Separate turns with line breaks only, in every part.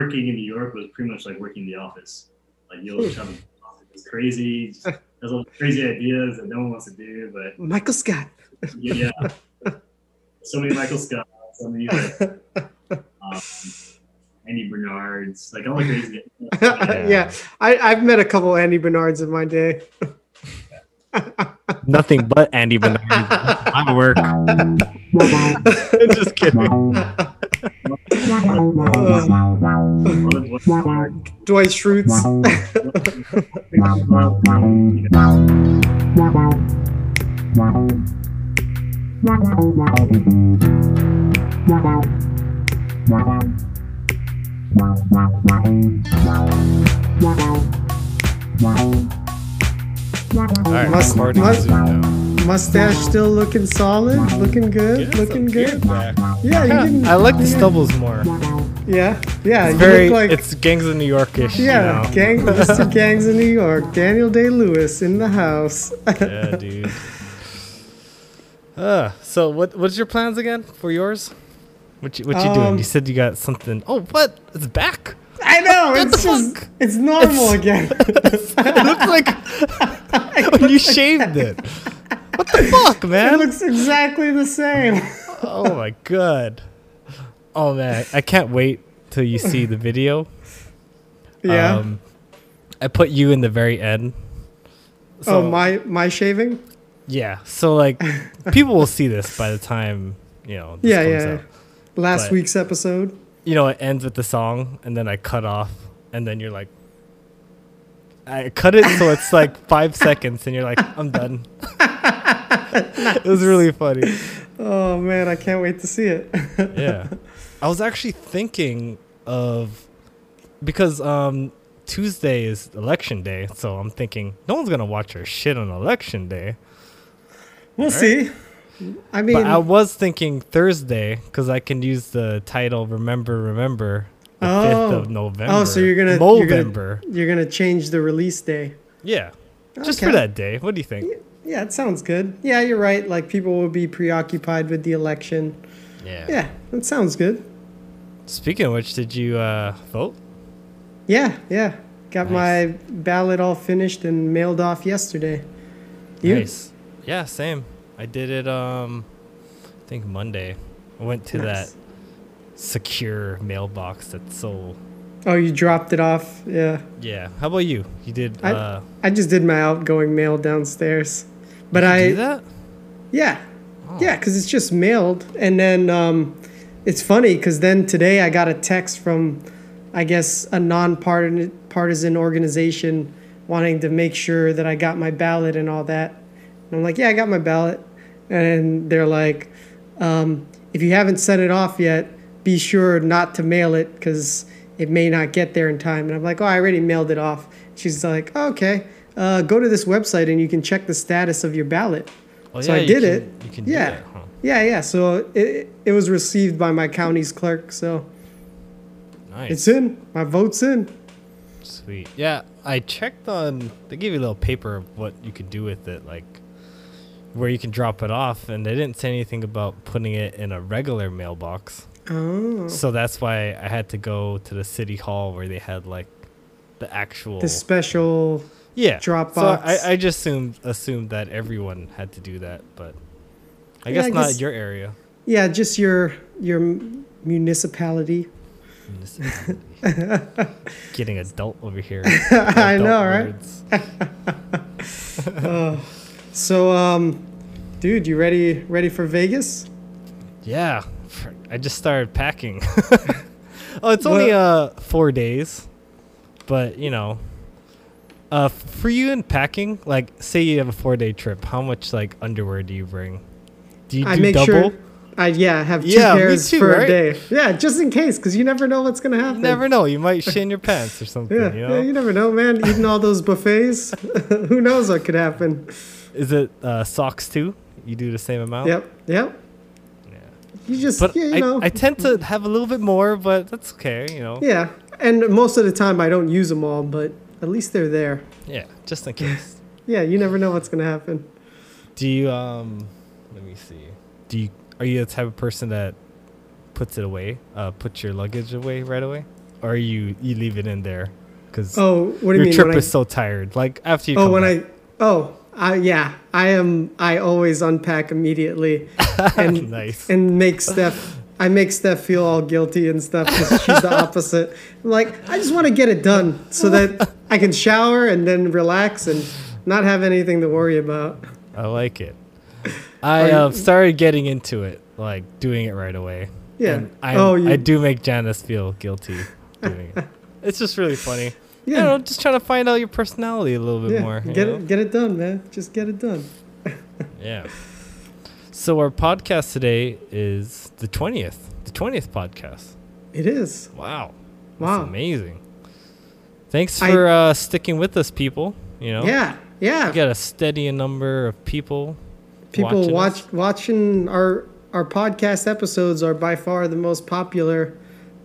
working in New York was pretty much like working the office. Like yo, Chubby, it's crazy. Just has all these crazy ideas that no one wants to do, but
Michael Scott.
yeah, yeah. so many Michael Scott, so many like, um, Andy Bernards, like all the crazy.
yeah, I, I've met a couple Andy Bernards in my day.
Nothing but Andy Bernard. My work. Just kidding.
Dwight Schrute.
All right,
Must-
recording
must-
resumed now.
Mustache still looking solid, looking
Yeah,
good,
it's
looking
a
good.
back.
Yeah, you didn't,
I like the stubbles more.
yeah, yeah.
It's
you
very,
look like
it's gangs of New Yorkish.
yeah,
you know?
gang, Mr. Gangs in New York. Daniel Day Lewis in the house.
yeah, dude. Uh, so what? What's your plans again for yours? What you What you doing?
Um,
You said you got something. Oh, what? It's back.
I know
What
it's
the
just
fuck?
it's normal
It's-
again.
It looks like when you shaved it. What the fuck,
it
man?
looks exactly the same.
oh my god. Oh man, I can't wait till you see the video.
Yeah.
Um, I put you in the very end.
oh my my shaving.
Yeah. So like, people will see this by the time you know. This
Yeah,
comes
yeah.
Out.
Last
But-
week's episode.
you know, it ends with the song, and then I cut off, and then you're like, I cut it so it's like five seconds, and you're like, I'm done. it was really funny.
Oh man, I can't wait to see it.
Yeah, I was actually thinking of because um, Tuesday is election day, so I'm thinking no one's gonna watch our shit on election day.
we'll see. I mean,
But I was thinking Thursday because I can use the title "Remember, Remember." The
Oh.
5th of November.
oh, so you're gonna you're
November.
gonna, you're gonna change the release day.
Yeah. Just for
Okay.
that day. What do you think?
Yeah, it sounds good. Yeah, you're right. Like people will be preoccupied with the election.
Yeah.
Yeah, that sounds good.
Speaking of which, did you uh, vote?
Yeah, yeah. Got
Nice.
my ballot all finished and mailed off yesterday. You?
Nice. Yeah, same. I did it um I think Monday. I went to
Nice.
that secure mailbox that's so
Oh, you dropped it off. Yeah.
Yeah. How about you? You did
I-
uh
I just did my outgoing mail downstairs. But I
do that?
Yeah. Yeah, 'cause Yeah, because it's just mailed. And then um, it's funny because then today I got a text from, I guess, a nonpartisan partisan organization wanting to make sure that I got my ballot and all that. And I'm like, yeah, I got my ballot. And they're like, um, if you haven't sent it off yet, be sure not to mail it because it may not get there in time. And I'm like, oh, I already mailed it off. She's like, oh, okay, uh, go to this website and you can check the status of your ballot.
Oh,
So I
you
did
can-
it.
You can
Yeah.
do that, huh?
Yeah, yeah. So it it was received by my county's clerk. So
Nice.
it's in. My vote's in.
Sweet. Yeah, I checked on. They gave you a little paper of what you could do with it, like where you can drop it off, and they didn't say anything about putting it in a regular mailbox.
Oh,
So that's why I had to go to the city hall where they had like the actual
the special.
yeah
drop
so
box.
I, I just assumed assumed that everyone had to do that, but I
Yeah,
guess
I
not
guess-
your area.
Yeah, just your your m- municipality.
Getting adult over here.
I
Adult
know, right?
words.
So um, dude, you ready ready for Vegas?
Yeah, fr- I just started packing. oh, it's only uh four days, but you know, uh, for you in packing, like say you have a four day trip, how much like underwear do you bring? Do you
I
do
make
double?
sure. I yeah have two
Yeah, me
pairs
too,
for
right?
a day. Yeah, just in case, because you never know what's gonna
You
happen.
never know. You might shit in your pants or something.
Yeah,
you
yeah,
know?
you never know, man. Eating all those buffets, who knows what could happen?
Is it uh, socks too? You do the same amount.
Yep, yep. You just,
But
yeah, you
I,
know.
I tend to have a little bit more, but that's okay. You know.
Yeah, and most of the time I don't use them all, but at least they're there.
yeah just in case.
Yeah, you never know what's gonna happen.
Do you um let me see. Do you are you the type of person that puts it away? Uh puts your luggage away right away? or you you leave it in there because
Oh, what do you
your
mean?
trip
when I-
is so tired. Like after you.
Oh,
come
when
back.
I oh I yeah I am I always unpack immediately, and
Nice.
and make Steph I make Steph feel all guilty and stuff because she's the opposite. I'm like I just want to get it done so that I can shower and then relax and not have anything to worry about.
I like it. I uh, started getting into it, like doing it right away.
Yeah.
And I,
oh, you,
I do make Janice feel guilty doing it. It's just really funny. Yeah.
Yeah.
I don't know, just trying to find out your personality a little bit
yeah,
more. you
Get
know?
it, get it done, man. Just get it done.
Yeah. So our podcast today is the 20th. The 20th podcast.
It is.
Wow.
Wow.
That's amazing. Thanks
I-
for uh, sticking with us, people. You know,
Yeah. Yeah.
we got a steady number of people.
people
watching
watch
us.
watching our our podcast episodes are by far the most popular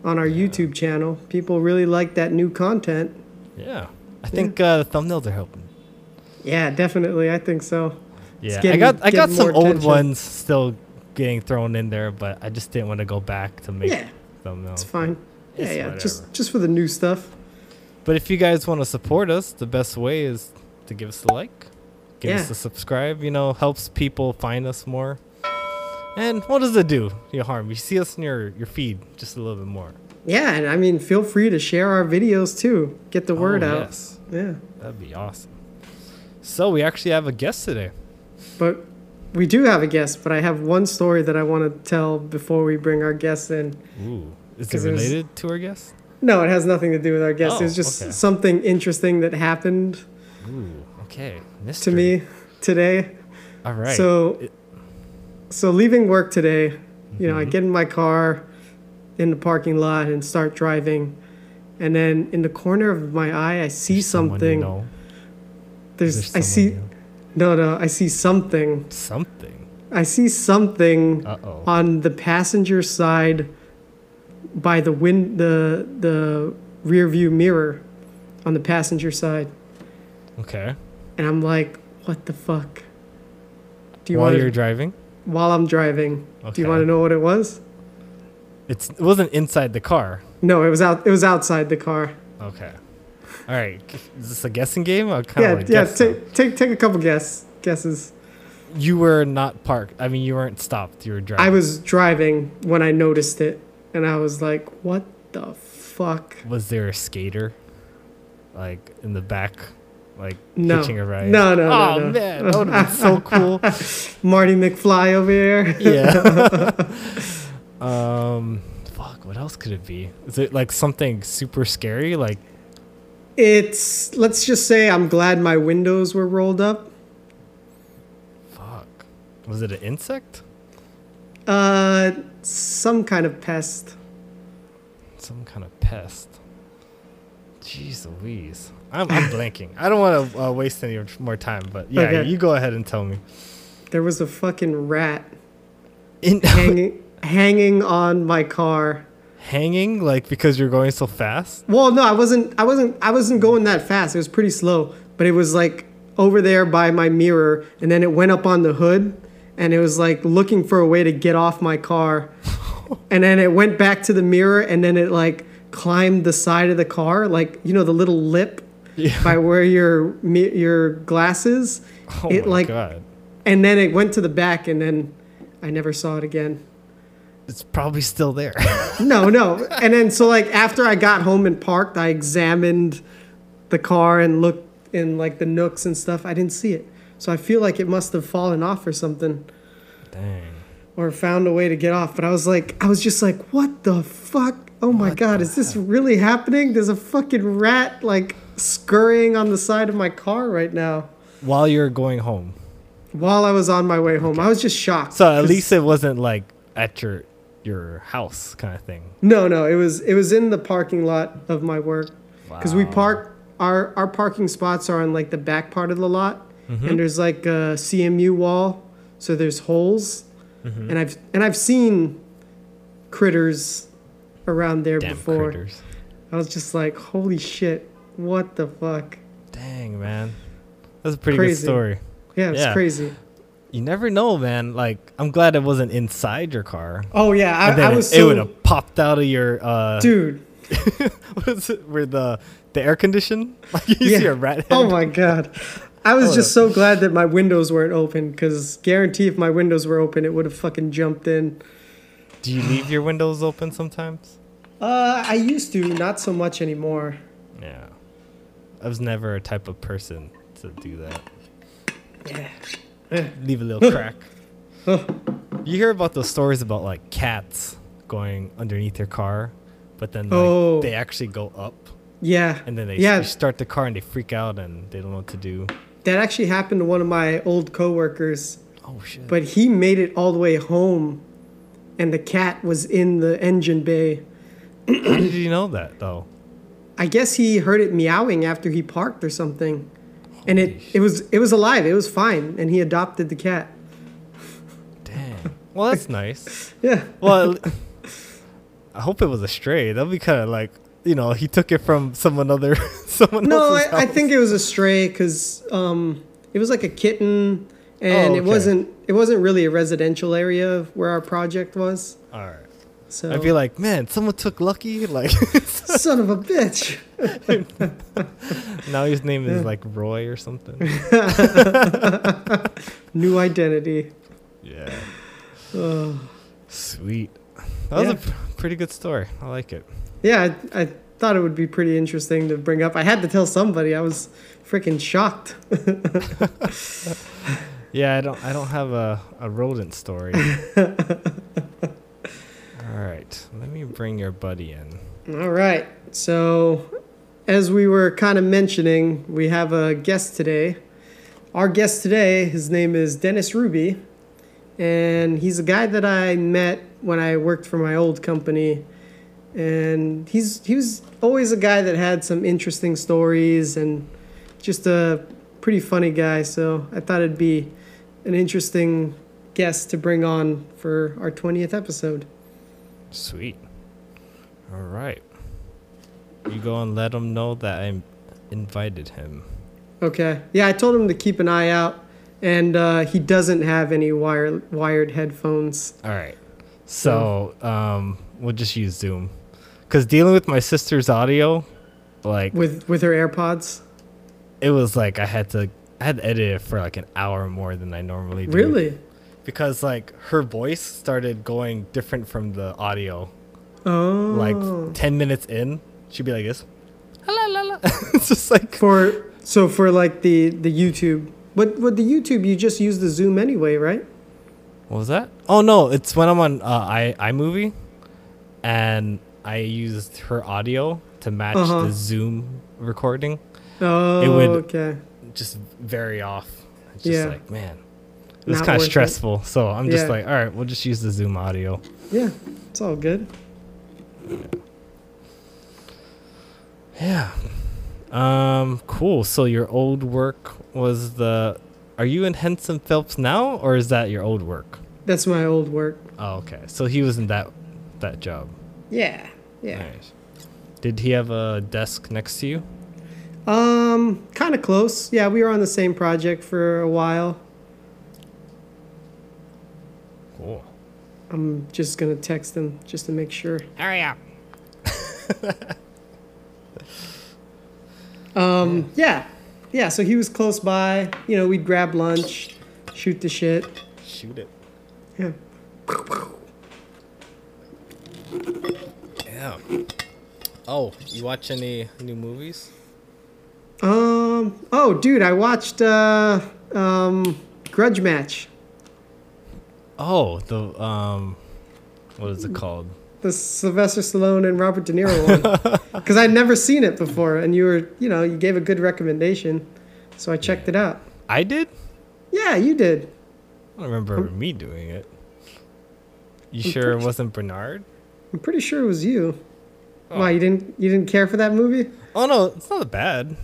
on our YouTube channel. People really like that new content.
Yeah. I think uh, the thumbnails are helping.
Yeah, definitely. I think so.
Yeah,
getting-
I got I got
getting
some
more
old
attention.
ones still getting thrown in there, but I just didn't want to go back to make
Yeah.
them know.
It's fine. Yeah,
It's
yeah.
whatever.
Just just for the new stuff.
But if you guys want to support us, the best way is to give us a like, give us
Yeah.
a subscribe. You know, helps people find us more. And what does it do? You harm. You see us in your your feed just a little bit more.
Yeah, and I mean, feel free to share our videos too. Get the word
Oh,
out.
Yes,
Yeah,
that'd be awesome. So we actually have a guest today.
but we do have a guest. But I have one story that I want to tell before we bring our guests in.
Ooh, is it
'Cause it was-
related to our guest?
No, it has nothing to do with our guest.
Oh,
it was just
okay.
something interesting that happened
Ooh, okay.
to
Mystery.
me today.
All right.
So, so leaving work today, you
Mm-hmm.
know, I get in my car in the parking lot and start driving, and then in the corner of my eye, I see
Someone you
something.
know.
There's,
There's
I
someone
see,
you know.
no, no, I see something.
something.
I see something
Uh-oh.
on the passenger side by the wind, the the rear view mirror, on the passenger side,
Okay.
and I'm like, what the fuck? Do
While
wanna-
you're driving,
while I'm driving. Do
Okay.
you want to know what it was?
it's, it wasn't inside the car.
No, it was out. It was outside the car.
Okay. All right. Is this a guessing game? Oh, I kind
yeah,
of like
yeah.
guess now.
Take, take take a couple guess guesses.
You were not parked. I mean, you weren't stopped. You were driving.
I was driving when I noticed it, and I was like, "What the fuck?"
Was there a skater, like in the back, like
No.
hitching a ride?
No, no, no,
Oh
no.
man, that would have been so cool.
Marty McFly over here.
yeah. um. Fuck. What else could it be? Is it like something super scary? Like
It's let's just say I'm glad my windows were rolled up.
fuck. Was it an insect?
Uh, some kind of pest.
Some kind of pest. Jeez Louise. I'm, I'm blanking. I don't want to uh, waste any more time, but yeah,
Okay.
you go ahead and tell me.
There was a fucking rat
In,
hanging hanging on my car.
hanging, like because you're going so fast?
Well, no, I wasn't. I wasn't. I wasn't going that fast. It was pretty slow, but it was like over there by my mirror, and then it went up on the hood, and it was like looking for a way to get off my car, and then it went back to the mirror, and then it like climbed the side of the car, like you know the little lip
Yeah.
by where your mi- your glasses.
Oh
it
my
like,
god.
and then it went to the back, and then I never saw it again.
It's probably still there.
No, no. And then so like after I got home and parked, I examined the car and looked in like the nooks and stuff. I didn't see it. So I feel like it must have fallen off or something
Dang.
or found a way to get off. But I was like I was just like, what the fuck? Oh my god, is this really happening? There's a fucking rat like scurrying on the side of my car right now
While you're going home.
while I was on my way home. I was just shocked.
So at
'cause-
least it wasn't like at your your house kind of thing.
No, no, it was it was in the parking lot of my work because we
Wow.
park our our parking spots are on like the back part of the lot,
Mm-hmm.
and there's like a CMU wall, so there's holes,
Mm-hmm.
and I've and I've seen critters around there
Damn
before.
critters.
I was just like, holy shit, what the fuck?
Dang, man. That's a pretty
Crazy.
good story.
Yeah, it's
Yeah.
crazy.
You never know, man. Like, I'm glad it wasn't inside your car.
Oh yeah,
And
I,
then
I was
it would
so
have popped out of your uh,
dude.
what is it? Where the the air condition? Like you see a rat. Head. Oh,
Oh my god. I was just so glad that my windows weren't open because guarantee if my windows were open, it would have fucking jumped in.
Do you leave your windows open sometimes?
Uh, I used to, not so much anymore.
Yeah. I was never a type of person to do that.
Yeah.
Leave a little crack. you hear about those stories about like cats going underneath their car, but then like,
Oh.
they actually go up
Yeah.
and then they
yeah,
you start the car and they freak out and they don't know what to do.
that actually happened to one of my old coworkers,
Oh shit.
but he made it all the way home, and the cat was in the engine bay.
how did you know that though?
I guess he heard it meowing after he parked or something, and it it was it was alive. It was fine, and he adopted the cat.
Dang. Well, that's nice.
Yeah.
Well, at le- I hope it was a stray. That'd be kind of like you know he took it from someone other someone
No,
else's
I, I
house.
think it was a stray because um, it was like a kitten, and
Oh,
it
okay.
wasn't it wasn't really a residential area where our project was.
All right.
So
I'd be like, man, someone took Lucky. Like
son of a bitch.
now his name is like Roy or something.
New identity.
Yeah. Sweet. That was a
Yeah.
pr- pretty good story. I like it.
Yeah, I, I thought it would be pretty interesting to bring up. I had to tell somebody. I was freaking shocked.
Yeah, I don't. I don't have a a rodent story. All right. Let me bring your buddy in.
All right. So, as we were kind of mentioning, we have a guest today. Our guest today, his name is Dennis Ruby, and he's a guy that I met when I worked for my old company. And he's he was always a guy that had some interesting stories and just a pretty funny guy. So I thought it'd be an interesting guest to bring on for our 20th episode.
Sweet. All right. You go and let him know that I invited him.
Okay. Yeah, I told him to keep an eye out, and uh, he doesn't have any wire wired headphones.
All right. So um, we'll just use Zoom, because dealing with my sister's audio, like
With with her AirPods.
it was like I had to I had to edit it for like an hour more than I normally do.
Really?
Because like her voice started going different from the audio.
Oh.
Like ten minutes in, she'd be like this. it's just like
For so for like the the YouTube. What with the YouTube you just use the Zoom anyway, right?
What was that? Oh no, it's when I'm on uh, i iMovie, and I used her audio to match
Uh-huh.
the Zoom recording.
Oh.
would-
okay.
Just very off. It's just
Yeah.
like man, it was
Not
kind
worth
of
it.
stressful. So I'm just
Yeah.
like, all right, we'll just use the Zoom audio.
Yeah. It's all good.
Yeah. Um. Cool. So your old work was the. Are you in Henson Phelps now, or is that your old work?
That's my old work.
Oh, okay. So he was in that that job.
Yeah. Yeah.
Nice. Did he have a desk next to you?
Um, kind of close. Yeah, we were on the same project for a while.
Cool.
I'm just gonna text him just to make sure.
Hurry up.
Um, yeah. Yeah, so he was close by. You know, we'd grab lunch, shoot the shit.
Shoot it.
Yeah.
Yeah. Oh, you watch any new movies?
Um, oh, dude, I watched uh, um, Grudge Match,
Oh, the um, what is it called?
the Sylvester Stallone and Robert De Niro one. Because I'd never seen it before, and you were, you know, you gave a good recommendation. So I checked it out.
I did.
Yeah, you did.
I don't remember me doing it. You sure it wasn't Bernard?
I'm pretty sure it was you. Why you didn't you didn't care for that movie?
Oh no, it's not bad.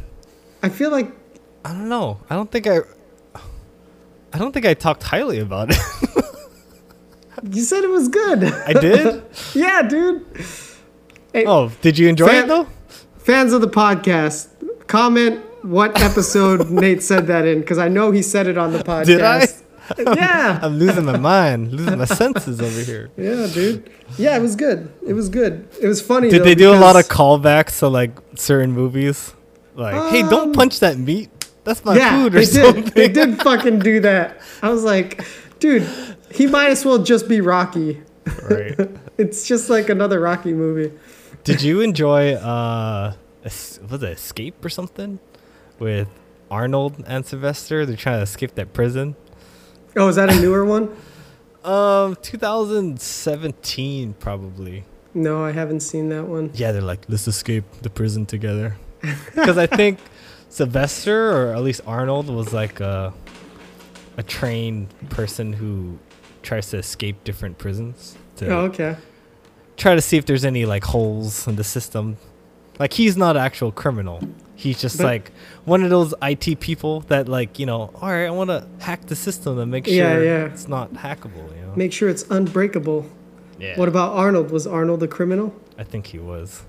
I feel like
I don't know. I don't think I. I don't think I talked highly about it.
you said it was good.
I did.
yeah, dude. Hey,
Oh, did you enjoy
Fam-
it though?
fans of the podcast, comment what episode Nate said that in because I know he said it on the podcast.
Did I?
yeah.
I'm losing my mind, losing my senses over here.
Yeah, dude. Yeah, it was good. It was good. It was funny.
Did
though,
they do a lot of
because-
callbacks to like certain movies? Like, hey,
Um,
don't punch that meat. That's my
yeah,
food or
they
something.
did. They did fucking do that. I was like, dude, he might as well just be Rocky.
Right.
It's just like another Rocky movie.
Did you enjoy uh es- was it Escape or something with Arnold and Sylvester? They're trying to escape that prison.
Oh, is that a newer one?
Um, 2017 probably.
No, I haven't seen that one.
Yeah, they're like let's escape the prison together. Because I think Sylvester or at least Arnold was like a a trained person who tries to escape different prisons to
Oh, okay.
try to see if there's any like holes in the system. Like he's not an actual criminal. He's just
But-
like one of those IT people that like, you know, all right, I want to hack the system and make sure
Yeah, yeah.
it's not hackable, you know.
Make sure it's unbreakable.
yeah.
What about Arnold? Was Arnold a criminal?
I think he was.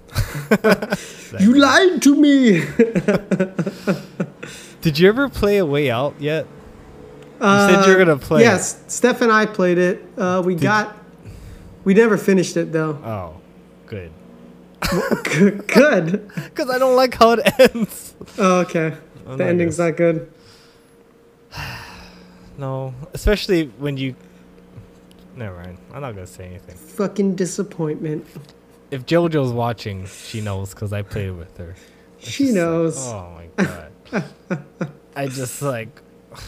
You lied to me.
Did you ever play A Way Out yet? you said you were going to play. it.
Uh, Yes, Steph and I played it. Uh, we got. We never finished it though.
Oh, good. Oh.
Good. good.
Cuz I don't like how it ends.
Oh, okay.
Oh,
the
no, I
ending's
guess.
not good.
No, especially when you Never mind. I'm not going to say anything.
Fucking disappointment.
If JoJo's watching, she knows cuz I played with her.
She
just like,
knows.
oh my god. I just like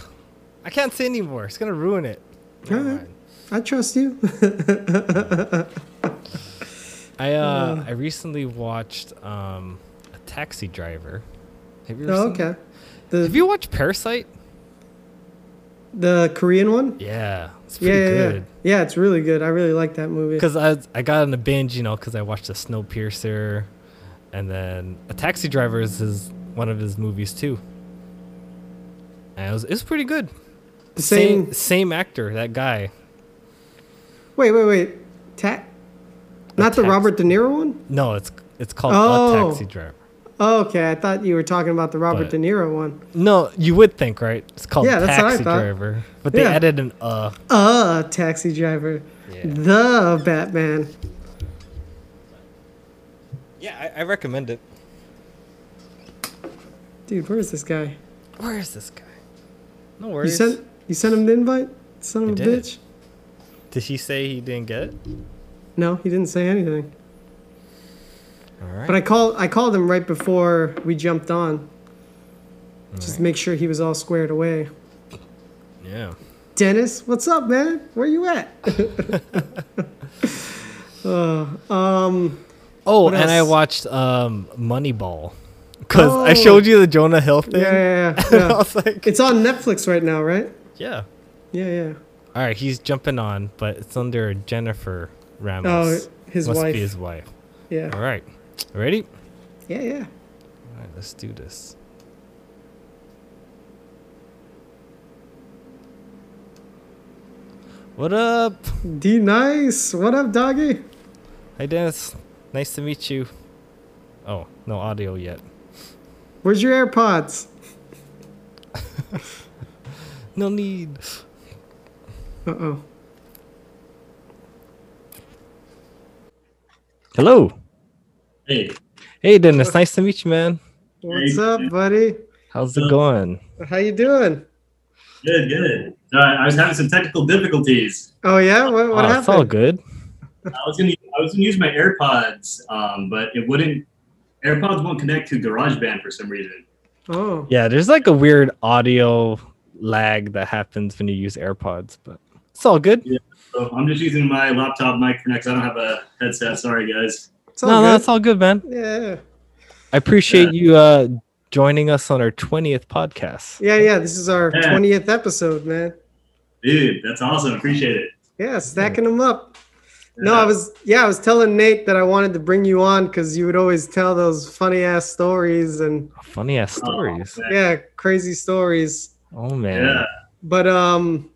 I can't say anymore. It's gonna ruin it. Never
Alright.
mind.
I trust you. Oh,
I uh, I recently watched um a taxi driver. Have you ever
oh,
seen
okay.
that?
The
Have you watched Parasite?
the Korean one.
Yeah. It's
Yeah,
pretty
yeah, yeah.
good.
Yeah, it's really good. I really like that movie.
Because I I got on a binge, you know, because I watched the Snowpiercer, and then a Taxi Driver is his, one of his movies too. And it was it's pretty good.
The
Same
same.
same actor, that guy.
Wait, wait, wait. Ta- Not the
tax-
Robert De Niro one.
No, it's it's called
Oh.
a taxi driver.
Oh, okay. I thought you were talking about the Robert
But-
De Niro one.
No, you would think, right? It's called
Yeah, that's what I
taxi
thought.
driver, but they
Yeah.
added an uh.
Uh, Taxi Driver.
Yeah.
The Batman.
Yeah, I, I recommend it.
Dude, where is this guy?
Where is this guy? No
You
worries.
sent you sent him the invite? Son of
I
a
did.
bitch.
Did he say he didn't get it?
No, he didn't say anything.
All right.
But I called I called him right before we jumped on. Just to make sure he was all squared away.
yeah.
Dennis, what's up, man? Where you at?
Oh,
What
and I
else? Oh.
watched um Moneyball because I showed you the Jonah Hill thing.
yeah, yeah, yeah.
And I
yeah.
was like,
it's on Netflix right now, right?
yeah.
Yeah, yeah.
All right, he's jumping on, but it's under Jennifer Ramos.
Oh, his
Must
wife.
be his wife. All
Yeah.
right, ready?
Yeah, yeah.
All right, let's do this. What up?
D nice. What up, doggy?
Hi, Dennis. Nice to meet you. Oh, no audio yet.
Where's your AirPods?
No need.
Uh oh.
Hello.
Hey,
Hey, Dennis. Nice to meet you, man.
What's up, buddy?
How's it going?
How you doing?
good, good. Uh, I was having some technical difficulties.
Oh yeah, what, what
Ah,
happened?
it's all good.
I was gonna, I was gonna use my AirPods, um, but it wouldn't. AirPods won't connect to GarageBand for some reason.
Oh,
Yeah, there's like a weird audio lag that happens when you use AirPods, but it's all good.
So I'm just using my laptop mic for next. I don't have a headset. Sorry, guys.
it's all
No, no,
good.
it's all good, man.
yeah,
I appreciate you uh joining us on our 20th podcast.
yeah, yeah. This is our
Yeah.
twentieth episode, man.
Dude, that's awesome. Appreciate it.
Yeah, stacking them up. No, I was yeah, I was telling Nate that I wanted to bring you on because you would always tell those funny ass stories and
Funny ass
Oh,
stories.
man.
yeah, crazy stories.
Oh man.
Yeah.
But um,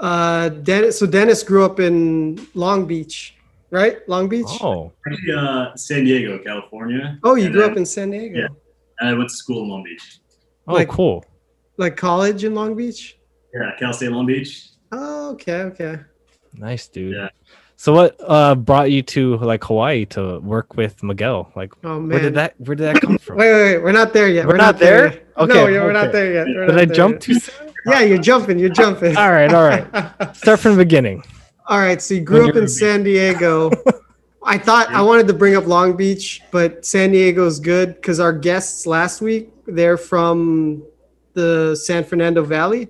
uh, Dennis. So Dennis grew up in Long Beach, right? Long Beach. Oh,
Oh.
Actually, uh, San Diego, California.
you
And
grew
then-
up in San Diego,
Yeah. And I went to school in Long Beach.
Oh
Like-
cool.
like college in Long Beach.
Yeah, Cal State Long Beach.
Oh, okay, okay.
Nice, dude.
Yeah.
So what uh, brought you to like Hawaii to work with Miguel? Like,
Oh man.
where did that where did that come from?
Wait, wait, wait. We're not there yet.
We're not there?
yet. no,
Okay,
yeah, we're not
okay.
there yet. We're
did
not
I
there
jump
yet.
too soon?
Yeah, you're jumping. You're jumping.
All right, all right. Start from the beginning.
All right, so you grew
When
up
you're
in
a beach.
San Diego. I thought I wanted to bring up Long Beach, but San Diego's good because our guests last week, they're from the San Fernando Valley,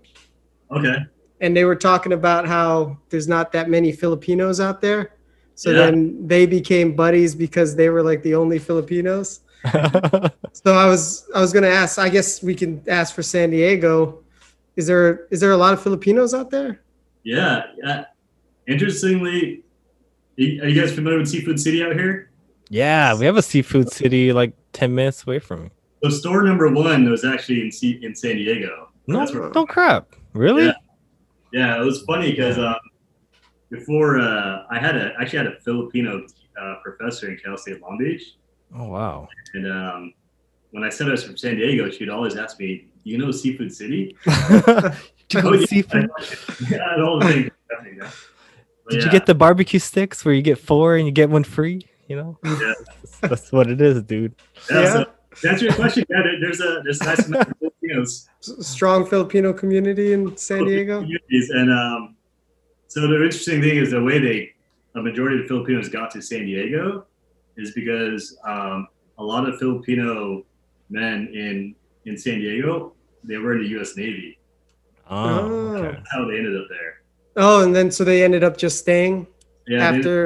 Okay.
and they were talking about how there's not that many Filipinos out there. So
Yeah.
then they became buddies because they were like the only Filipinos. So I was I was gonna ask, I guess we can ask for San Diego. Is there is there a lot of Filipinos out there?
Yeah. yeah. Interestingly, y- are you guys familiar with Seafood City out here?
yeah, we have a seafood city like ten minutes away from me.
So store number one was actually in C- in San Diego.
No,
That's where-
no crap. Really?
Yeah. yeah, it was funny because um, before uh, I had a actually had a Filipino uh, professor in Cal State Long Beach,
Oh wow.
and um, when I said I was from San Diego, she'd always ask me, "Do you know Seafood City?"
Dude,
Oh, yeah.
seafood.
yeah, and all the things. happening, yeah. But
Did
yeah,
you get the barbecue sticks where you get four and you get one free? You know,
Yeah.
that's what it is, dude.
yeah, so to answer your question, yeah, there, there's a there's a nice amount of Filipinos
S- Strong Filipino community in San Diego.
communities, and um, so the interesting thing is the way they a majority of Filipinos got to San Diego is because um, a lot of Filipino men in in San Diego they were in the U.S. Navy.
Oh,
Oh.
okay.
That's how they ended up there.
Oh, and then so they ended up just staying
Yeah, they-
after.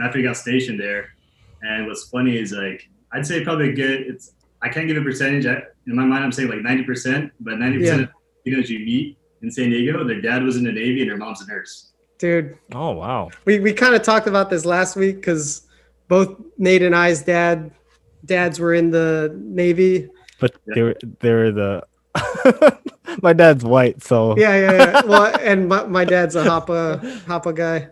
after he got stationed there. And what's funny is like I'd say probably a good. It's I can't give a percentage. I, in my mind, I'm saying like 90 percent, but 90 percent
Yeah.
of Filipinos you meet in San Diego, their dad was in the Navy and their mom's a nurse.
Dude,
Oh wow.
we, we kind of talked about this last week because both Nate and I's dad dads were in the Navy.
But they were they were the. My dad's white, so
Yeah, yeah, yeah. well, and my, my dad's a Hapa Hapa guy.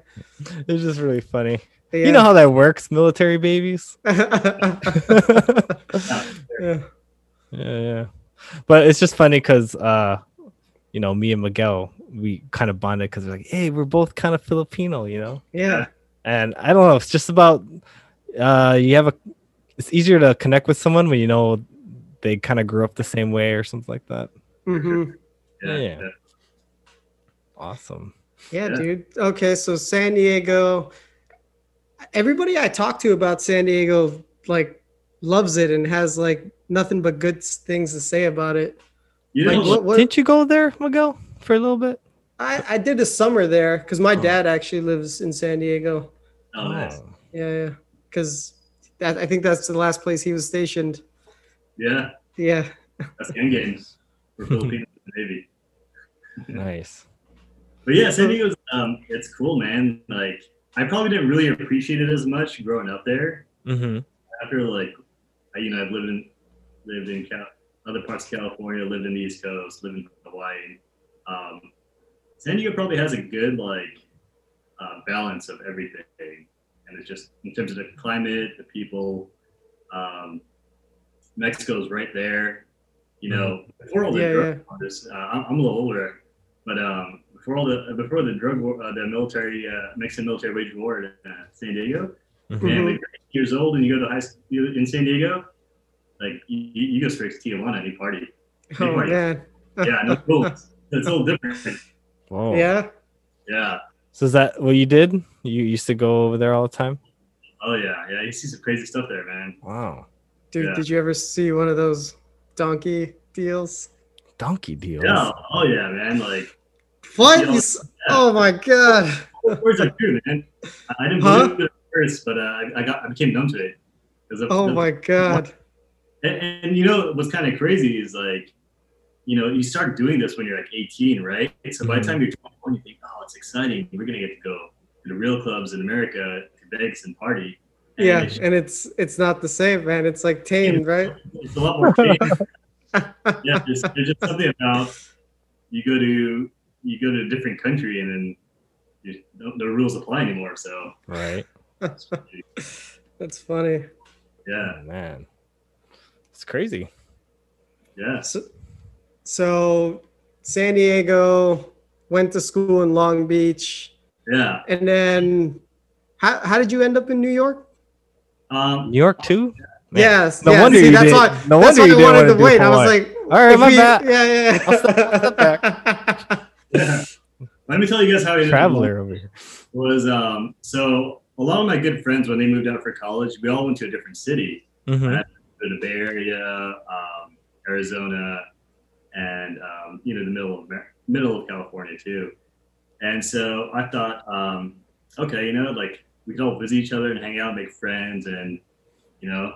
it's just really funny.
Yeah.
You know how that works, military babies. yeah,
yeah.
yeah. But it's just funny because, uh, you know, me and Miguel, we kind of bonded because we're like, hey, we're both kind of Filipino, you know?
yeah.
And I don't know, it's just about, uh, you have a, it's easier to connect with someone when you know they kind of grew up the same way or something like that.
hmm
Yeah. Awesome.
Yeah,
Yeah.
dude. Okay, so San Diego. Everybody I talk to about San Diego like loves it and has like nothing but good s- things to say about it.
You
Like,
know,
what, what
Didn't you go there, Miguel, for a little bit?
I, I did a summer there because my
Oh.
dad actually lives in San Diego.
oh, nice.
Oh.
Yeah, yeah. Because that I think that's the last place he was stationed.
yeah,
Yeah.
that's gang games for Filipinos in the Navy.
nice.
But yeah, San Diego's um, it's cool, man. Like I probably didn't really appreciate it as much growing up there.
Mm-hmm.
after like I- you know I've lived in lived in Cal- other parts of California, lived in the East Coast, lived in Hawaii. Um, San Diego probably has a good like uh, balance of everything, and it's just in terms of the climate, the people. Um, Mexico's right there, you know. Before all the
Mm-hmm. Yeah,
drug wars, uh, I'm, I'm a little older, but um, before all the before the drug war, uh, the military uh, Mexican military waged war in uh, San Diego,
mm-hmm.
and when
Mhm.
you're eight years old and you go to high school in San Diego, like you, you you go straight to Tijuana and you party.
Oh
Anyway.
man.
Yeah, no cool. It's a little different.
Whoa.
Yeah.
Yeah.
So is that what you did? You used to go over there all the time?
Oh yeah, yeah. You see some crazy stuff there, man.
Wow.
Dude,
Yeah.
did you ever see one of those donkey deals?
Donkey deals.
Yeah. Oh yeah, man. Like
What?
Yeah.
You s- Oh my god.
where's that too, man? I I didn't
Huh?
believe it at first, but uh, I, I got I became numb to it. 'Cause of-
Oh
the-
my god.
And, and you know what's kind of crazy is like, you know, you start doing this when you're like 18, right? So by the
Mhm.
time you're 21, you think, oh, it's exciting. We're gonna get to go to the real clubs in America to Vegas and party. And
Yeah,
it's,
and it's it's not the same, man. It's like tamed, right?
it's a lot more. fun. yeah, there's, there's just something about you go to you go to a different country and then you, no, no rules apply anymore. So
Right.
That's funny.
yeah,
Oh, man. It's crazy.
yeah.
So, so San Diego, went to school in Long Beach,
Yeah.
and then how, how did you end up in New York?
Um,
New York too. Man.
Yes.
No
yeah,
wonder
see,
you
that's
did-
why,
no
that's
wonder
why
you
I
didn't
wanted
wanna
to
do
wait. I was
Hawaii.
like,
All right,
if
my
we-
bad.
Yeah, yeah. yeah.
let me tell you guys how I ended up in
Traveler over here.
was um, so a lot of my good friends when they moved out for college, we all went to a different city,
Mhm.
to the Bay Area, um, Arizona, and um, you know the middle of Mer- middle of California too. And so I thought, um, okay, you know, like we could all visit each other and hang out, make friends, and you know,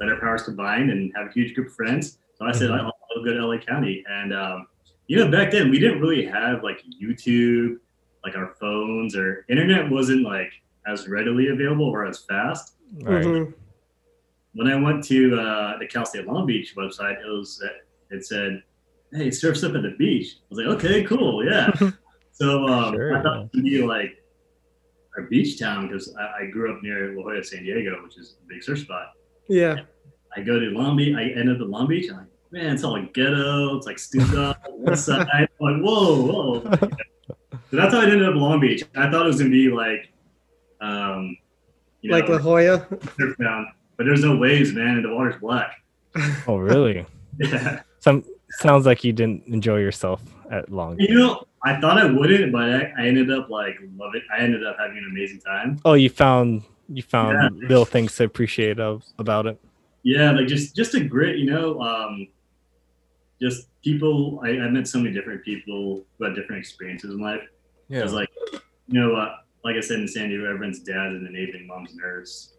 let our powers combine and have a huge group of friends. So I said,
Mhm.
I'll, I'll go to LA County, and um, you know, back then we didn't really have like YouTube, like our phones or internet wasn't like as readily available or as fast
All right.
Mhm.
when I went to uh, the Cal State Long Beach website, it was uh, it said, "Hey, surf stuff at the beach." I was like, "Okay, cool, yeah." so um,
Sure,
I thought it would be like a beach town because I, I grew up near La Jolla, San Diego, which is a big surf spot.
Yeah.
I go to Long Beach. I end up in Long Beach. I'm like, man, it's all like ghetto. It's like stupa on one side. I'm like, whoa, whoa. so that's how I ended up in Long Beach. I thought it was gonna be like, um, you know,
Like La Jolla.
surf town, but there's no waves, man, and the water's black.
Oh, really?
Yeah.
Some sounds like you didn't enjoy yourself at long.
You know, I thought I wouldn't, but I, I ended up like love it. I ended up having an amazing time.
Oh, you found you found
Yeah.
little things to appreciate of about it.
Yeah, like just just a grit, you know. Um, just people. I, I met so many different people who had different experiences in life. Yeah. like, you know, uh, like I said in San Diego, everyone's dad is an Asian, mom's a nurse,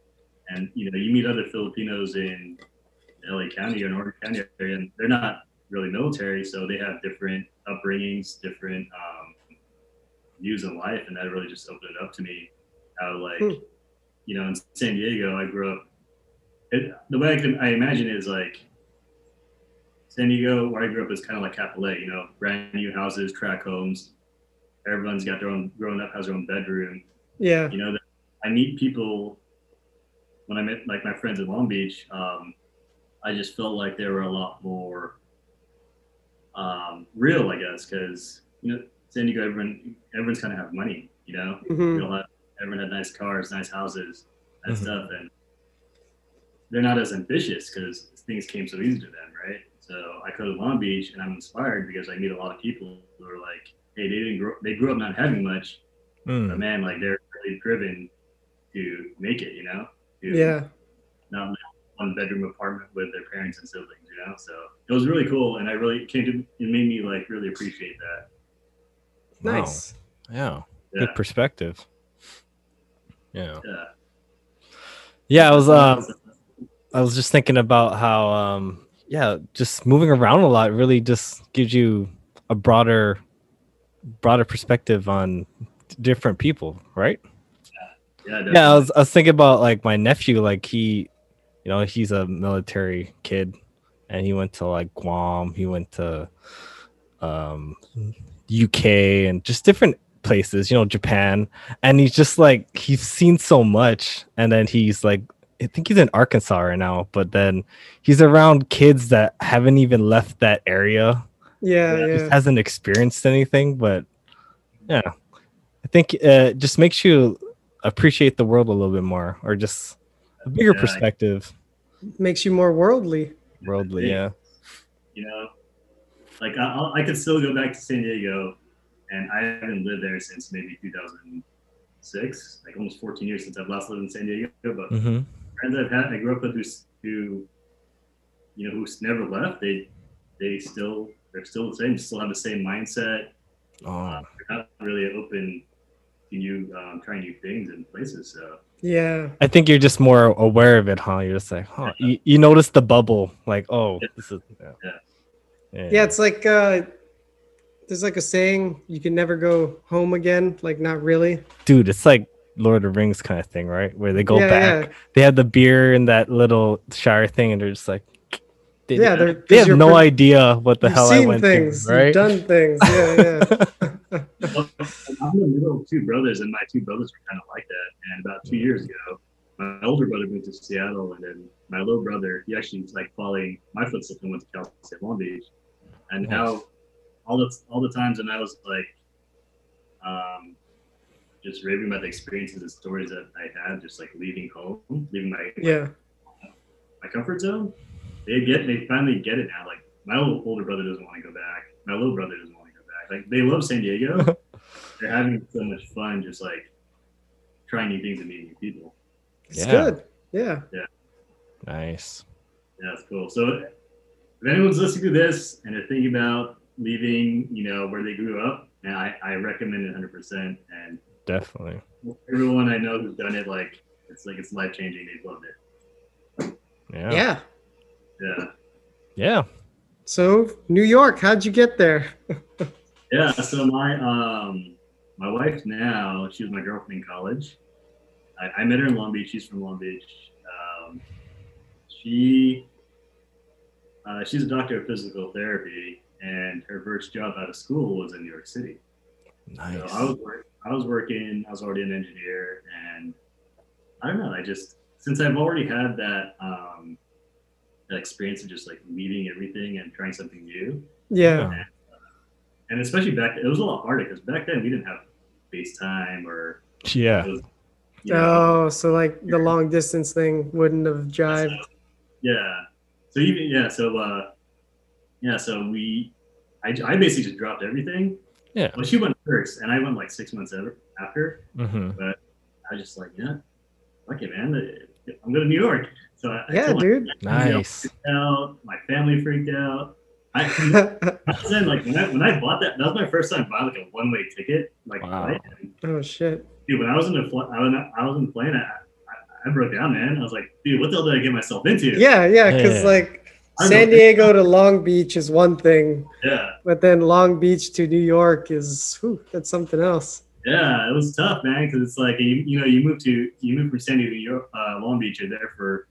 and you know, you meet other Filipinos in LA County or in Orange County area, and they're not really military, so they have different upbringings, different um, views in life, and that really just opened it up to me. How like,
Hmm.
you know, in San Diego, I grew up. It, the way I can I imagine it is like San Diego, where I grew up, is kind of like Capolet, you know, brand new houses, track homes. Everyone's got their own, grown up has their own bedroom.
Yeah.
You know, that I meet people when I met like my friends in Long Beach. Um, I just felt like they were a lot more um, real, I guess, because you know, San Diego, everyone, everyone's kind of have money. You know,
Mhm.
Mm-hmm.
we all have, everyone had nice cars, nice houses, that
Mhm.
stuff, and they're not as ambitious because things came so easy to them, right? So I go to Long Beach and I'm inspired because I meet a lot of people who are like, hey, they didn't grow, they grew up not having much, but
Mm.
man, like they're really driven to make it, you know? To
Yeah.
Not live in a one bedroom apartment with their parents and siblings, you know? So it was really cool, and I really came to it made me like really appreciate that.
Wow.
Nice.
Yeah.
Yeah,
Good perspective. Yeah.
yeah.
Yeah, I was um I was just thinking about how um yeah, just moving around a lot really just gives you a broader broader perspective on different people, right?
yeah,
yeah, I
definitely.
was, I was thinking about like my nephew, like he, you know, he's a military kid, and he went to like Guam, he went to, um, UK and just different places, you know, Japan, and he's just like he's seen so much, and then he's like, I think he's in Arkansas right now, but then he's around kids that haven't even left that area,
Yeah.
Yeah,
Yeah.
just hasn't experienced anything, but yeah, I think uh, it just makes you appreciate the world a little bit more, or just a bigger
Yeah, I-
perspective,
Makes you more worldly.
worldly. Yeah,
you know like I, I'll- I could still go back to san diego and i haven't lived there since maybe 2006 like almost 14 years since i've last lived in san diego but
hmm
friends i've had i grew up with who's who you know who's never left they they still they're still the same still have the same mindset
Oh,
they're not really open to new um, trying new things and places so
Yeah.
I think you're just more aware of it, huh? You're just like, huh? You, you notice the bubble, like, oh, this is yeah.
Yeah.
yeah.
Yeah. It's like, uh, there's like a saying, you can never go home again. Like, not really.
dude, it's like Lord of the Rings kind of thing, right? Where they go
yeah,
back, they have the beer and that little shire thing, and they're just like, they,
Yeah. Yeah. They're,
they
'cause
have
you're
no
pre-
idea what the
you've
hell I
seen
went
things.
through, right?
You've done things. Yeah. Yeah.
Well, I'm the middle of two brothers, and my two brothers were kind of like that. And about two years ago, my older brother moved to Seattle, and then my little brother, he actually was like following my footsteps and went to Cal State Long Beach. And
Nice.
now, all the all the times, and I was like um, just raving about the experiences and stories that I had, just like leaving home, leaving my
Yeah.
my comfort zone. They get they finally get it now. Like my old, older brother doesn't want to go back. My little brother doesn't want to go back. Like they love San Diego. They're having so much fun, just like trying new things and meeting new people.
It's
Yeah.
good. Yeah.
Nice.
Yeah, that's cool. So if anyone's listening to this and they're thinking about leaving, you know, where they grew up, and I, I recommend it 100%. And
Definitely.
everyone I know who's done it, like, it's like it's life changing. They've loved it.
Yeah.
Yeah.
Yeah.
Yeah.
Yeah.
So New York, how'd you get there?
Yeah. So my, um, my wife now, she was my girlfriend in college. I, I met her in Long Beach. She's from Long Beach. Um, she, uh, she's a doctor of physical therapy, and her first job out of school was in New York City. So I
Nice.
was work, I was working. I was already an engineer, and I don't know. I just since I've already had that um, that experience of just like meeting everything and trying something new,
Yeah.
and especially back it was a lot harder because back then we didn't have FaceTime or
Yeah.
you know,
Oh, so like the long distance thing wouldn't have jived.
yeah. So even yeah, so uh, yeah, so we. I, I basically just dropped everything.
Yeah.
Well, she went first, and I went like six months ever- after.
Mm-hmm.
I was just like, yeah, fuck it, man. uh, I'm going to New York. So I, I
Yeah,
told my
dude.
family I
Nice.
freaked out. My family freaked out. I,
oh
I was in, like when I, when I bought that, that was my first time buying like a one way ticket. Like,
Wow.
flight.
Oh, shit.
dude, when I was in the fl- I was, I was in the plane, I, I, I broke down, man. I was like, dude, what the hell did I get myself into?
Yeah, yeah, because
Yeah.
like
I know.
San Diego to Long Beach is one thing,
yeah,
but then Long Beach to New York is whew, that's something else.
Yeah, it was tough, man, because it's like you, you know you move to you move from San Diego to York, uh, Long Beach. You're there for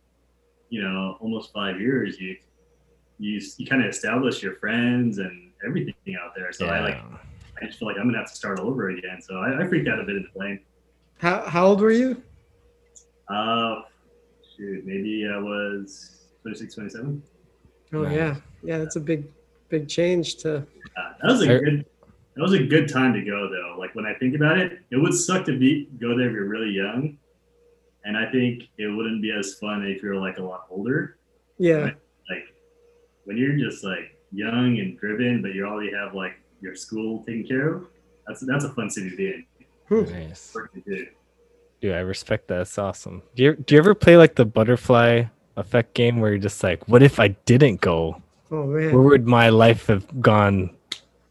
you know almost five years. You you you kind of establish your friends and everything out there. So I like
Yeah.
I just feel like I'm gonna have to start all over again. So I, I freaked out a bit in the plane.
How how old were you?
Uh, shoot, maybe I was 26, 27.
Oh
Nice.
yeah, yeah, that's a big big change to
Uh, that was a
Are-
good. That was a good time to go though. Like when I think about it, it would suck to be go there if you're really young, and I think it wouldn't be as fun if you're like a lot older.
yeah
Like when you're just like young and driven, but you already have like your school taken care of. That's that's a fun city to be in.
Nice.
Work to do.
Dude, I respect that. That's awesome. Do you do you ever play like the butterfly effect game where you're just like, what if I didn't go?
oh
Where
man
would my life have gone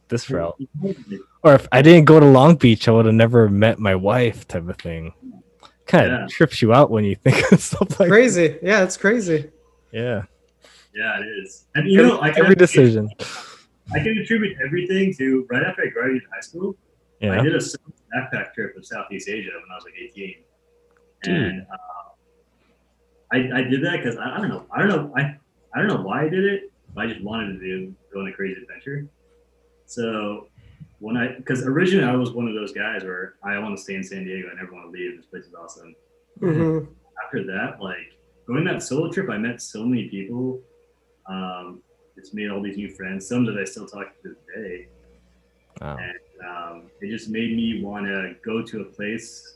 Mm-hmm.
this route?
Yeah,
Or if I didn't go to Long Beach, I would have never met my wife, type of thing. Kind of
Yeah.
trips you out when you think of stuff like
crazy yeah it's crazy
Yeah.
it is. And you know, I can
every decision.
I can attribute everything to right after I graduated high school. I
Yeah.
did a summer backpack trip of Southeast Asia when I was like 18, and uh, I, I did that because I, I don't know, I don't know, I, I don't know why I did it, but I just wanted to do go on a crazy adventure. So when I, because originally I was one of those guys where I want to stay in San Diego, I never want to leave. This place is awesome.
hmm
After that, like going that solo trip, I met so many people. Um, it's made all these new friends. Some that I still talk to today
Wow.
um, it just made me want to go to a place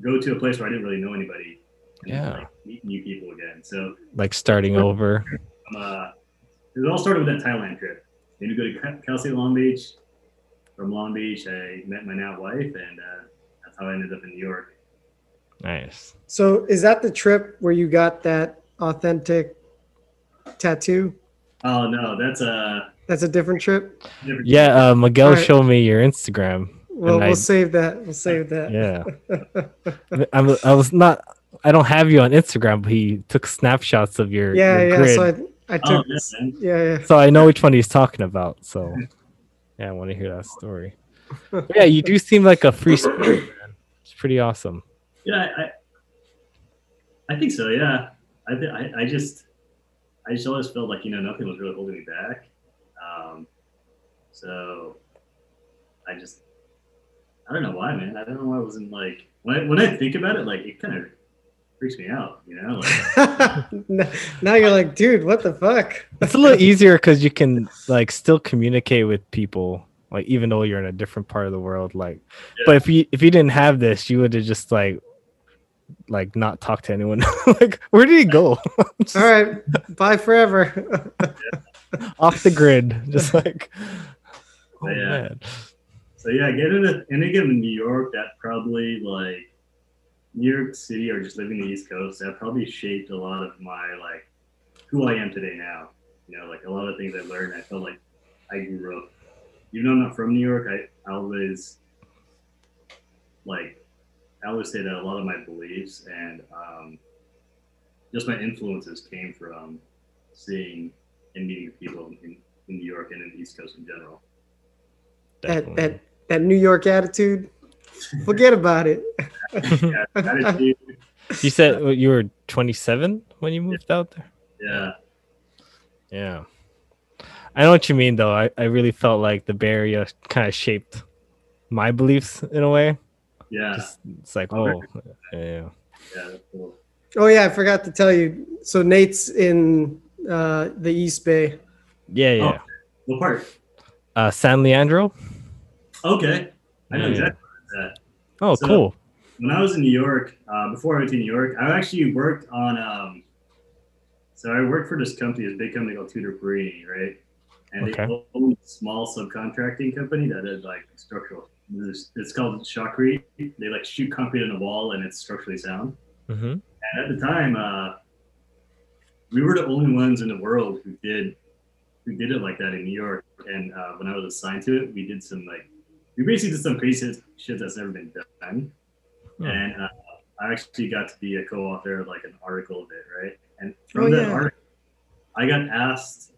go to a place where i didn't really know anybody and
Yeah.
like, meet new people again so
Like starting over.
um, uh, it all started with that thailand trip maybe go to Ca- cal state long beach from long beach i met my now wife and uh, that's how i ended up in new york
Nice.
so is that the trip where you got that authentic tattoo
oh no that's a
that's a different trip
different
Yeah, uh, Miguel
Alright.
showed me your Instagram.
well
And I-
we'll save that we'll save that
Yeah. I'm, I was not, I don't have you on Instagram, but he took snapshots of your,
yeah
your
yeah
grid.
so I I
oh,
took
yeah, man.
yeah yeah
so I know which one he's talking about. So, yeah, I want to hear that story. But yeah, you do seem like a free spirit, man. It's pretty awesome.
yeah I, I i think so yeah I, th- I i just i just always felt like you know nothing was really holding me back um so i just i don't know why man i don't know why i wasn't like when i, when I think about it like it kind of freaks me out you know like
N- now you're like dude what the fuck
It's a little easier because you can like still communicate with people Like even though you're in a different part of the world, like, but if you if you didn't have this, you would have just like, like not talked to anyone. like, where did he go? Just
All right, bye forever.
Off the grid, just like. Oh,
Yeah.
man.
So yeah, get in a, and again in New York, that probably like New York City or just living the East Coast, that probably shaped a lot of my like who I am today now. You know, like a lot of things I learned, I felt like I grew up. Even though I'm not from New York, I, I always like I always say that a lot of my beliefs and um, just my influences came from seeing and meeting people in, in New York and in the East Coast in general.
that
Definitely.
that that New York attitude. Forget about it.
Yeah, that is-
You said uh, you were 27 when you moved out there.
yeah.
Yeah. I know what you mean though. I, I really felt like the Bay Area kind of shaped my beliefs in a way.
Yeah,
Just, it's like,
Okay.
oh, yeah.
yeah, that's cool.
Oh yeah, I forgot to tell you. So Nate's in uh, the East Bay.
Yeah, yeah.
What part?
Uh, San Leandro.
Okay, I know
Yeah.
exactly that.
Oh,
So-
cool.
When I was in New York, uh, before I went to New York, I actually worked on. Um, so I worked for this company, this big company called Tudor Perini, right? And
Okay.
they own a small subcontracting company that is like structural. It's it's called Shockery. They like shoot concrete in a wall, and it's structurally sound.
hmm
And at the time, uh, we were the only ones in the world who did who did it like that in New York. And uh, when I was assigned to it, we did some like we basically did some crazy shit- shit that's never been done.
Hmm.
And uh, I actually got to be a co-author of like an article of it, right? And
Oh,
from that
yeah.
article, I got asked.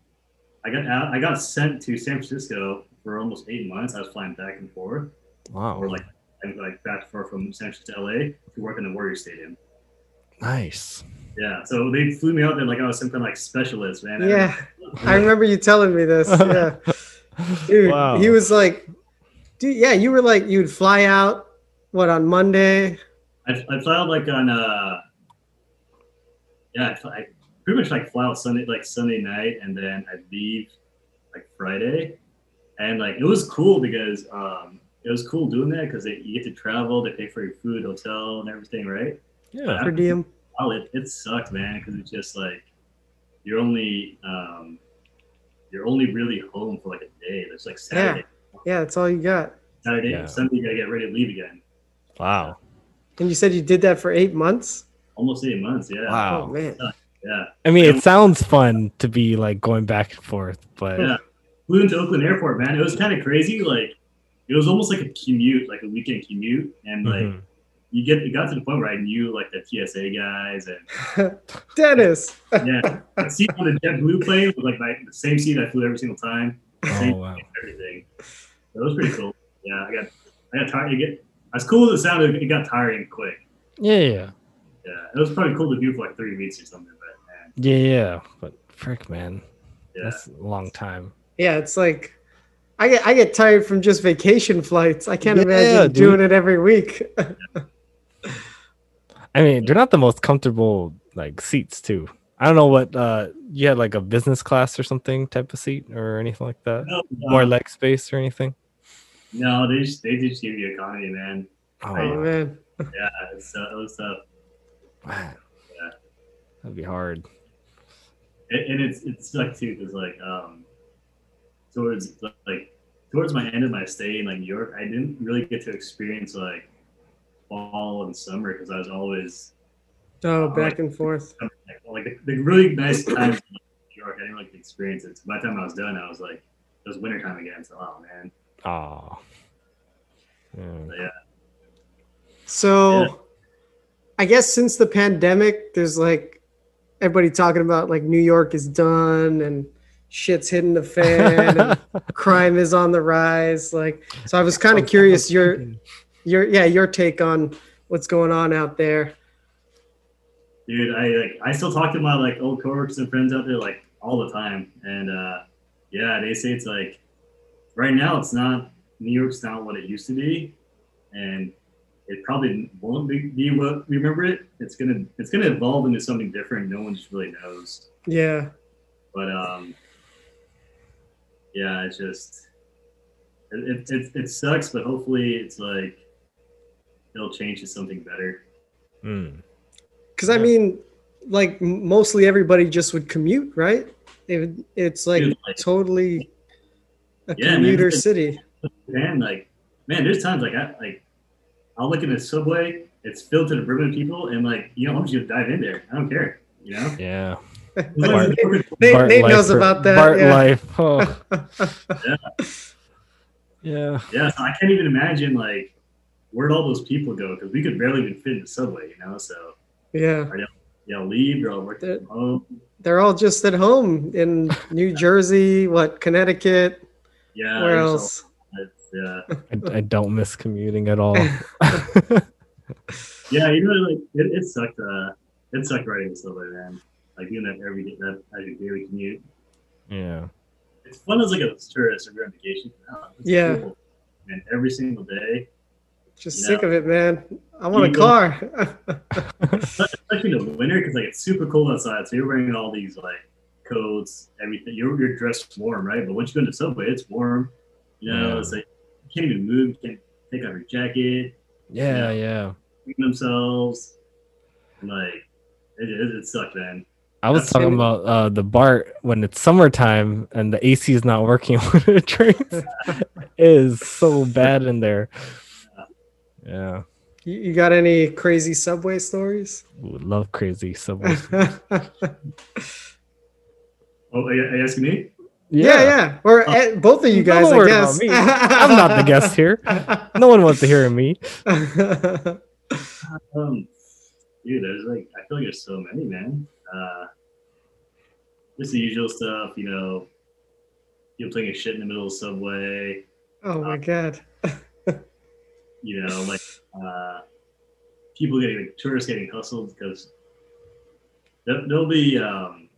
I got a- I got sent to San Francisco for almost eight months. I was flying back and forth,
Mm-hmm. Wow.
or like I was, like back and forth from San Francisco to LA to work in the Warrior Stadium.
Nice.
Yeah, so they flew me out there like I was some kind of like specialist, man.
Yeah, I remember you telling me this. Yeah, dude,
Wow.
he was like, dude, yeah, you were like, you'd fly out what on Monday?
I, I fly out like on uh, yeah, I, fly, I pretty much like fly out Sunday like Sunday night, and then I leave like Friday, and like it was cool because um, it was cool doing that because you get to travel, they pay for your food, hotel, and everything, right?
Yeah.
Per diem.
Oh, it, it sucked, man, because it's just like you're only um, you're only really home for like a day. There's like Saturday,
Yeah, that's all you got.
Saturday,
Yeah.
Sunday, you gotta get ready to leave again.
Wow.
And you said you did that for eight months.
almost eight months. Yeah.
Oh
Wow.
man,
Yeah.
I mean, it sounds fun to be like going back and forth, but
Yeah. Flew into Oakland Airport, man. It was kind of crazy. Like, it was almost like a commute, like a weekend commute. And like,
Mhm.
you get, it got to the point where I knew like the TSA guys and
Dennis.
yeah, the seat on the JetBlue plane was like my the same seat I flew every single time,
oh, wow.
everything. So it was pretty cool. Yeah, I got, I got tired. You get as cool as it sounded, it got tiring quick.
Yeah, yeah.
Yeah, it was probably cool to do for like three weeks or something, but man,
Yeah, yeah. But frick, man.
yeah,
That's a long time.
Yeah, it's like I get I get tired from just vacation flights. I can't
Yeah,
imagine
dude.
doing it every week.
I mean, they're not the most comfortable like seats too. I don't know what uh you had like a business class or something type of seat or anything like that.
no,
More
uh,
leg space or anything.
no, they just they just give you economy, man.
Oh
oh
man.
man,
Yeah, it's, uh, it was tough. Yeah.
That'd be hard.
It, and it's it's like too because like um towards like towards my end of my stay in like New York, I didn't really get to experience like fall and summer because I was always
oh back and forth.
like, well, like the, the really nice times in New York. I didn't like experience it. So by the time I was done, I was like it was winter time again. So oh man,
Oh.
So
Yeah.
I guess since the pandemic, there's like everybody talking about like New York is done and shit's hitting the fan and crime is on the rise. Like so I was kind of curious your your yeah, your take on what's going on out there.
dude, I like I still talk to my like old coworkers and friends out there like all the time, and uh yeah, they say it's like right now it's not New York's not what it used to be, and it probably won't be, be what we remember it. It's gonna it's gonna evolve into something different. No one just really knows,
Yeah.
but um, yeah, it's just it, it, it sucks, but hopefully it's like they'll change to something better.
Mm.
Because I mean, like m- mostly everybody just would commute, right? It would, it's like
Dude, like-
totally a
Yeah, man.
commuter city.
Man, like, man, there's times like I like I'll look in the subway, it's filled to the brim with people, and like you know I'm just gonna dive in there. I don't care, you know.
Yeah.
As long as it's-
Nate,
Bart
Nate
life
knows
for-
about that.
Bart
yeah.
life. Oh. yeah. Yeah.
Yeah, so I can't even imagine like where'd all those people go because we could barely even fit in the subway, you know. So
yeah,
yeah, I'll leave or I'll work
That-
from home.
they're all just at home in New Jersey, what Connecticut,
Yeah,
where
there's
else?
all- it's, yeah,
I, I don't miss commuting at all.
yeah. You know, like it, it sucked. Uh, it sucked riding the subway, man. Like doing that every day, that as your daily commute.
yeah.
It's fun as like a tourist or you're on vacation. Oh, this is
Yeah.
cool. And every single day,
Just
No.
sick of it, man. I want a
You-
car.
especially in the winter, because like it's super cold outside, so you're wearing all these like coats, everything. You're, you're dressed warm, right? But once you go into the subway, it's warm. You know,
Yeah.
it's like you can't even move. You can't take off your jacket.
Yeah. Yeah.
clean themselves. Like it, it, it sucked, man.
I was
That's-
talking about uh, the BART when it's summertime and the AC is not working when it drains. it is so bad in there. Yeah.
you, you got any crazy subway stories?
Ooh, love crazy subway.
yeah,
Oh, are you, are you asking me?
yeah, Or eh, both of you
Uh, Don't
guys, I
worry about
guess.
me. I'm not the guest here. No one wants to hear me.
guest.
Um, dude, there's like I feel like there's so many, man. Uh, just the usual stuff, you know. People playing a shit in the middle of the subway,
oh my god.
you know, like uh, people getting like, tourists getting hustled because there, there'll be um,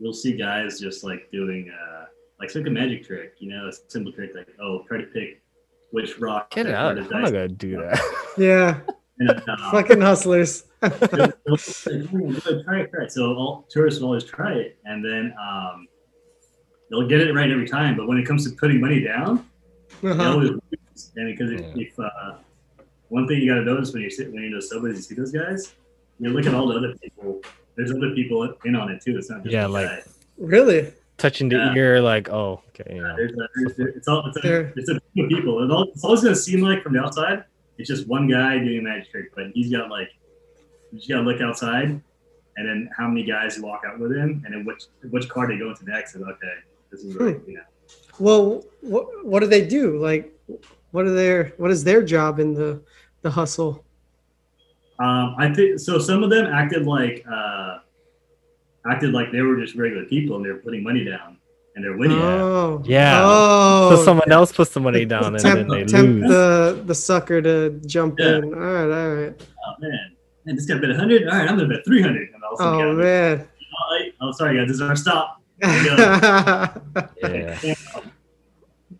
you'll see guys just like doing uh, like it's like a magic trick, you know, a simple trick like oh try to pick which rock
Get
that
out.
part
I'm
of
not
dice
going to do that.
Yeah,
And, uh,
fucking hustlers.
try it, try it. So all tourists will always try it, and then um, they'll get it right every time. But when it comes to putting money down, they
Uh-huh.
always lose. And because if,
Um, Yeah.
if uh, one thing you got to notice when you're sitting when you're in those subways, you see those guys, you look at all the other people. There's other people in on it too. It's not just
Yeah,
the
like-
guy.
Really?
Touching the
Yeah.
ear, like, oh, okay. Yeah.
There's a, there's, there- it's all it's
There.
a, it's a team of people. It all, it's always gonna seem like from the outside, it's just one guy doing a magic trick, but he's got like you just gotta look outside, and then how many guys walk out with him, and then which which card they go into next. And okay, this is right. You know,
Well, what what do they do? Like, what are their what is their job in the the hustle?
um, I think so. Some of them acted like uh, acted like they were just regular people, and they were putting money down, and they're winning.
Oh,
Yeah.
Oh,
So someone else puts the money down and then
tempt,
they
tempt
lose.
the the sucker to jump
Yeah.
in. All right, all right.
Oh man. Man, this guy bet 100. All right, I'm gonna bet 300. And I was like,
Oh man.
oh, sorry, guys, this is our stop.
that
Yeah. I think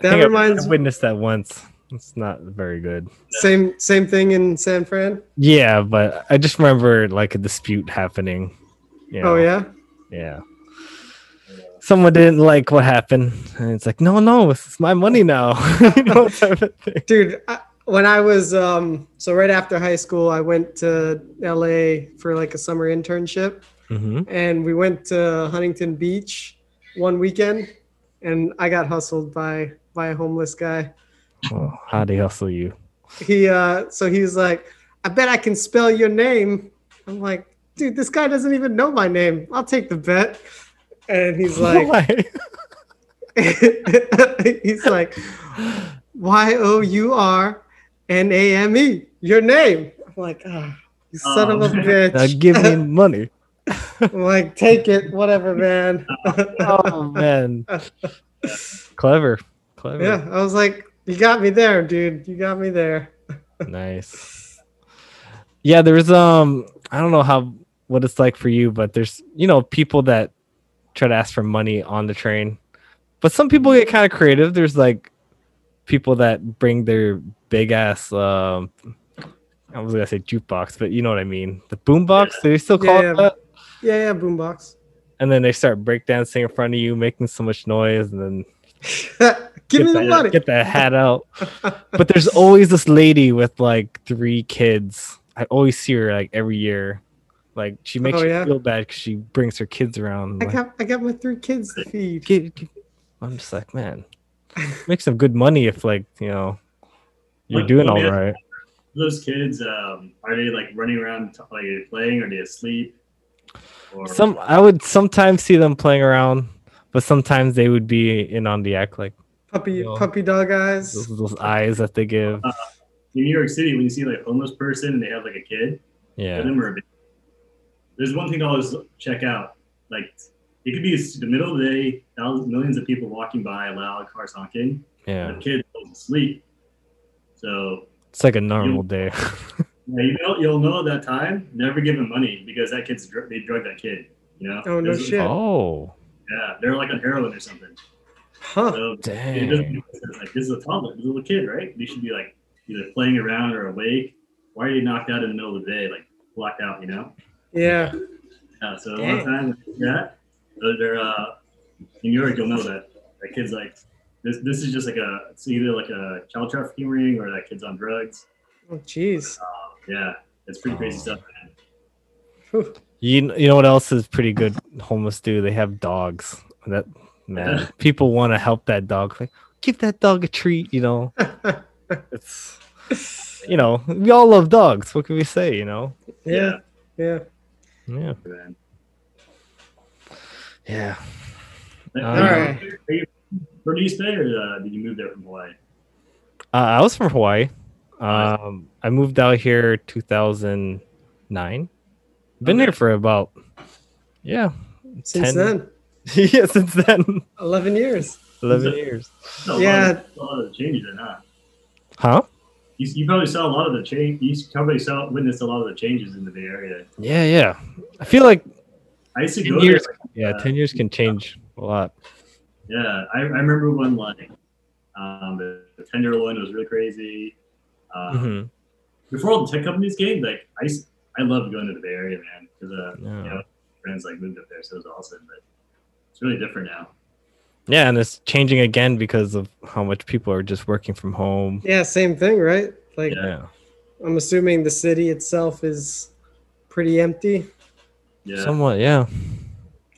I-
reminds
I witnessed that once. It's not very good.
same same thing in San Fran.
Yeah, but I just remember like a dispute happening. you know,
Oh yeah.
yeah. Someone didn't like what happened, and it's like, no, no, it's my money now. you know, type of thing.
dude I, when i was um so right after high school i went to la for like a summer internship
Mhm.
and we went to huntington beach one weekend and i got hustled by by a homeless guy
Oh, how they hustle you?
he uh so he was like i bet i can spell your name i'm like dude this guy doesn't even know my name i'll take the bet and he's
Oh
like he's like Y O U R N A M E, your name. I'm like, ah, you son of a
Oh.
now
bitch.
give me money.
I'm like, take it, whatever, man.
Oh man, clever, clever.
yeah, I was like, you got me there, dude. You got me there.
nice yeah there's um i don't know how what it's like for you but there's you know people that try to ask for money on the train but some people get kind of creative there's like people that bring their big ass um i was gonna say jukebox but you know what i mean the boombox do they still call
Yeah,
it
yeah.
that
Yeah, yeah, boombox.
and then they start breakdancing in front of you making so much noise and then
Give me
get
the
that-
money.
Get that hat out. but there's always this lady with like three kids. I always see her like every year. Like she makes
Oh,
you
yeah?
feel bad because she brings her kids around.
I
like,
got I got my three kids to feed.
get- get- I'm just like, man, make some good money if like you know you're
Like,
doing
let
all
me ask-
right.
Those kids, um, are they like running around t- like playing, or are they asleep? Or
Some I would sometimes see them playing around, but sometimes they would be in on the act like
Puppy
Yo.
puppy dog eyes.
those, those eyes that they give.
in New York City, when you see like a homeless person and they have like a kid,
Yeah.
them are a bit- There's one thing to always check out. Like it could be s- the middle of the day, thousands, millions of people walking by, loud cars honking.
Yeah,
The kid falls asleep. So
it's like a normal day.
yeah, you know, you'll know at that time. Never give him money because that kid's dr- they drug that kid. You know?
Oh, no
There's-
shit.
Oh,
Yeah, they're like on heroin or something.
Huh.
So it doesn't
dang!
make sense. like this is a toddler, this is a little kid, right? They should be like either playing around or awake. Why are you knocked out in the middle of the day, like blacked out? You know?
Yeah.
Yeah, so a lot of
Dang.
times yeah, they're- they're uh, in Europe. You'll know that that kid's like this. This is just like a it's either like a child trafficking ring or that kid's on drugs.
Oh jeez.
Yeah, it's pretty crazy
Oh.
stuff. man.
Whew.
You kn- you know what else is pretty good? Homeless do they have dogs? That man, people want to help that dog. Like, give that dog a treat. You know, it's you know we all love dogs. What can we say? You know,
Yeah. Yeah.
yeah,
man.
yeah.
Are
All
you-
right.
Are you from the East Bay or uh, did you move there from Hawaii?
Uh, I was from Hawaii.
Nice.
Um, I moved out here 2009. Been
Okay.
here for about yeah,
Since
10
then.
yeah, since then,
Eleven years.
eleven years.
You saw a lot of-
Yeah.
a lot of the changes then, huh?
Huh?
You, you probably saw a lot of the change. You probably saw witnessed a lot of the changes in the Bay Area.
Yeah, yeah. I feel like
I used to
Ten
go
years.
there. like,
yeah, ten years can change a lot.
Yeah, I, I remember when like um, the, the tenderloin was really crazy.
Mm-hmm.
Um,
Mhm.
before all the tech companies came, like I, s- I loved going to the Bay Area, man, because uh,
Yeah.
you know, friends like moved up there, so it was awesome. But it's really different now.
Yeah, and it's changing again because of how much people are just working from home.
Yeah, same thing, right? Like
Yeah.
Yeah.
I'm assuming the city itself is pretty empty.
Yeah,
Somewhat, yeah.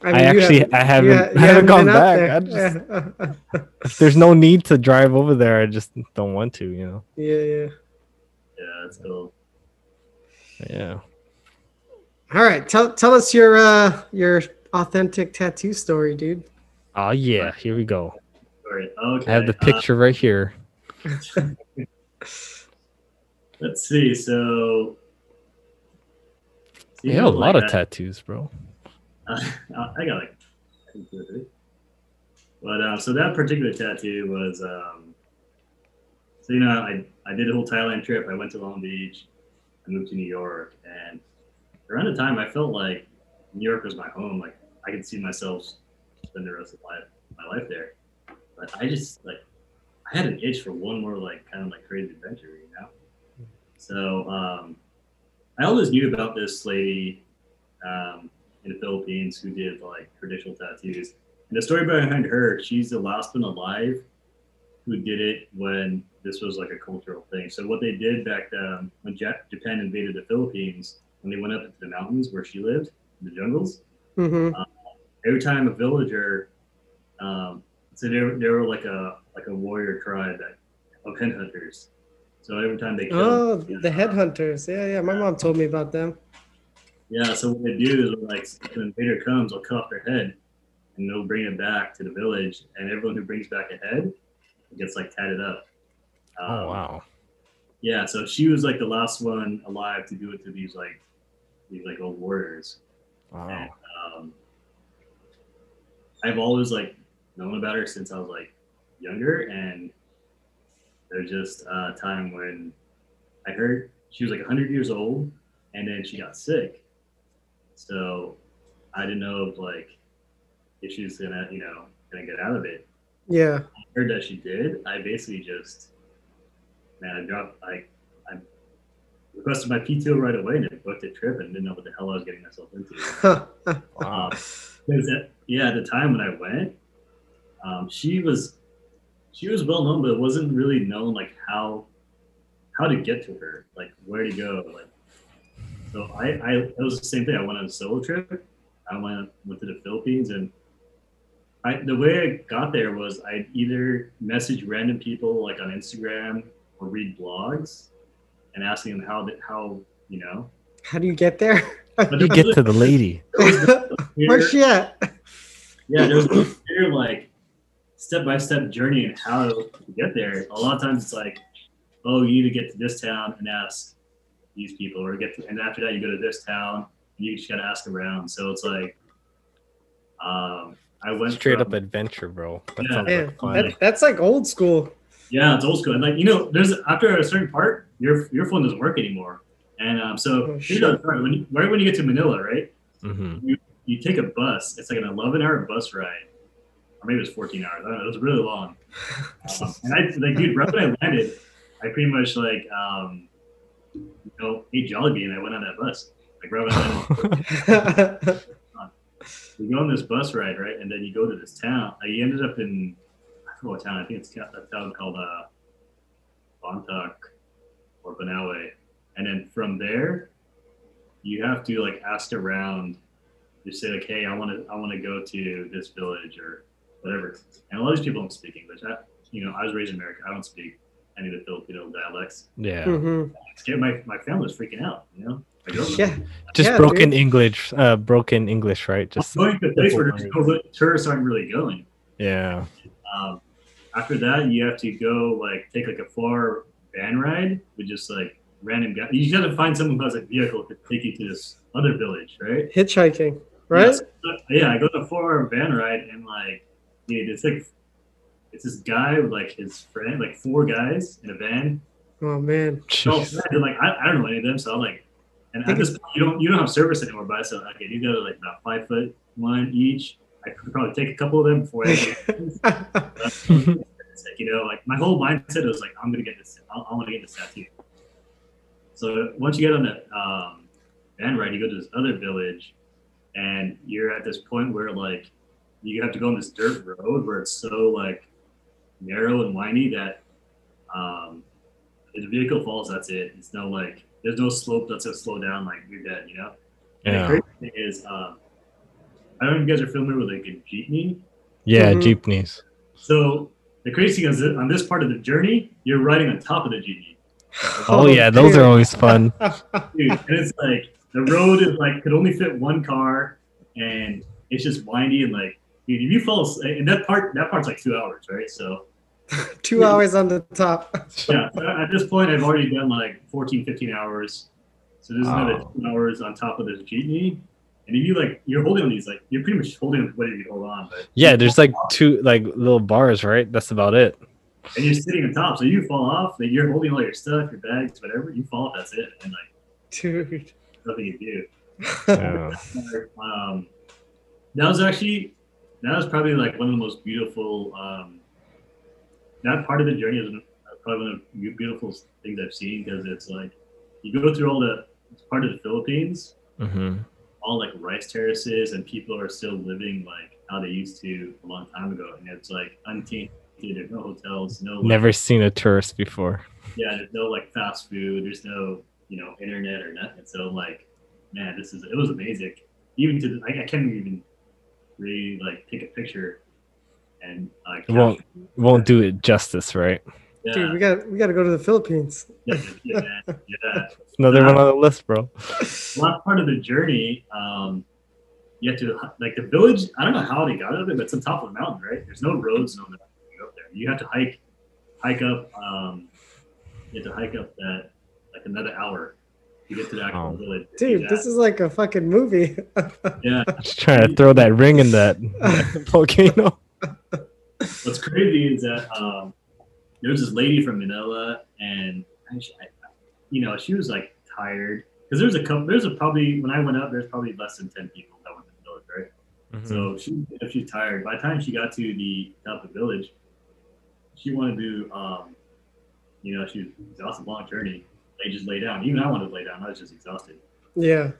I,
you
actually
haven't-
I
you
haven't
ha- you
I haven't gone
been out
back.
there.
I just, if there's no need to drive over there, I just don't want to, you know.
yeah, yeah.
yeah, it's cool.
Yeah.
All right, tell tell us your uh your authentic tattoo story, dude.
Oh yeah, here we go.
Sorry. Okay,
I have the
uh,
picture right here.
let's see. So,
You have a lot of
time.
tattoos, bro.
Uh, I got like two or three. But uh, so that particular tattoo was, um, so you know, I, I did a whole Thailand trip. I went to Long Beach. I moved to New York. And around the time, I felt like New York was my home. Like I could see myself spend the rest of my life, my life there. But I just like, I had an itch for one more like kind of like crazy adventure, you know? So um, I always knew about this lady. Um, in the Philippines who did like traditional tattoos. And the story behind her, she's the last one alive who did it when this was like a cultural thing. So what they did back then when Ja- Japan invaded the Philippines, when they went up into the mountains where she lived, in the jungles,
Mm-hmm.
every time a villager, um, so they were, they were like a like a warrior tribe that, of headhunters. So every time they killed, uh,
Oh, the headhunters. Yeah, yeah. My mom told me about them.
Yeah, so what they do is like if an invader comes, they'll cut off their head and they'll bring it back to the village and everyone who brings back a head gets like tatted up. Um,
Oh wow.
Yeah, so she was like the last one alive to do it to these like these like old warriors.
Wow.
Um, I've always like known about her since I was like younger, and there's just uh, a time when I heard she was like 100 years old, and then she got sick. So I didn't know if like if she was gonna you know gonna get out of it.
Yeah.
I heard that she did. I basically just man, I dropped I I requested my PTO right away and I booked a trip and didn't know what the hell I was getting myself into.
Wow.
Because at- yeah, at the time when I went, um, she was she was well known, but it wasn't really known like how how to get to her, like where to go. Like so, I I it was the same thing. I went on a solo trip. I went went to the Philippines, and I the way I got there was I either message random people like on Instagram or read blogs and asking them how the, how you know.
How do you get there?
But
You
there
get
was
to
a-
the lady.
there-
Where's she at?
Yeah, there's a clear like step by step journey and how to get there. A lot of times it's like, oh, you need to get to this town and ask these people, or get to, and after that you go to this town and you just gotta ask around. So it's like, um, I went
Straight
from-
up adventure, bro. That
Yeah.
sounds
Yeah,
like fun.
that, that's like old school.
Yeah, it's old school. And like you know, there's after a certain part, your your phone doesn't work anymore. And um, so
Oh,
here's the part. When you, right when you get to Manila, right,
Mhm.
you take a bus. It's like an 11 hour bus ride, or maybe it was 14 hours. I don't know. It was really long. Um, and I like, dude, right when I landed, I pretty much like, um, you know, ate Jollibee and I went on that bus. Like right when I landed,
Mm-hmm.
we go on this bus ride, right, and then you go to this town. Like, you ended up in I forgot what town. I think it's ca- a town called uh, Bontoc or Banawe, and then from there, you have to like ask around. You say like, hey, I want to I want to go to this village or whatever. And a lot of these people don't speak English. I, you know, I was raised in America. I don't speak any of the Filipino dialects.
Yeah.
hmm
It's scared- My my family was freaking out. You know, my girlfriend.
Yeah,
Just
Yeah,
broken English. Uh broken English, right? Just
going to a place where there's
That's
no real- tourists aren't really going.
yeah.
Um, after that, you have to go like take like a four van ride with just like random guy. You gotta find someone who has a vehicle to take you to this other village, right?
hitchhiking, right?
Yeah, so- yeah, I go to a four-hour van ride and like, dude, it's like, it's this guy with like his friend, like four guys in a van.
Oh man,
No,
Jeez.
and, like I, I don't know any of them, so I'm like, and at this point, you don't you don't have service anymore. But I said, okay, you go to like about five foot one each. I could probably take a couple of them before I it's like you know, like my whole mindset was like, I'm gonna get this. I, I want to get this tattoo. So once you get on the um, van ride, you go to this other village, and you're at this point where like you have to go on this dirt road where it's so like narrow and windy that um, if the vehicle falls, that's it. It's no like there's no slope that's gonna slow down. Like you're dead, you know. And
Oh,
Yeah.
The crazy thing is, um, I don't know if you guys are familiar with like a jeepney.
Yeah,
Mhm.
jeepneys.
So the crazy thing is that on this part of the journey, you're riding on top of the genie.
Oh, yeah, those are always fun.
Dude, and it's like the road is like could only fit one car and it's just windy and like dude, if you fall as- and that part that part's like two hours, right? So
two hours on the top.
yeah, so at this point I've already done like 14, 15 hours. So there's another
Wow.
two hours on top of this genie. And if you like you're holding on these like you're pretty much holding on to whatever you hold on, but
Yeah, there's like two like little bars, right? That's about it.
and you're sitting on top, so you fall off, like you're holding all your stuff, your bags, whatever, you fall off, that's it. And like
Dude.
nothing you do.
Yeah.
um, that was actually that was probably like one of the most beautiful um, that part of the journey is probably one of the beautiful things i've seen because it's like you go through all the it's part of the philippines
hmm
all like rice terraces and people are still living like how they used to a long time ago and it's like untainted there's no hotels no like,
Never seen a tourist before.
yeah there's no like fast food there's no you know internet or nothing so like man this is it was amazing even to the, I, I can't even really like take a picture and like
It won't won't do it justice, right?
yeah,
Dude, we got we got to go to the Philippines.
yeah, yeah, man, yeah.
Another
Yeah.
one on the list, bro.
One part of the journey um you have to like the village i don't know how they got out of it but it's on top of the mountain right there's no roads no nothing to go up there you have to hike hike up um you have to hike up that like another hour to get to the actual
Oh.
village
Dude, this is like a fucking movie.
yeah
Just trying to throw that ring in that volcano.
What's crazy is that um, there was this lady from Manila, and I, sh- I, you know, she was like tired because there's a couple. There's a probably when I went up, there's probably less than ten people that went to the village, right?
Mm-hmm.
So she, if she's tired, by the time she got to the top of the village, she wanted to, um, you know, she was exhausted, long journey. They just lay down. Even I wanted to lay down. I was just exhausted.
yeah.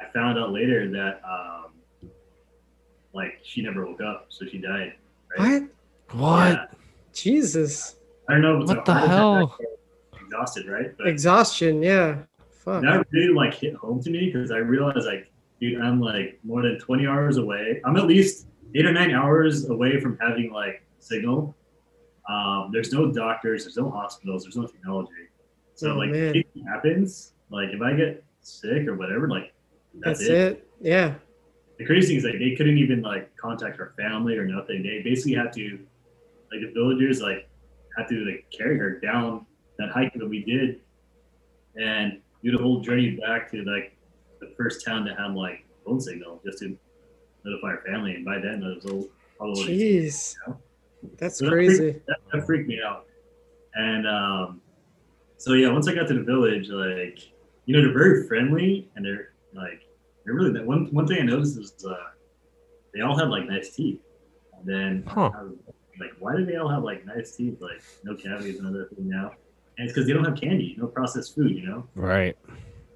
I found out later that, um, like, she never woke up, so she died.
What?
Yeah.
Jesus.
I don't know. if it's
What
a
the
heart attack
hell?
or Exhausted, right? But
Exhaustion, yeah. Fuck.
that really like hit home to me because I realized like, dude, I'm like more than 20 hours away. I'm at least eight or nine hours away from having like signal. Um, there's no doctors, there's no hospitals, there's no technology. So
Oh,
like,
man.
if it happens. Like if I get sick or whatever, like that's,
That's it. Yeah.
the crazy thing is like they couldn't even like contact her family or nothing. They basically had to like the villagers like had to like carry her down that hike that we did and do the whole journey back to like the first town that had like phone signal just to notify her family and by then it was all probably
Jeez. That's
So that
crazy.
that, that freaked me out. And um, so yeah, once I got to the village, like you know, they're very friendly and they're like they're really that one one thing I noticed was uh, they all had like nice teeth. And then
Huh.
I was like, why do they all have like nice teeth? Like no cavities, another thing now. And it's because they don't have candy, no processed food. You know,
Right.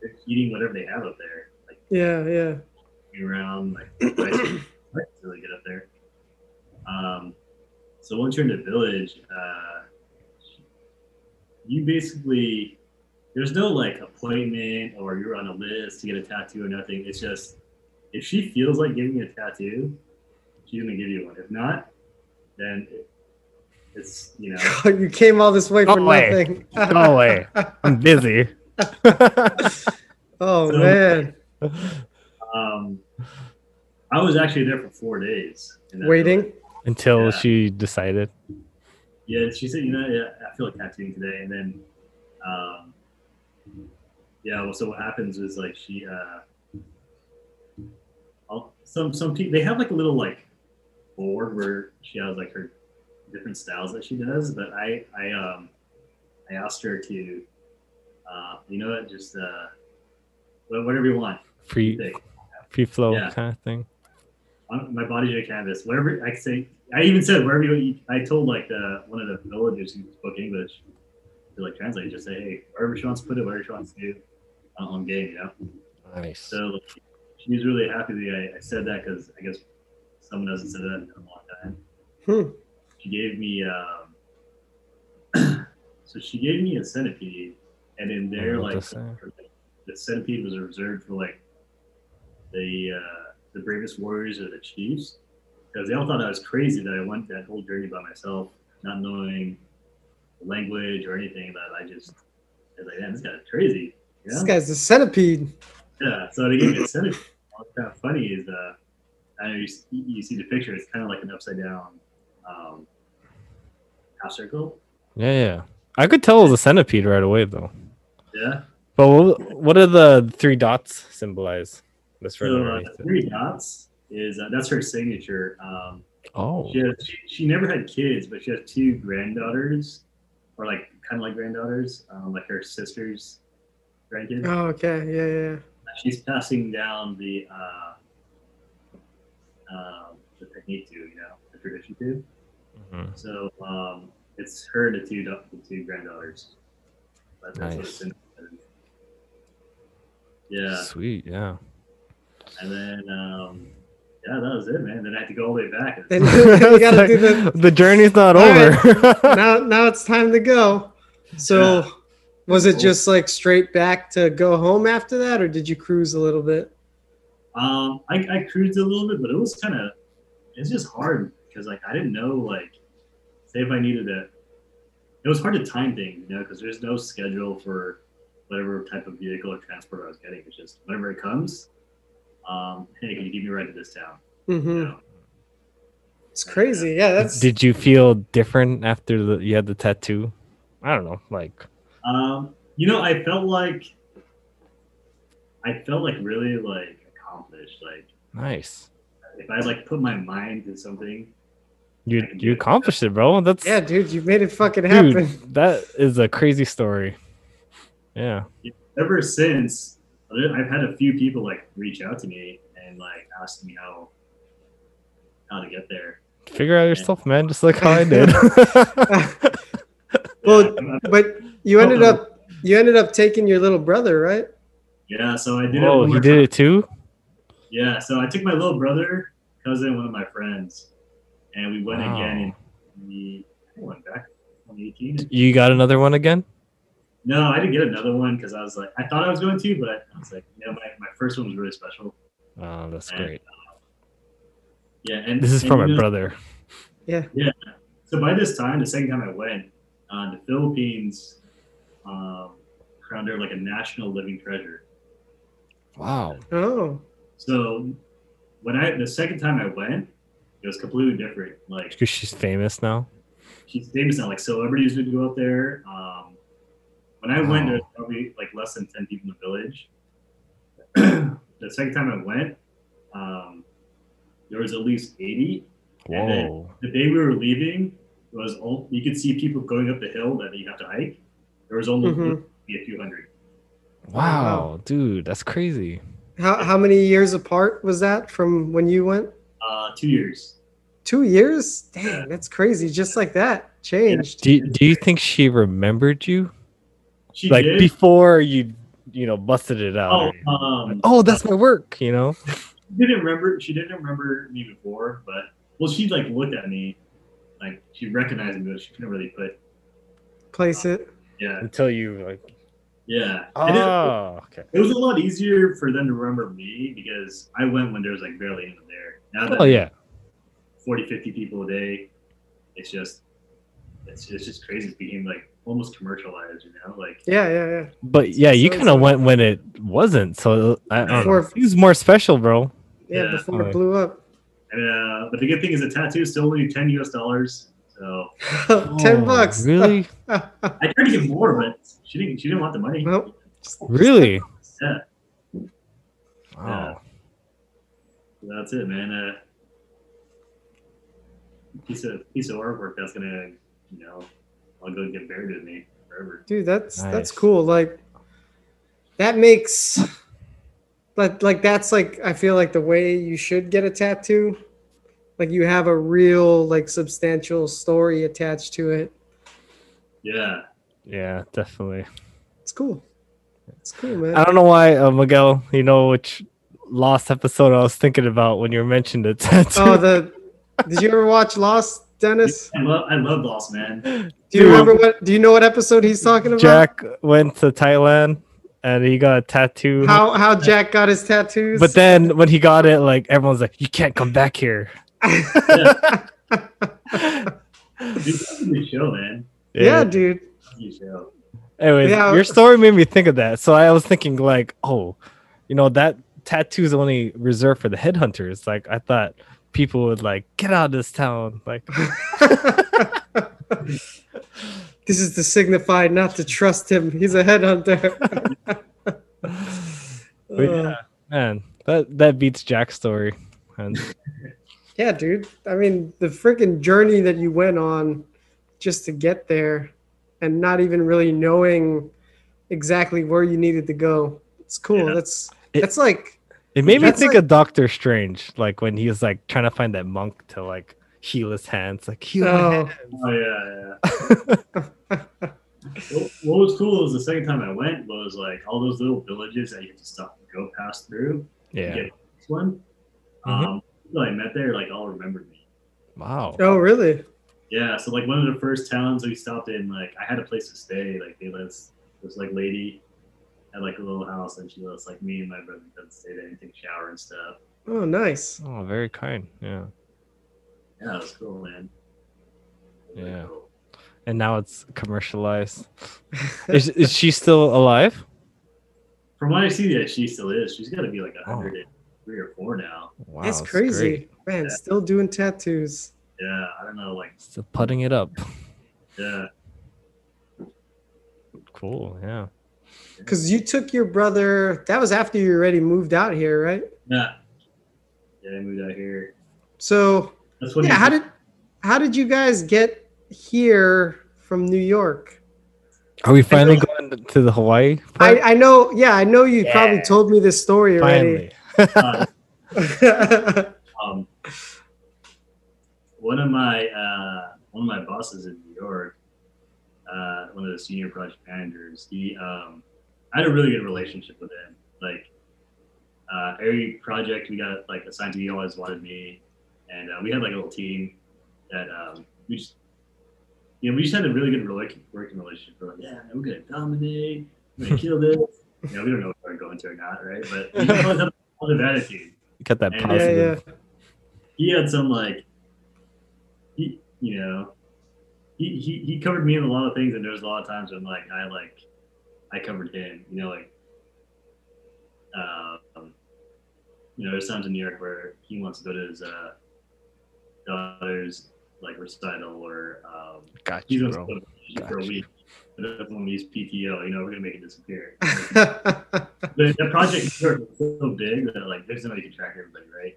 they're eating whatever they have up there, like
Yeah, yeah.
around like rice rice is really good up there. Um, so once you're in the village, uh, you basically there's no like appointment or you're on a list to get a tattoo or nothing. It's just if she feels like giving you a tattoo, she's gonna give you one. If not, then it, it's you know
you came all this way for
No way.
nothing.
No way. I'm busy.
oh
So-
man.
um, I was actually there for four days in that
Waiting.
Until
Yeah.
she decided.
Yeah, and she said, you know, yeah, I feel like tattooing today. And then, um, yeah, well, so what happens is like she, uh, I'll- some, some people, they have like a little like board where she has like her different styles that she does. But I, I, um, I asked her to, uh, you know what, just, uh, wha- whatever you want.
Free
Like,
free flow
Yeah.
kind of thing.
on my body's your canvas. Whatever I say, I even said wherever you. eat- I told like the one of the villagers who spoke English to like translate. Just say, hey, wherever she wants to put it, wherever she wants to do, uh, I'm game. You know.
Nice.
So like, she was really happy that I, I said that because I guess someone hasn't said that in a long time.
Hmm.
She gave me. Um, so she gave me a centipede, and in there,
Oh,
like
that's sad.
the centipede was reserved for like the uh, the bravest warriors or the chiefs because they all thought I was crazy that I went that whole journey by myself, not knowing the language or anything. That I just I was like, man, this guy's crazy. You
This
know?
guy's a centipede.
Yeah, so they gave me a centipede. What's kind of funny is, uh, I know you, s- you see the picture, it's kind of like an upside down um, half circle.
Yeah, yeah. I could tell it was a centipede right away though.
Yeah.
But what, what do the three dots symbolize? That's right
So uh,
underneath
the
it.
three dots is uh, that's her signature. Um,
Oh.
she, has, she, she never had kids, but she has two granddaughters, or like kind of like granddaughters, um, like her sister's grandkids.
Oh, okay. Yeah, yeah, yeah.
She's passing down the uh, um the technique to you know the tradition to.
Mhm.
So um, it's her and the two da- the two granddaughters. But that's what
Nice.
it's in. Yeah,
Sweet, yeah.
and then um, yeah, that was it, man. Then I had to go all the way back. And
Then you gotta do the
the... journey's not
All
over.
now now it's time to go. So was it just like straight back to go home after that or did you cruise a little bit?
Um, I, I cruised a little bit, but it was kind of it's just hard because like I didn't know like say if I needed a it was hard to time things, you know, because there's no schedule for whatever type of vehicle or transport I was getting. It's just whenever it comes, um, hey, can you give me a ride to this town? You
Mhm.
know?
It's crazy. Yeah, that's
Mm-hmm. Did you feel different after the, you had the tattoo? I don't know, like
Um, you know, I felt like I felt like really like accomplished. Like
nice.
if I like put my mind to something,
You you accomplished it, bro. That's
Yeah, dude, you made it fucking
dude.
happen.
That is a crazy story. Yeah.
ever since I've had a few people like reach out to me and like ask me how how to get there.
Figure out yourself, man. Just like how I did.
Well-
yeah,
But you ended up you ended up taking your little brother, right?
yeah, so I did.
Whoa,
it
he
more-
did it too.
Yeah, so I took my little brother, cousin, one of my friends, and we went
Wow.
again. And we, I one back in 2018.
You got another one again?
No, I didn't get another one because I was like, I thought I was going to, but I, I was like, you know, my, my first one was really special.
Oh, that's
And,
great.
uh, yeah, and
This is
and
from
you
my
know-
brother.
So by this time, the second time I went, uh, the Philippines um, crowned her like a national living treasure.
Wow.
Oh,
So when I the second time I went, it was completely different. Like
Because she's famous now.
she's famous now. Like celebrities would go up there. Um, when I went, there was probably like less than ten people in the village. the second time I went, um, there was at least eighty. And then-
Whoa.
The day we were leaving it was all you could see people going up the hill that you have to hike. There was only
Mm-hmm.
Mhm.
a few hundred.
Wow, dude, that's crazy.
how how many years apart was that from when you went?
Uh, two years.
Two years? Dang, that's crazy. Just like that, changed.
Do you, do you think she remembered you?
She
Like
did.
before you, you know, busted it
oh,
out. or-
um,
oh, that's my work, you know?
she didn't remember. She didn't remember me before, but well, she like looked at me, like she recognized me, but she couldn't really put.
Place it.
Yeah,
Until you like
yeah. And it-
Oh, okay.
It was a lot easier for them to remember me because I went when there was like barely anyone there. Now that
Oh yeah.
40, 50 people a day, it's just, it's, it's just crazy. It became like almost commercialized, you know? Like,
Yeah, yeah, yeah.
But yeah, you
So it's
kind of
like-
went when it wasn't. So I, I don't know.
Before-
He's more special, bro.
Yeah,
Yeah.
before
Oh.
it blew up.
and, uh, but the good thing is the tattoo is still only 10 US dollars. So
Ten
Oh,
bucks.
Really?
I tried to get more, but she didn't, she didn't want the money.
Nope.
Really?
Yeah.
Wow.
That's it, man. Uh, piece of piece of artwork that's gonna, you know, I'll go get buried with me forever.
Dude, that's
Nice.
that's cool. Like that makes like like that's like I feel like the way you should get a tattoo. Like you have a real like substantial story attached to it.
Yeah,
Yeah, definitely.
It's cool. It's cool, man.
I don't know why, uh, Miguel. You know which lost episode I was thinking about when you mentioned the tattoo.
Oh, the did you ever watch Lost, Dennis?
I love I love Lost Man.
Do you remember what? Do you know what episode he's talking about?
Jack went to Thailand and he got a tattoo.
How how Jack got his tattoos?
But then when he got it, like everyone's like, "You can't come back here."
Dude, that's a good show, man.
yeah, dude.
That's a good show.
Anyways,
Yeah.
your story made me think of that. So I was thinking like, oh, you know, that tattoo's only reserved for the headhunters. Like I thought people would like get out of this town. Like
This is to signify not to trust him. He's a headhunter.
But
Uh,
yeah, man, that that beats Jack's story. And
yeah, dude. I mean, the freaking journey that you went on just to get there and not even really knowing exactly where you needed to go. It's cool.
Yeah.
That's
It-
that's like
it made me
That's
think
like-
of Doctor Strange, like when he was like trying to find that monk to like heal his hands, like heal my
Oh.
hands.
Oh yeah, yeah. what, what was cool is the second time I went was like all those little villages that you have to stop and go pass through. to
Yeah.
get to this one. Um, people I met there like all remembered me.
Wow.
oh really?
Yeah, so like one of the first towns we stopped in, like I had a place to stay. Like they let us, this like lady had like a little house, and she let us like me and my brother could stay there and take a shower and stuff.
Oh nice.
Oh, very kind. Yeah.
Yeah, it was cool, man. It was
Yeah.
cool.
And now it's commercialized. is, is she still alive?
From what I see, that she still is. She's got to be like a
Oh.
hundred and three or four now.
Wow,
that's
it's
crazy.
great.
Man,
Yeah.
still doing tattoos.
Yeah, I don't know, like
Still putting it up.
yeah,
Cool. Yeah.
Cause you took your brother that was after you already moved out here, right?
yeah, yeah. I moved out here.
So
That's what.
yeah, how did how did you guys get here from New York?
Are we finally going to the Hawaii? part?
I, I know, yeah, I know you probably
Yeah.
told me this story already.
finally.
uh,
oh,
um, one of my uh, one of my bosses in New York, uh, one of the senior project managers, he um, I had a really good relationship with him. Like uh, every project we got like assigned to, he always wanted me, and uh, we had like a little team that um, we just you know, we just had a really good rela- working relationship. We're like, yeah, we're gonna dominate, we're gonna kill this. you know, we don't know if we're going to or not, right? But we always have a positive attitude.
Got that
Yeah,
positive.
He had some like, he, you know, he, he he covered me in a lot of things, and there was a lot of times when like I like, I covered him. You know, like, um, you know, there's times in New York where he wants to go to his uh, daughter's like recital or um,
Got
he's
you,
gonna
bro.
spend for a
Gotcha.
week. But that's when we use PTO. You know, we're gonna make it disappear.
yeah.
the, the project is so big that like there's nobody can track everybody, right?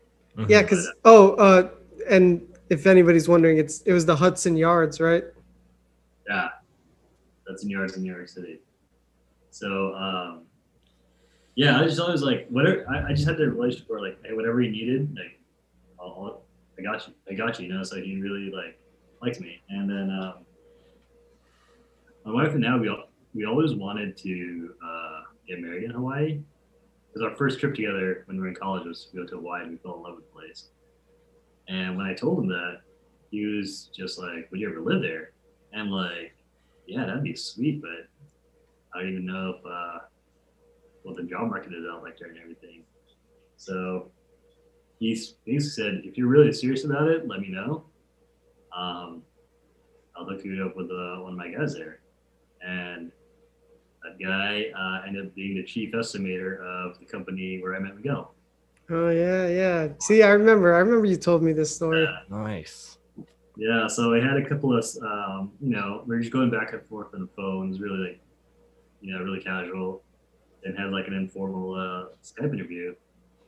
Yeah, because oh, uh, and if anybody's wondering, it's it was the Hudson Yards, right?
Yeah, that's in New York, in New York City. So um, yeah, I just always like whatever. I, I just had the relationship where like, hey, whatever you needed, like, I'll, i I got you, I got you. You know, so he really like liked me, and then um, my wife and I we all, we always wanted to uh, get married in Hawaii. It was our first trip together when we were in college was to go to Hawaii and we fell in love with the place. And when I told him that, he was just like, "Would you ever live there?" And like, yeah, that'd be sweet, but I don't even know if uh, what the job market is out like there and everything. So he's he said, if you're really serious about it, let me know. Um, I'll hook you up with uh, one of my guys there, and that guy uh, ended up being the chief estimator of the company where I met Miguel.
Oh yeah, yeah. See, I remember. I remember you told me this story.
Yeah.
Nice.
Yeah, so I had a couple of, um, you know, we were just going back and forth on the phone. It was really like, you know, really casual and had like an informal uh, Skype interview.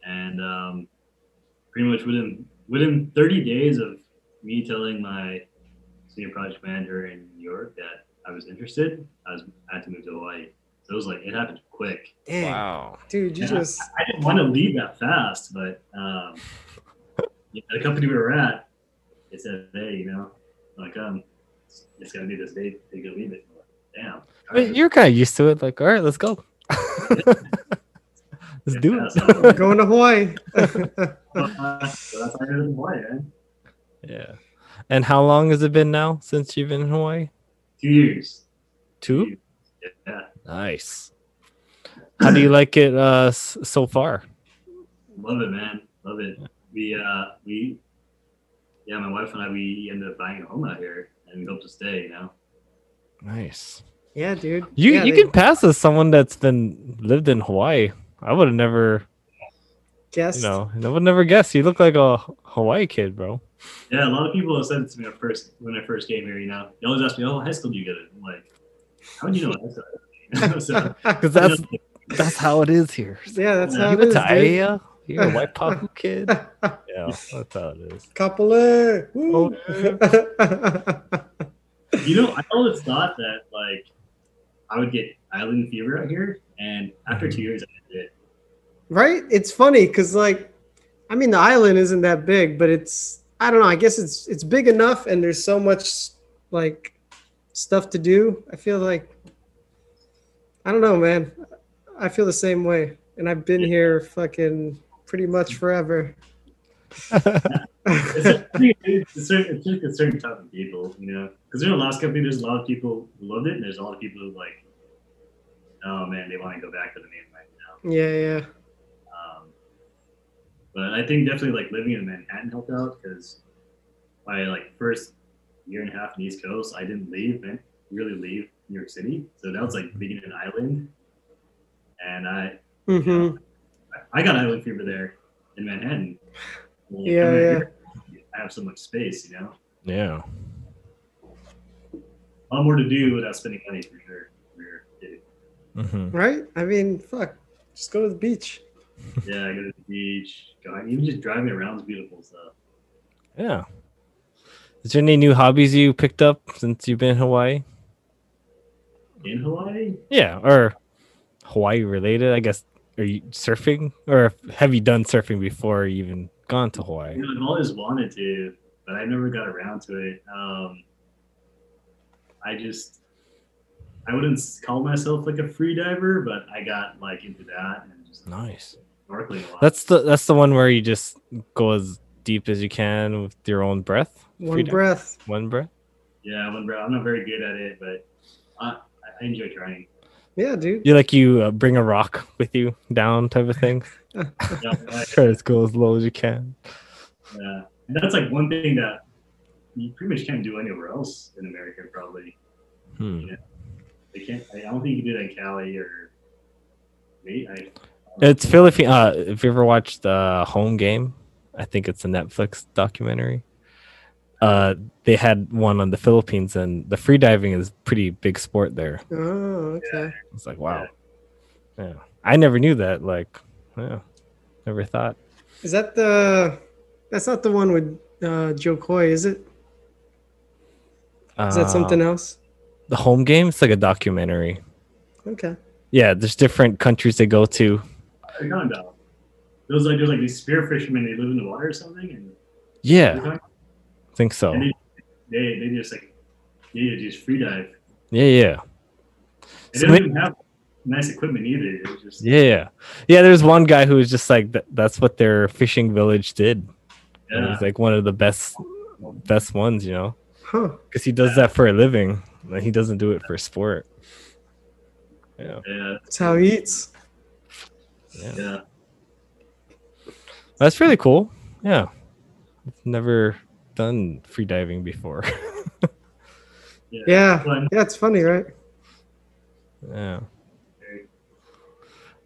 And um, pretty much within within 30 days of me telling my senior project manager in New York that I was interested, I was I had to move to Hawaii. So it was like, it happened quick.
Dang,
Wow.
dude, you
Yeah.
just
I didn't want to leave that fast, but um, you know, the company we were at, it said, "Hey, you know, like um, it's, it's gonna be this date. They can leave it." I'm like, Damn. all right,
But you're kind of used to it. Like, all right, let's go. let's do
yeah,
it.
So,
going to Hawaii.
uh, so that's why I live in Hawaii, man.
Yeah. And how long has it been now since you've been in Hawaii?
Two years.
Two.
Yeah.
Nice. How do you like it uh, s- so far?
Love it, man. Love it. We uh we yeah, my wife and I we ended up buying a home out here and we hope to stay, you know.
Nice.
yeah, dude.
You
Yeah,
you
they-
can pass as someone that's been lived in Hawaii. I would have never,
guessed.
you know, I would never guess. You look like a Hawaii kid, bro.
Yeah, a lot of people have said it to me at first when I first came here, you know. They always ask me, Oh, what high school do you go to? I'm like, How would you know what high school? I so,
Because that's that's how it is here.
Yeah, that's
You
how
you
it
went
is,
to
dude.
Aia. You're a white Papu kid. Yeah, that's how it is.
Kapolei. Woo.
You know, I always thought that like I would get island fever out here, and after two years, I did.
right? It's funny because like, I mean, the island isn't that big, but it's I don't know. I guess it's it's big enough, and there's so much like stuff to do. I feel like I don't know, man. I feel the same way, and I've been here fucking pretty much forever.
It's, a- it's, a certain, it's just a certain type of people, you know. Because in Alaska, there's a lot of people who loved it, and there's a lot of people who like, oh man, they want to go back to the mainland. You know?
yeah, yeah.
Um, but I think definitely like living in Manhattan helped out because my like first year and a half in the East Coast, I didn't leave, man, really leave New York City. So that was like being in an island, and I
hmm
I got island fever there in Manhattan. Well,
Yeah,
I'm
yeah.
here. I have so much space, you know.
Yeah.
A lot more to do without spending money for sure. For sure, dude.
Mm-hmm.
Right? I mean, fuck. Just go to the beach.
Yeah, I go to the beach. God, even just driving around is beautiful stuff.
Yeah. Is there any new hobbies you picked up since you've been in Hawaii?
In Hawaii,
Yeah, or Hawaii related, I guess. Are you surfing, or have you done surfing before you even gone to Hawaii?
you know, I've always wanted to, but I never got around to it. Um, I just, I wouldn't s- call myself like a free diver, but I got like into that and just
Nice.
snorkeling a lot.
That's the that's the one where you just go as deep as you can with your own breath.
One
Freedom.
breath.
One breath.
Yeah, I went brown. I'm not very good at it, but I, I enjoy trying.
Yeah, dude.
You like you uh, bring a rock with you down type of thing.
Yeah, but,
Try to go as low as you can.
yeah. And that's like one thing that you pretty much can't do anywhere else in America. Probably
Hmm.
they can't. I don't think you can do that in Cali or me. I,
It's Philippine. Uh, if you ever watched the Home Game, I think it's a Netflix documentary. Uh, they had one on the Philippines, and the freediving is a pretty big sport there.
Oh, okay.
It's like wow. Yeah, I never knew that. Like, yeah, never thought.
Is that the? That's not the one with uh, Joe Coy, is it? Is that
Uh,
something else?
The Home Game. It's like a documentary.
Okay.
Yeah, there's different countries they go to.
I kind of. Those like there's like these spear fishermen. They live in the water or something, and
Mm-hmm.
Yeah, I think so.
and they, they they just like they just free dive.
Yeah, yeah.
They
So
don't
may-
even have nice equipment either. It's just
Yeah, yeah, yeah. There's one guy who was just like, th- that's what their fishing village did. And It
yeah.
was like one of the best, best ones, you know,
Huh.
because he does that for a living. Like he doesn't do it for sport. Yeah,
yeah,
That's how he eats.
yeah.
that's really cool. Yeah, I've never done free diving before.
Yeah.
Fun.
Yeah, it's funny, right?
yeah.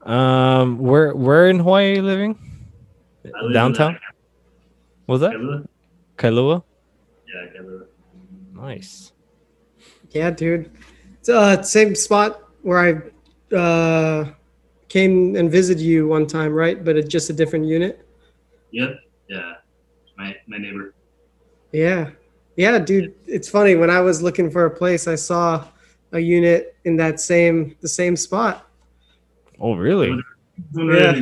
Um, where where in Hawaii are you living?
I live in, uh,
Downtown? Was that
Kailua.
Kailua?
Yeah, Kailua.
Nice.
Yeah, dude. It's uh, same spot where I uh, came and visited you one time, right? But it's just a different unit.
Yep. Yeah. My my neighbor.
Yeah. Yeah, dude. It's funny. When I was looking for a place, I saw a unit in that same the same spot.
Oh, really?
Yeah.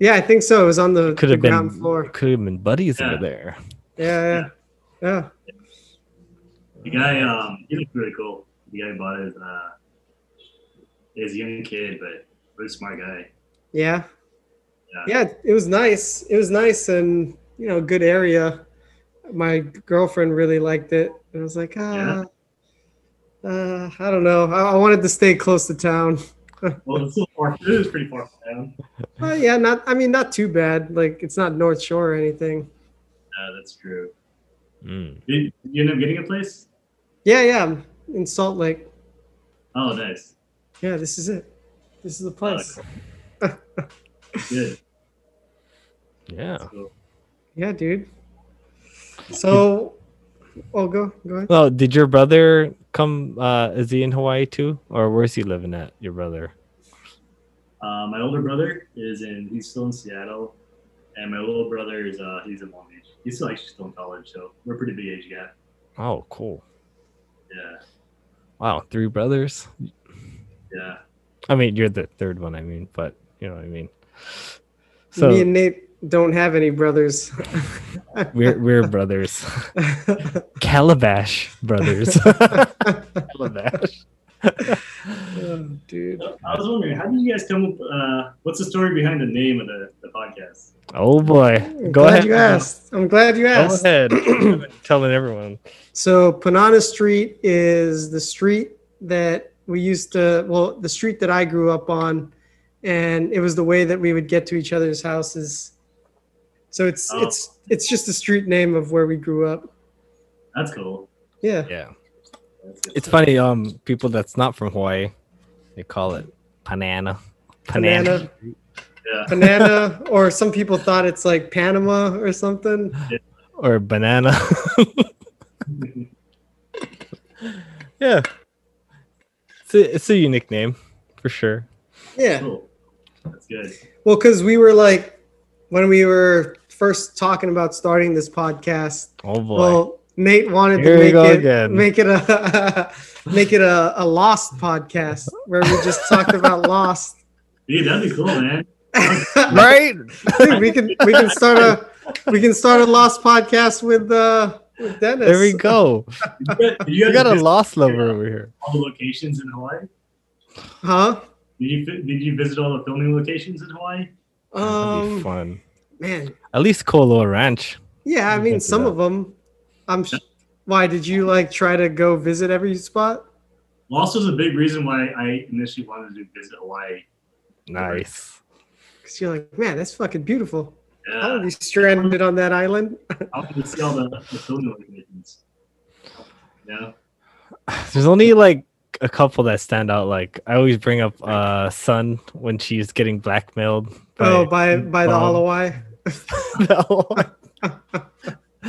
Yeah, I think so. It was on the,
could
the
have
ground
been
floor.
could have been buddies
Yeah.
over there.
Yeah, yeah. Yeah.
The guy, um, he looked really cool. The guy who bought it. Uh, he's a young kid, but really smart guy.
Yeah.
Yeah.
Yeah, it was nice. It was nice and you know, good area. My girlfriend really liked it. And I was like, ah, uh, I don't know. I, I wanted to stay close to town.
Well, it's so far. It is pretty far from town.
Uh, yeah, not. I mean, not too bad. Like it's not North Shore or anything.
Yeah, that's true.
Mm.
Did, did you end up getting a place?
Yeah, yeah. I'm in Salt Lake.
Oh, nice.
Yeah, this is it. This is the place.
Good.
Yeah.
Cool.
Yeah, dude. So, oh, go go ahead.
Well, did your brother come? Uh, is he in Hawaii too, or where's he living at? Your brother?
Uh, my older brother is in. He's still in Seattle, and my little brother is. Uh, he's in Long Beach. He's still actually still in college, so we're a pretty big age gap.
Oh, cool.
Yeah.
Wow, three brothers.
Yeah.
I mean, you're the third one. I mean, but you know what I mean. So
Me and Nate don't have any brothers.
we're we're brothers. Calabash brothers. Calabash.
Oh, dude.
I was wondering, how did you guys come up? Uh, what's the story behind the name of the, the podcast?
Oh boy.
I'm
Go
glad
ahead.
you asked. I'm glad you
Go
asked.
ahead. I've been telling everyone.
So Panana Street is the street that we used to, well, the street that I grew up on, and it was the way that we would get to each other's houses. So it's
Oh.
it's it's just the street name of where we grew up.
That's cool.
Yeah.
Yeah.
That's good.
It's funny. Um, people that's not from Hawaii, they call it panana. Panana.
Banana,
yeah.
banana, or some people thought it's like Panama or something.
or banana. yeah. It's a, it's a unique name for sure.
Yeah.
cool. That's good.
Well, because we were like, when we were first talking about starting this podcast,
Oh boy.
Well, Nate wanted
Here
to
we
make
go
it,
again.
make it a make it a, a lost podcast where we just talked about lost.
Dude, that'd be cool, man.
right?
Dude, we can we can start a we can start a lost podcast with uh with Dennis.
There we go.
You got, did you
You
have
got
to
a
visit
lost lover over here.
all the locations in Hawaii?
Huh?
Did you fi- did you visit all the filming locations in Hawaii?
That'd be
Um
fun.
man.
At least Kolo Ranch.
Yeah, I
We
mean
can do
some
that.
of them I'm sh- Why did you like try to go visit every spot?
Lost was a big reason why I initially wanted to visit Hawaii.
Nice.
Because you're like, man, that's fucking beautiful. I want
Yeah,
to be stranded on that island.
I wanted to see all the, the filming locations. Yeah,
There's only like a couple that stand out. Like I always bring up uh Sun when she's getting blackmailed.
oh, by by the
Bob.
hollow eye.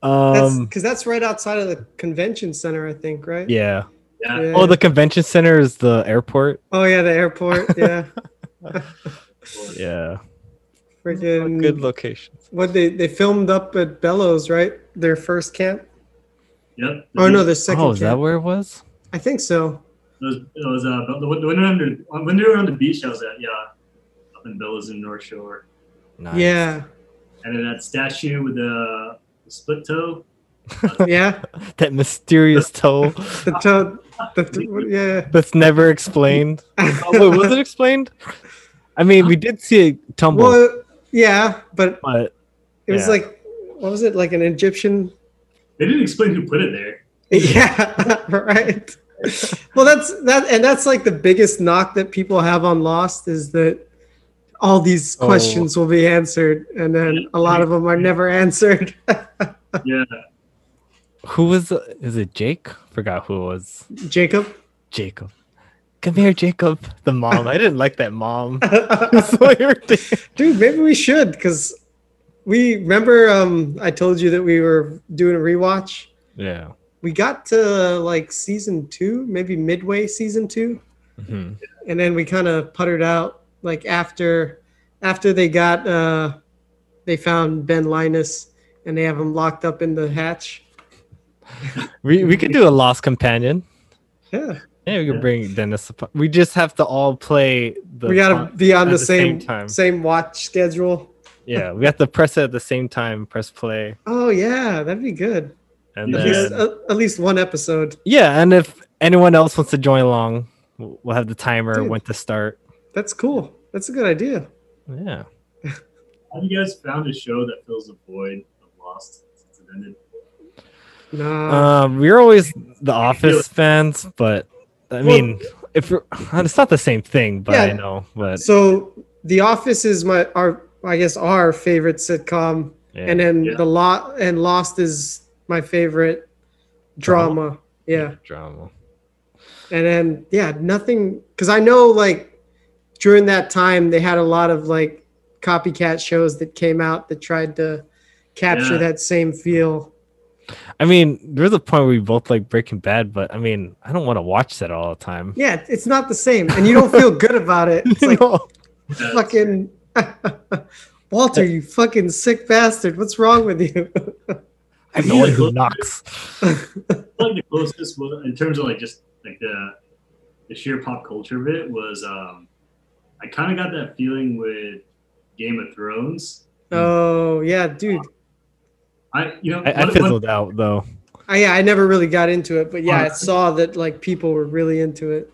Because
um.
that's right outside of the convention center, I think, right?
Yeah.
yeah.
Yeah.
Oh, the convention center is the airport.
Oh yeah, the airport. Yeah,
Yeah.
freaking
Good locations.
What they they filmed up at Bellows, right? Their first camp.
Yep.
Oh no, their second.
Oh, is that
camp.
where it was?
I think so.
It was, it was uh, the, the winter under when they were on the beach. I was at yeah, up in Villas in North Shore,
Nice.
Yeah,
and then that statue with the, split toe.
yeah.
That mysterious toe
The toe. The th- yeah.
that's never explained. Oh, wait, was it explained? I mean, we did see it tumble,
well, yeah, but
but
it was
Yeah.
like, what was it? Like an Egyptian
They didn't explain who put it there.
Yeah, right. well, that's that, and that's like the biggest knock that people have on Lost is that all these
Oh.
questions will be answered, and then a lot of them are never answered.
Yeah,
who was? the- Is it Jake? Forgot who it was.
Jacob,
Jacob. Come here, Jacob. The mom. I didn't like that mom. so irritating.
dude, maybe we should because we remember um, I told you that we were doing a rewatch.
Yeah.
We got to like season two, maybe midway season two,
Mhm.
and then we kind of puttered out like after after they got uh they found ben linus and they have him locked up in the hatch
We we could do a lost companion.
yeah
Yeah, we could
Yeah.
bring Dennis. up- We just have to all play the.
we gotta be on the,
at the
same
same time.
same watch schedule
Yeah, we have to press it at the same time. Press play,
oh yeah that'd be good
and
Yeah.
at least,
then
at, at least one episode
yeah, and if anyone else wants to join along, we'll we'll have the timer
Dude.
when to start.
that's cool that's a good idea
Yeah.
have you guys found a show that fills the void of Lost since it ended?
nah
Um, we're always the Office fans, but I mean, if we're, it's not the same thing, but I
Yeah.
know, but
so the office is my our i guess our favorite sitcom
yeah.
and then
Yeah.
the lot and lost is my favorite
Drama?
drama. yeah
drama.
And then yeah, nothing because I know like during that time they had a lot of like copycat shows that came out that tried to capture
Yeah.
that same feel.
I mean, there's a point where we both like Breaking Bad, but I mean, I don't want to watch that all the time.
Yeah, it's not the same, and you don't feel good about it. It's like
No.
Yeah,
fucking Walter, you fucking sick bastard. What's wrong with you?
I have no one who knocks.
I feel like the closest was in terms of like just like the the sheer pop culture of it was um I kind of got that feeling with Game of Thrones.
oh yeah, dude.
I you know
I, I
one- one-
fizzled out though.
I, yeah, I never really got into it, but yeah, I saw that like people were really into it.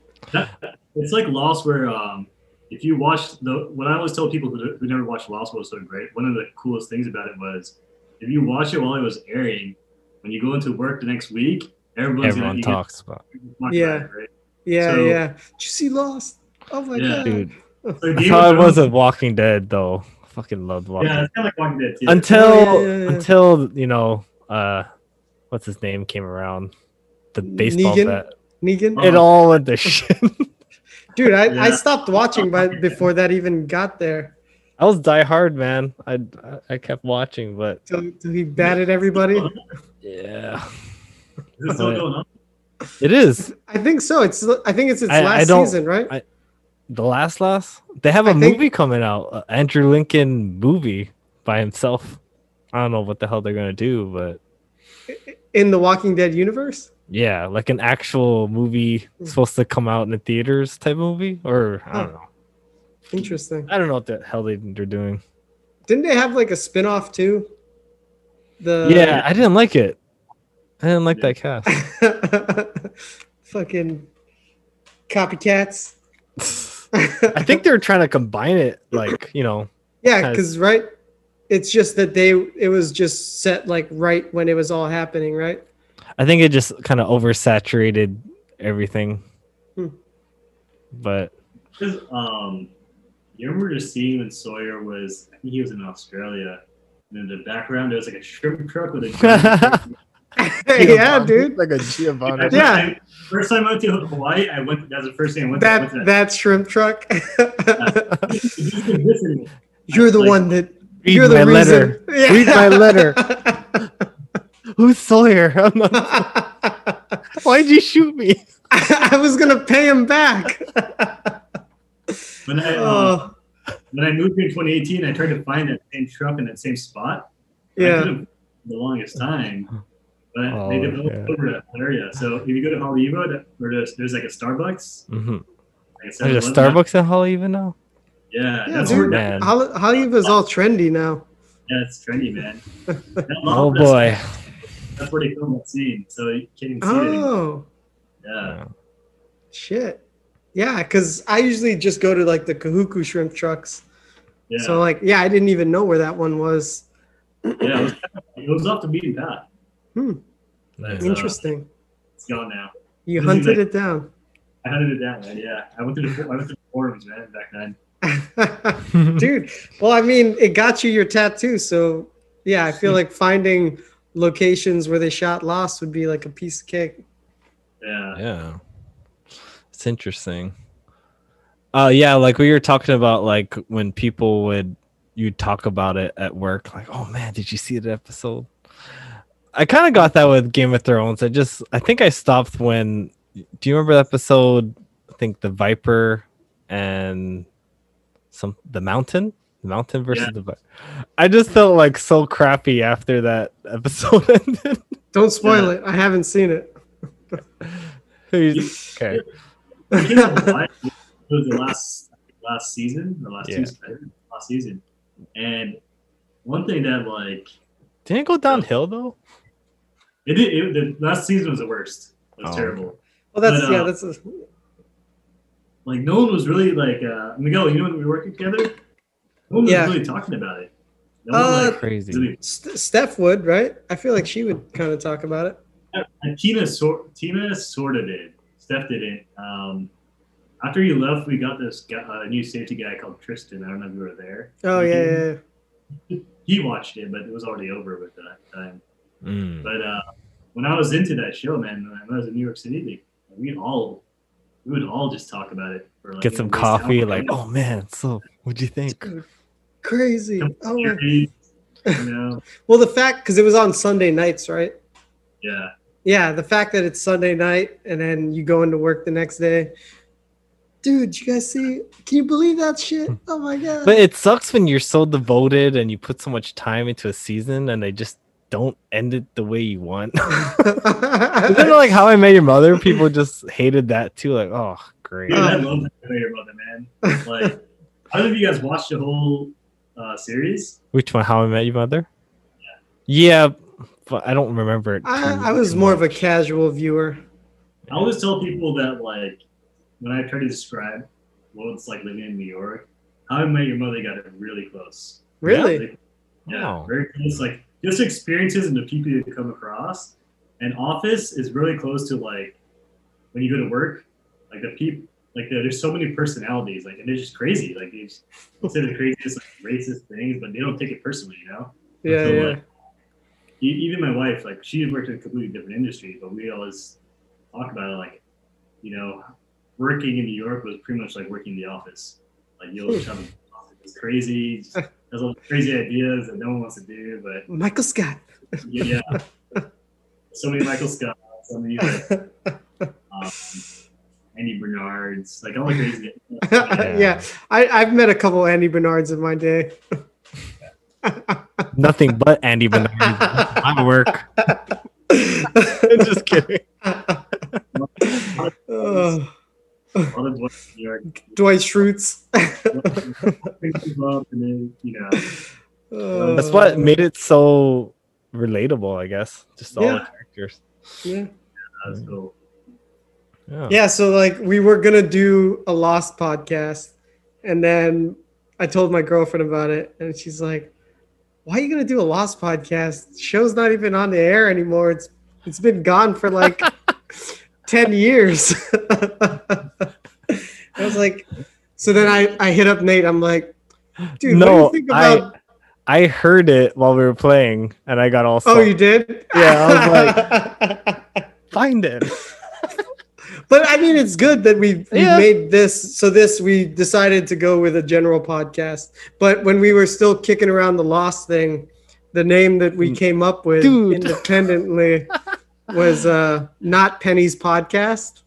It's like Lost, where um, if you watch the what I always tell people who, who never watched Lost what was so great. One of the coolest things about it was if you watch it while it was airing, when you go into work the next week, everyone's gonna
Everyone
be
talks about.
talking
Yeah.
about it, right?
Yeah,
So-
yeah. Did you see Lost? Oh my
Yeah.
god.
Dude,
So
that's
Game
how
of
it was
Thrones-
at Walking Dead though. I fucking loved Walking.
Yeah,
Dead.
it's kind of like Walking Dead too.
Until
Oh, yeah, yeah, yeah.
until you know, uh, what's his name came around, the baseball
Negan?
bat.
Negan?
Oh.
It all went to shit.
Dude, I, I
Yeah.
stopped watching by before that even got there.
I was Die Hard, man. I I- I kept watching, but
Till, till he batted everybody.
yeah,
Is it still going on?
it is
I think so. It's I think it's its
I- I
last
don't-
season, right?
I- the last last. They have a
I think-
movie coming out, a Andrew Lincoln movie by himself. I don't know what the hell they're gonna do, but
In the Walking Dead universe?
yeah, like an actual movie
Hmm.
supposed to come out in the theaters type movie, or I don't know.
Interesting.
I don't know what the hell they, they're doing.
Didn't they have like a spin-off too? The
yeah, I didn't like it. I didn't like
Yeah.
that cast.
fucking copycats.
I think they were trying to combine it, like you know,
yeah,
has-
cuz right it's just that they it was just set like right when it was all happening, right?
I think it just kind of oversaturated everything.
Hmm.
But
Because um, you remember just seeing when Sawyer was, I think he was in Australia, and in the background there was like a shrimp truck with a.
yeah, dude.
Like a Giovanni.
First
Yeah.
time- First time I went to Hawaii, I went. That's the first thing I went. to, I went
That
to
that shrimp truck.
He's been listening.
You're the
Like,
one that.
read
you're the
my
reason.
letter.
Yeah.
Read my letter. Who's Sawyer? I'm not- Why'd you shoot me?
I was gonna pay him back.
When I um,
Oh,
when I moved here in 2018, I tried to find that same truck in that same spot. I
yeah.
couldn't for the longest time, but
Oh,
they developed
yeah.
over that area. So if you go to Hollywood, that- where there's, there's like a Starbucks,
Mm-hmm.
like a
There's a
7-Eleven.
Starbucks in Hollywood now.
Yeah,
Yeah,
that's
dude.
where that-
Man,
Hol- Hollywood's all trendy now.
Yeah, it's trendy, man. That
oh
lot- that's-
boy.
That's where they film that scene, so you can't even see it. Anymore.
Oh
Yeah.
shit. Yeah, because I usually just go to like the Kahuku shrimp trucks.
Yeah.
So like, yeah, I didn't even know where that one was.
yeah, it was, it was off the beaten path.
Hmm.
But, uh,
Interesting.
it's gone now.
You
this is
hunted
like-
it down.
I hunted it down, man. Yeah, I went through the I went through the forums, man, back then.
Dude, well, I mean, it got you your tattoo, so yeah, I feel like finding locations where they shot Lost would be like a piece of cake.
Yeah.
yeah it's interesting uh yeah like we were talking about like when people would you talk about it at work like oh man did you see that episode i kind of got that with game of thrones i just i think i stopped when do you remember the episode i think the viper and some the mountain the mountain versus
Yeah.
the viper i just felt like so crappy after that episode ended
Don't spoil it. I haven't seen it.
okay
I can't remember why. It was the last last season, the last
Yeah.
two seasons, last season. And one thing that like
didn't it go downhill though
it did it, the last season was the worst. It was
Oh.
terrible.
Well, that's
But, uh,
yeah, that's a,
Like no one was really like uh Miguel, you know when we were working together? No one was
Yeah.
really talking about it. No one,
Uh,
like,
crazy
really-
St- Steph would right. I feel like she would kind of talk about it.
Uh, Tina sort Tina sort of did. Steph didn't. Um, after he left, we got this guy, uh, new safety guy called Tristan. I don't know if you were there.
Oh yeah, yeah, yeah.
He watched it, but it was already over with that time.
Mm.
But uh, when I was into that show, man, when I was in New York City, like, we all we would all just talk about it. For, like,
Get some
at least
coffee.
hour.
Like, oh man, so what'd you think?
Dude, crazy.
Some
Oh, my-
series, you know,
well, the fact because it was on Sunday nights, right?
yeah,
Yeah, the fact that it's Sunday night and then you go into work the next day. Dude, you guys see? Can you believe that shit? Oh my god.
But it sucks when you're so devoted and you put so much time into a season and they just don't end it the way you want. Isn't it like How I Met Your Mother? People just hated that too. Like, oh, great.
Dude, I
Um,
love that about Mother, man. Like, I don't know if you guys watched the whole uh, series.
Which one? How I Met Your Mother? Yeah, but I don't remember it. too-
I, I was
too
more of a
much.
casual viewer.
I always tell people that like when I try to describe what it's like living in New York, how I met your mother got it really close.
Really?
Like, yeah,
Oh.
very close. Like just experiences and the people you come across. And office is really close to like when you go to work, like the people like there- there's so many personalities, like and they're just crazy. Like they just say the craziest, like, racist things, but they don't take it personally, you know?
Yeah,
So,
yeah.
like, e- even my wife, like she worked in a completely different industry, but we always talk about it like, you know, working in New York was pretty much like working in the office. Like you always have it's crazy, just has all the crazy ideas that no one wants to do, but
Michael Scott.
yeah. yeah. so many Michael Scott, so many like, um, Andy Bernards, like all the crazy.
yeah. I, I've met a couple Andy Bernards in my day.
Nothing but Andy Bernard. My work. just kidding.
Uh, Oh,
A lot of Dwight New York,
Dwight Schrutes.
and then you know.
Oh,
That's what made it so relatable, I guess. Just all the
Yeah.
characters.
Yeah.
That was cool.
yeah so like we were gonna do a lost podcast and then i told my girlfriend about it and she's like why are you gonna do a lost podcast show's not even on the air anymore it's It's been gone for like 10 years. I was like, so then I, I hit up Nate. I'm like, dude,
No,
what do you think about?
I heard it while we were playing, and I got all.
oh,
sad.
you did?
Yeah,
I was like,
find it.
But I mean, it's good that we we
Yeah.
made this. So this we decided to go with a general podcast. But when we were still kicking around the lost thing, the name that
Mm.
we came up with
Dude.
independently was uh, not Penny's podcast.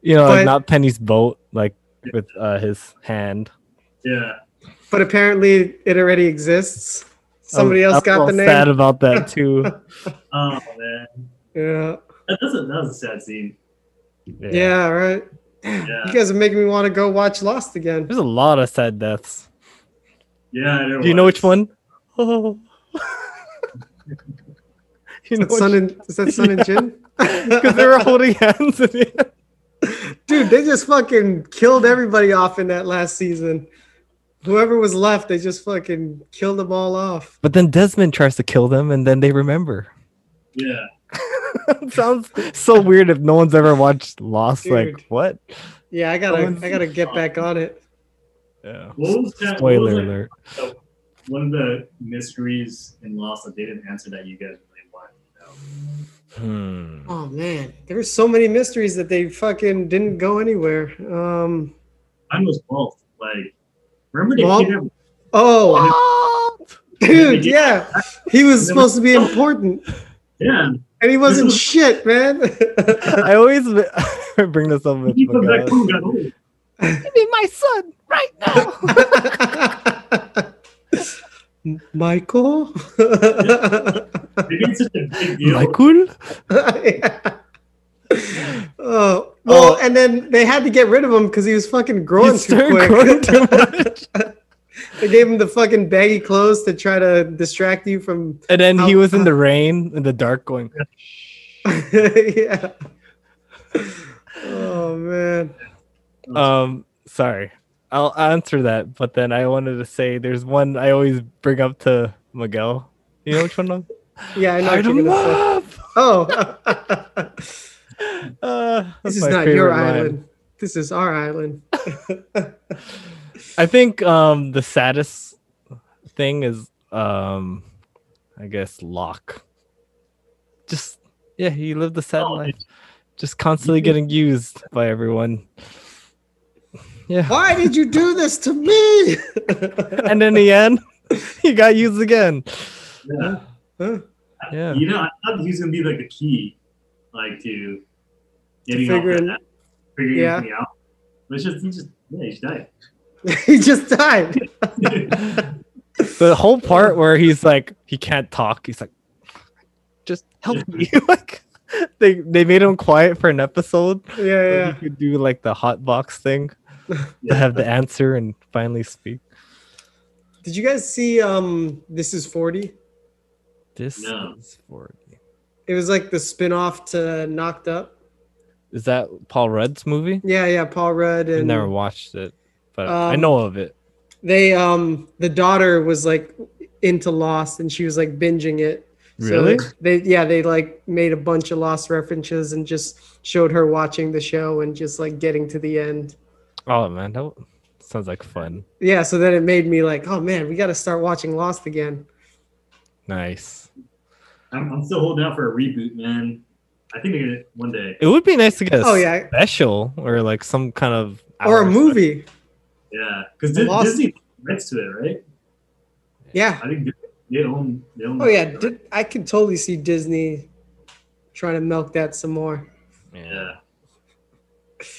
You know,
But-
like not Penny's boat, like with uh, his hand.
Yeah.
But apparently, it already exists. Somebody
I'm-
else
I'm
got
all
the name.
Sad about that too.
Oh man,
Yeah.
that doesn't. That was a sad scene.
Yeah.
yeah, Right.
Yeah.
You guys are making me want to go watch Lost again.
There's a lot of sad deaths.
Yeah. there
Do you know
was.
which one? Oh. you
Is
know,
that Sun and is that Sun and Jin?
because they were holding hands. at the end.
Dude, they just fucking killed everybody off in that last season. Whoever was left, they just fucking killed them all off.
But then Desmond tries to kill them, and then they remember.
Yeah.
Sounds so weird if no one's ever watched Lost.
Dude.
Like what?
Yeah, I gotta,
Someone's-
I gotta get back on it.
Yeah.
What was that? what was,
Spoiler
like,
alert.
One of the mysteries in Lost that they didn't answer that you guys really wanted to know.
Hmm.
Oh man, there were so many mysteries that they fucking didn't go anywhere. Um,
Mine was both. Like, remember they
Walt?
did have-
oh, dude, yeah, he was supposed to be important,
Yeah.
and he wasn't shit, man.
I always bring this up with
He comes
my
back home,
guys.
got old.
I need my son right now.
Michael.
They made such a big deal.
Michael?
Oh well,
Oh.
and then they had to get rid of him because he was fucking growing
He's
too quick.
growing too much.
they gave him the fucking baggy clothes to try to distract you from.
And then he
How-
was in the rain, in the dark, going,
yeah. Oh man.
um, sorry. I'll answer that, but then I wanted to say there's one I always bring up to Miguel. You know which one? I'm-
Yeah, I know what
Hide
you're
'em
gonna say.
up!
Oh,
Uh,
this
that's
is
my
not your
favorite line.
island. This is our island.
I think um the saddest thing is um I guess Locke. Just yeah, he lived a sad
Oh,
life. Just constantly getting used by everyone. Yeah.
Why did you do this to me?
And in the end, he got used again.
Yeah.
Huh?
Yeah.
You know, I thought he was gonna be like a key, like to getting off
figuring-
that, figuring
Yeah.
everything out. But it's just he just yeah, he just died.
he just died.
The whole part where he's like he can't talk, he's like just help me. like they they made him quiet for an episode.
Yeah, yeah.
You could do like the hot box thing to
Yeah.
have the answer and finally speak.
Did you guys see um This Is 40?
This
No.
is forty.
It was like the spin-off to Knocked Up.
Is that Paul Rudd's movie?
Yeah, yeah, Paul Rudd
I
and
never watched it, but I
Um,
know of it.
they um the daughter was like into Lost and she was like binging it. So
Really?
they yeah, they like made a bunch of Lost references and just showed her watching the show and just like getting to the end.
Oh man, that w- sounds like fun.
Yeah, so then it made me like, oh man, we got to start watching Lost again.
Nice.
I'm, I'm still holding out for a reboot, man. I think they're gonna one day.
It would be nice to get a
Oh yeah,
special or like some kind of
or a
hour
movie.
Yeah, because
Lost-
Disney rights to it, right?
Yeah.
I think they own. They own
Oh yeah, Di- I could totally see Disney trying to milk that some more.
special. Yeah,
yeah.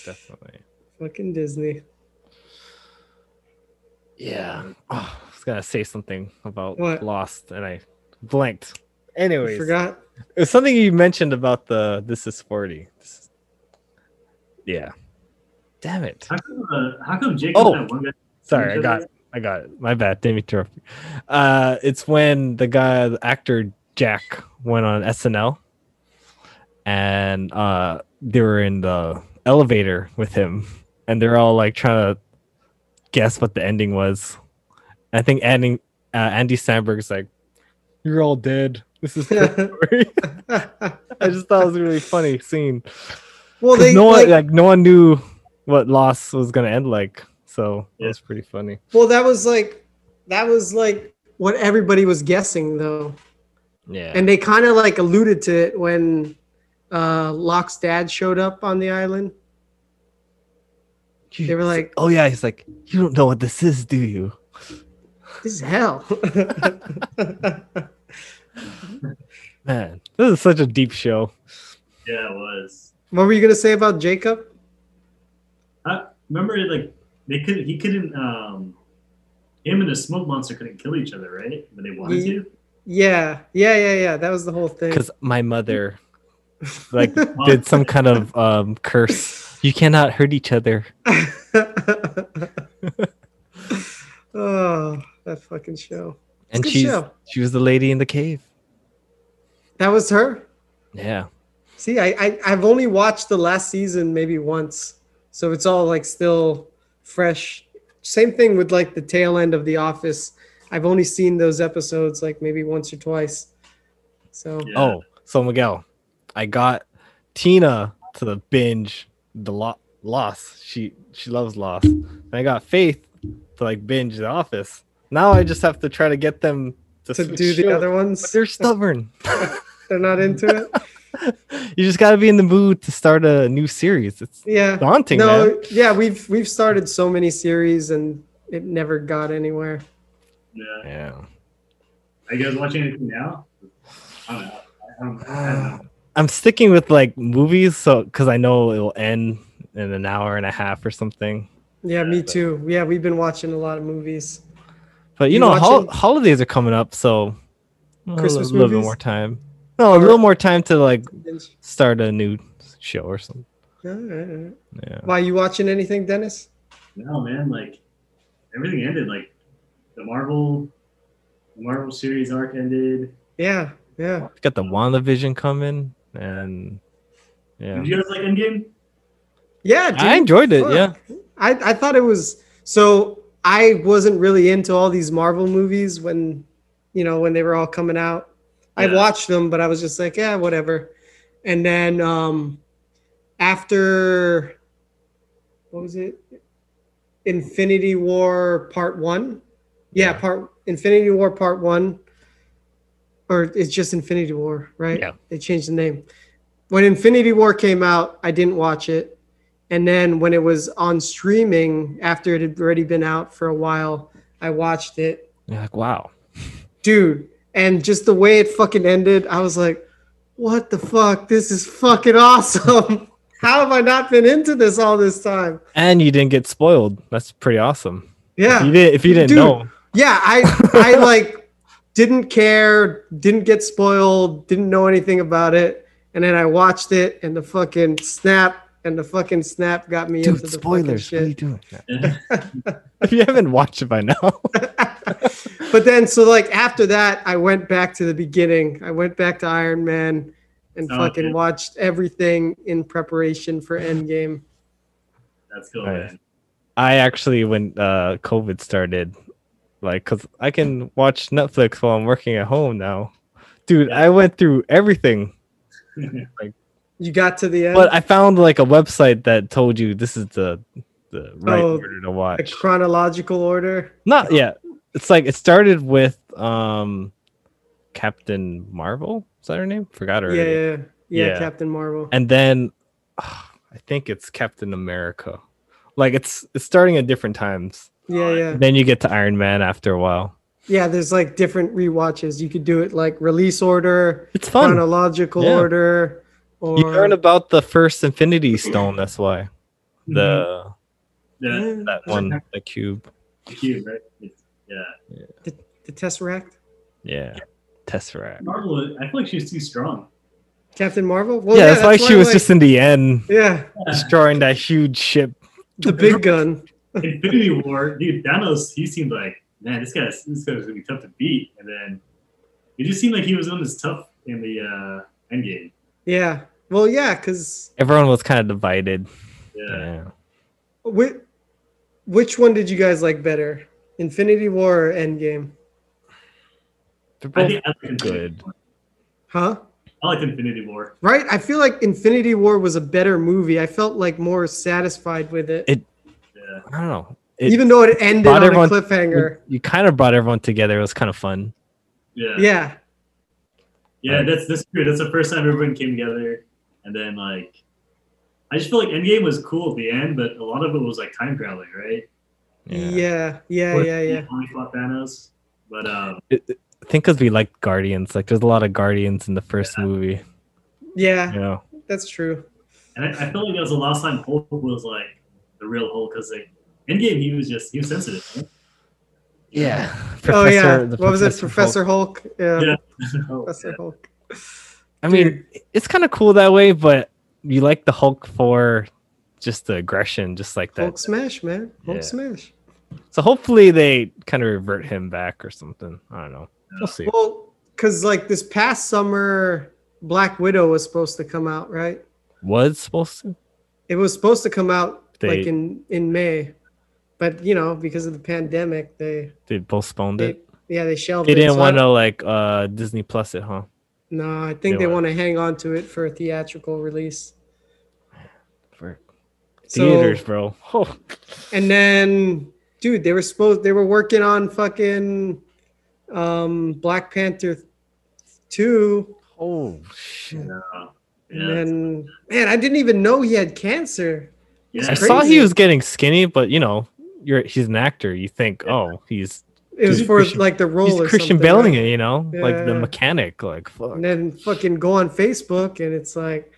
definitely.
Fucking Disney.
Yeah. Oh, I was gonna say something about
What?
Lost and I blanked.
I
Anyways,
forgot.
it was something you mentioned about the this is forty. This is- Yeah. Damn it.
How come? Uh, how come Jacob
Oh.
and that one guy?
Sorry, I
each
got
other?
I got it. My bad. Didn't interrupt you. Uh, it's when the guy, the actor Jack, went on SNL, and uh, they were in the elevator with him, and they're all like trying to guess what the ending was. I think Andy uh, Andy Sandberg's like, "You're all dead. This is true story. I just thought it was a really funny scene.
Well,
'Cause
they
no one
like,
like, no one knew what loss was gonna end like. So it
Yeah.
was pretty funny.
well, that was like that was like what everybody was guessing though.
Yeah.
And they kind of like alluded to it when uh Locke's dad showed up on the island.
He-
They were like-
"Oh yeah," he's like, "You don't know what this is, do you?"
This is hell.
Man, this is such a deep show.
Yeah, it was.
what were you gonna say about Jacob?
I remember like they could he couldn't um him and the smoke monster couldn't kill each other, right? But they wanted
Ye-
to.
Yeah, yeah, yeah, yeah. That was the whole thing.
Because my mother, like, did some kind of um, curse. You cannot hurt each other.
oh, that fucking show. a
And
good
she's
show.
she was the lady in the cave.
That was her.
Yeah.
See, I, I I've only watched the last season maybe once, so it's all like still fresh. Same thing with like the tail end of The Office. I've only seen those episodes like maybe once or twice. So
Yeah.
Oh, so Miguel, I got Tina to the binge the lo- loss. She she loves loss. And I got Faith to like binge the office. Now I just have to try to get them to,
to
switch
do the
shows,
other
But
ones,
they're stubborn.
they're not into it.
you just got to be in the mood to start a new series. It's
Yeah.
daunting,
no,
man.
yeah, we've we've started so many series and it never got anywhere.
Yeah.
Yeah.
Are you guys watching anything now? I don't know. I don't, I don't know.
I'm sticking with like movies, so because I know it'll end in an hour and a half or something.
Yeah, me
Yeah.
too. Yeah, we've been watching a lot of movies.
But you,
You
know, hol-
watching-
holidays are coming up, so well,
Christmas
a little
movies?
bit more time. No, a little more time to like
Binge.
start a new show or something.
All right, all right.
Yeah.
Why you watching anything, Dennis?
No, man. Like everything ended. Like the Marvel, the Marvel series arc ended.
Yeah, yeah.
Got the WandaVision coming, and yeah,
Did you guys like Endgame?
Yeah, dude.
I enjoyed it.
Fuck.
Yeah,
I, I thought it was so I wasn't really into all these Marvel movies when you know when they were all coming out. I
Yeah.
watched them, but I was just like, yeah, whatever. And then um after what was it? Infinity War Part One. Yeah,
Yeah.
part Infinity War Part One. Or it's just Infinity War, right?
Yeah.
They changed the name. When Infinity War came out, I didn't watch it. And then when it was on streaming after it had already been out for a while, I watched it.
You're like wow,
Dude, and just the way it fucking ended, I was like, what the fuck? This is fucking awesome. How have I not been into this all this time?
and you didn't get spoiled. That's pretty awesome.
Yeah.
You did if you didn't
Dude.
know.
Yeah, I I like didn't care, didn't get spoiled, didn't know anything about it. And then I watched it and the fucking snap and the fucking snap got me into
Dude,
the
spoilers. What
fucking
are
shit.
you doing?
Yeah.
If you haven't watched it by now,
but then so like after that i went back to the beginning i went back to iron man and
Oh,
fucking
dude.
watched everything in preparation for endgame
That's cool,
Nice.
man.
I actually when uh COVID started, like because I can watch Netflix while I'm working at home now. Dude, I went through everything.
you got to the end
But I found like a website that told you this is the the right
Oh,
order to
the
watch.
chronological order
Not yet. It's like it started with um Captain Marvel. Is that her name? Forgot
yeah
her.
yeah, yeah
Yeah.
captain marvel
And then ah, I think it's Captain America. Like it's it's starting at different times.
yeah yeah
Then you get to Iron Man after a while.
yeah there's like different rewatches you could do it like release order
It's fun.
chronological
Yeah.
order or
You learn about the first Infinity Stone. That's why
Mm-hmm.
the
Yeah,
that one, the cube.
cute, right? It's, yeah.
the tesseract
Yeah, Tesseract.
Marvel. I feel like she's too strong.
captain marvel well
yeah, that's why she was
like-
just in the end
yeah
destroying that huge ship.
the big gun
Infinity War, dude, Thanos, he seemed like, man, this guy's this guy's gonna be tough to beat. And then it just seemed like he was on his tough in the uh endgame.
yeah well yeah because
Everyone was kind of divided.
Yeah.
Yeah.
Which, which one did you guys like better, Infinity War or Endgame?
They're
I
both
think I like Infinity
good.
War.
Huh?
I liked Infinity War.
Right? I feel like Infinity War was a better movie. I felt like more satisfied with it.
It-
Yeah.
I don't know. It
Even though it ended
brought
on a
everyone-
cliffhanger.
you kind of brought everyone together. It was kind of fun.
Yeah.
Yeah.
Yeah, that's that's true. That's the first time everyone came together, and then like, I just feel like Endgame was cool at the end, but a lot of it was like time traveling, right?
Yeah. Yeah. Yeah.
Or
Yeah.
Only fought Thanos, but um,
I think because we like Guardians. Like, there's a lot of Guardians in the first
Yeah.
movie.
Yeah.
You know,
That's true. Oh,
and I, I feel like that was the last time Hulk was like the real Hulk, because like Endgame, he was just he was sensitive. right?
Yeah.
oh yeah.
the
What was it?
Hulk.
Professor Hulk. Yeah.
Yeah.
Professor Hulk.
I mean, it's kind of cool that way, but you like the Hulk for just the aggression, just like that.
Hulk smash, man. Hulk
Yeah.
smash.
So hopefully they kind of revert him back or something. I don't know. We'll see.
Well, because like this past summer, Black Widow was supposed to come out, right?
Was supposed to.
It was supposed to come out
They-
like in in May, but you know because of the pandemic, they,
They postponed
they
it.
yeah they shelved
They
it.
didn't
So I
want to like uh Disney Plus it, huh?
No, I think
They
they want
want-
to hang on to it for a theatrical release.
For
So,
theaters, bro. Oh,
and then, dude, they were supposed they were working on fucking um, Black Panther two,
oh shit.
Yeah,
and then man, I didn't even know he had cancer.
yeah,
I
That's
saw
crazy.
he was getting skinny, but you know, you're he's an actor. You think, oh, he's
It was
Dude,
for
Christian-
like the role.
he's
or
Christian
something,
Belling
right?
it, you know, like the
Yeah.
mechanic. Like fuck.
And then fucking go on Facebook, and it's like,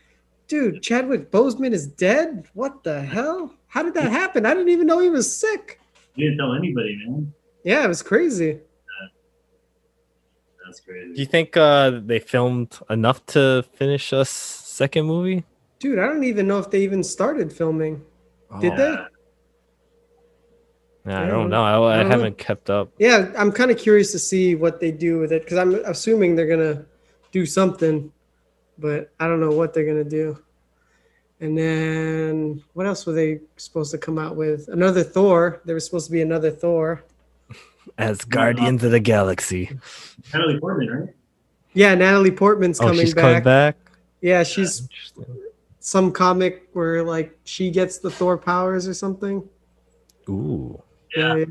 dude, Chadwick Boseman is dead. What the hell? How did that happen? I didn't even know he was sick.
he didn't tell anybody, man.
Yeah, it was crazy.
That's
Do you
crazy.
think uh they filmed enough to finish us second movie?
Dude, I don't even know if they even started filming. Did
Oh,
they?
Yeah.
nah, I
Yeah,
don't know. I, I
I don't know.
haven't kept up.
Yeah, I'm kind of curious to see what they do with it because I'm assuming they're gonna do something, but I don't know what they're gonna do. And then what else were they supposed to come out with? Another Thor. There was supposed to be another Thor.
As Guardians of the Galaxy.
Natalie Portman, right?
Yeah, Natalie Portman's
Oh,
coming
she's
back.
coming back.
Yeah, she's
Interesting.
some comic where like she gets the Thor powers or something.
Ooh.
Yeah.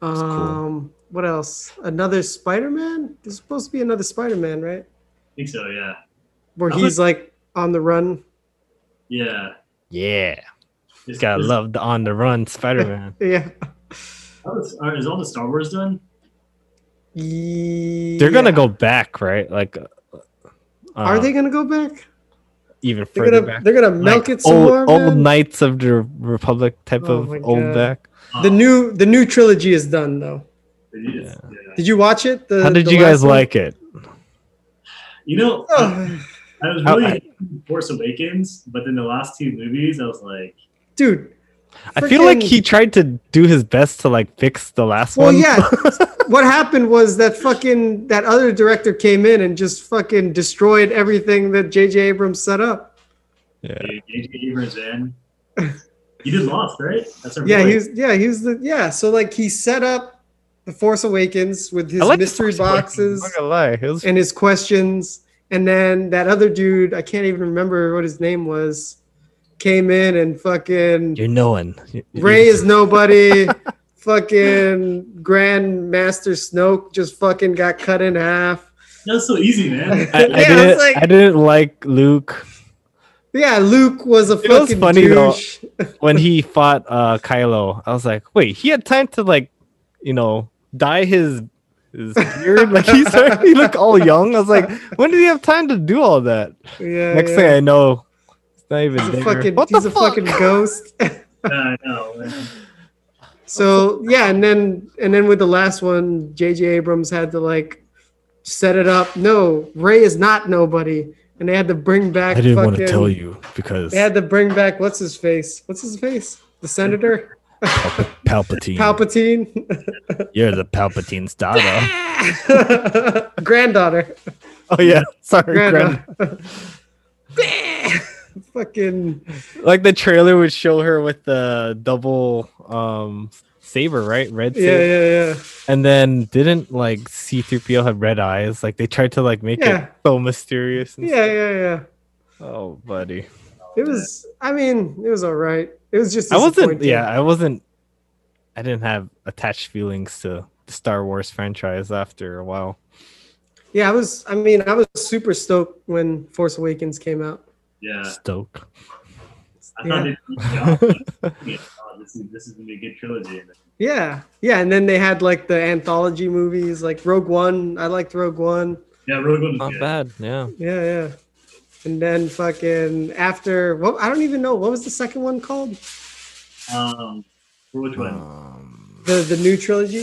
cool.
Um, what else? Another Spider-Man? There's supposed to be another Spider-Man, right?
I think so. Yeah.
Where
I'm
he's like on the run.
Yeah.
Yeah.
Is,
Gotta
is-
love the on the run Spider Man.
Yeah.
all the- are- is all the Star Wars done?
They're
They're
gonna go back, right? Like uh,
Are they gonna go back?
even
They're
further
gonna
back?
they're gonna milk
Like
it some
old,
more.
old
man?
Knights of the Republic type
Oh
of
my
old
God.
back.
Oh,
The new the new trilogy is done though.
they did it. yeah.
Did you watch it? The,
How did
the
you guys
last one?
like it?
You know,
Ugh,
I was
How-
really
Oh, I-
into Force Awakens, but then the last two movies, I was like,
dude?
I feel like
freaking-
he tried to do his best to like fix the last
Well,
one.
yeah. what happened was that fucking that other director came in and just fucking destroyed everything that J.J. Abrams set up.
yeah.
dude, J.J. Abrams, man. You did Lost, right? That's our
Yeah,
boy.
he was. Yeah, he was the. Yeah, so like he set up the Force Awakens with his
I like the
mystery
first one,
boxes.
I'm not gonna lie. It was
and his questions. And then that other dude, I can't even remember what his name was, came in and fucking
You're no one. You- you-
Ray is nobody. fucking Grand Master Snoke just fucking got cut in half.
That was so easy, man.
I, I
Yeah, I was
didn't,
like-
I didn't like Luke
Yeah, Luke was a
You know what's
fucking
funny, though?
douche.
when he fought uh, Kylo. I was like, wait, he had time to like, you know, dye his his beard. like he's he looked all young. I was like, when did he have time to do all that?
Yeah,
Next
yeah.
thing I know, it's not even
he's a
there.
fucking,
what
he's
the
a
fuck?
fucking ghost.
I know. man.
So yeah, and then and then with the last one, J.J. Abrams had to like set it up. No, Ray is not nobody, and they had to bring back.
I didn't
fucking,
want to tell you because
They had to bring back what's his face? What's his face? The senator
Palpa- Palpatine.
Palpatine,
You're the Palpatine's daughter.
granddaughter,
oh yeah, sorry. Grand-
granddaughter. Fucking
like the trailer would show her with the double um saber, right? Red
Yeah,
saber.
yeah, yeah.
And then didn't like C3PO have red eyes? Like they tried to like make
Yeah.
it so mysterious. And
Yeah, yeah, yeah.
stuff. Oh, buddy.
It was. I mean, it was all right. It was just.
I wasn't.
disappointing.
Yeah, I wasn't. I didn't have attached feelings to the Star Wars franchise after a while.
Yeah, I was. I mean, I was super stoked when Force Awakens came out.
Yeah,
Stoke.
I thought
Yeah.
they did a good job. Yeah, oh, this is this is gonna be a good trilogy.
Yeah, yeah, and then they had like the anthology movies, like Rogue One. I liked Rogue One.
Yeah, Rogue One was
Not
good.
bad. Yeah.
Yeah, yeah. And then fucking after what I don't even know what was the second one called
Um, for which one?
Um,
the the new trilogy.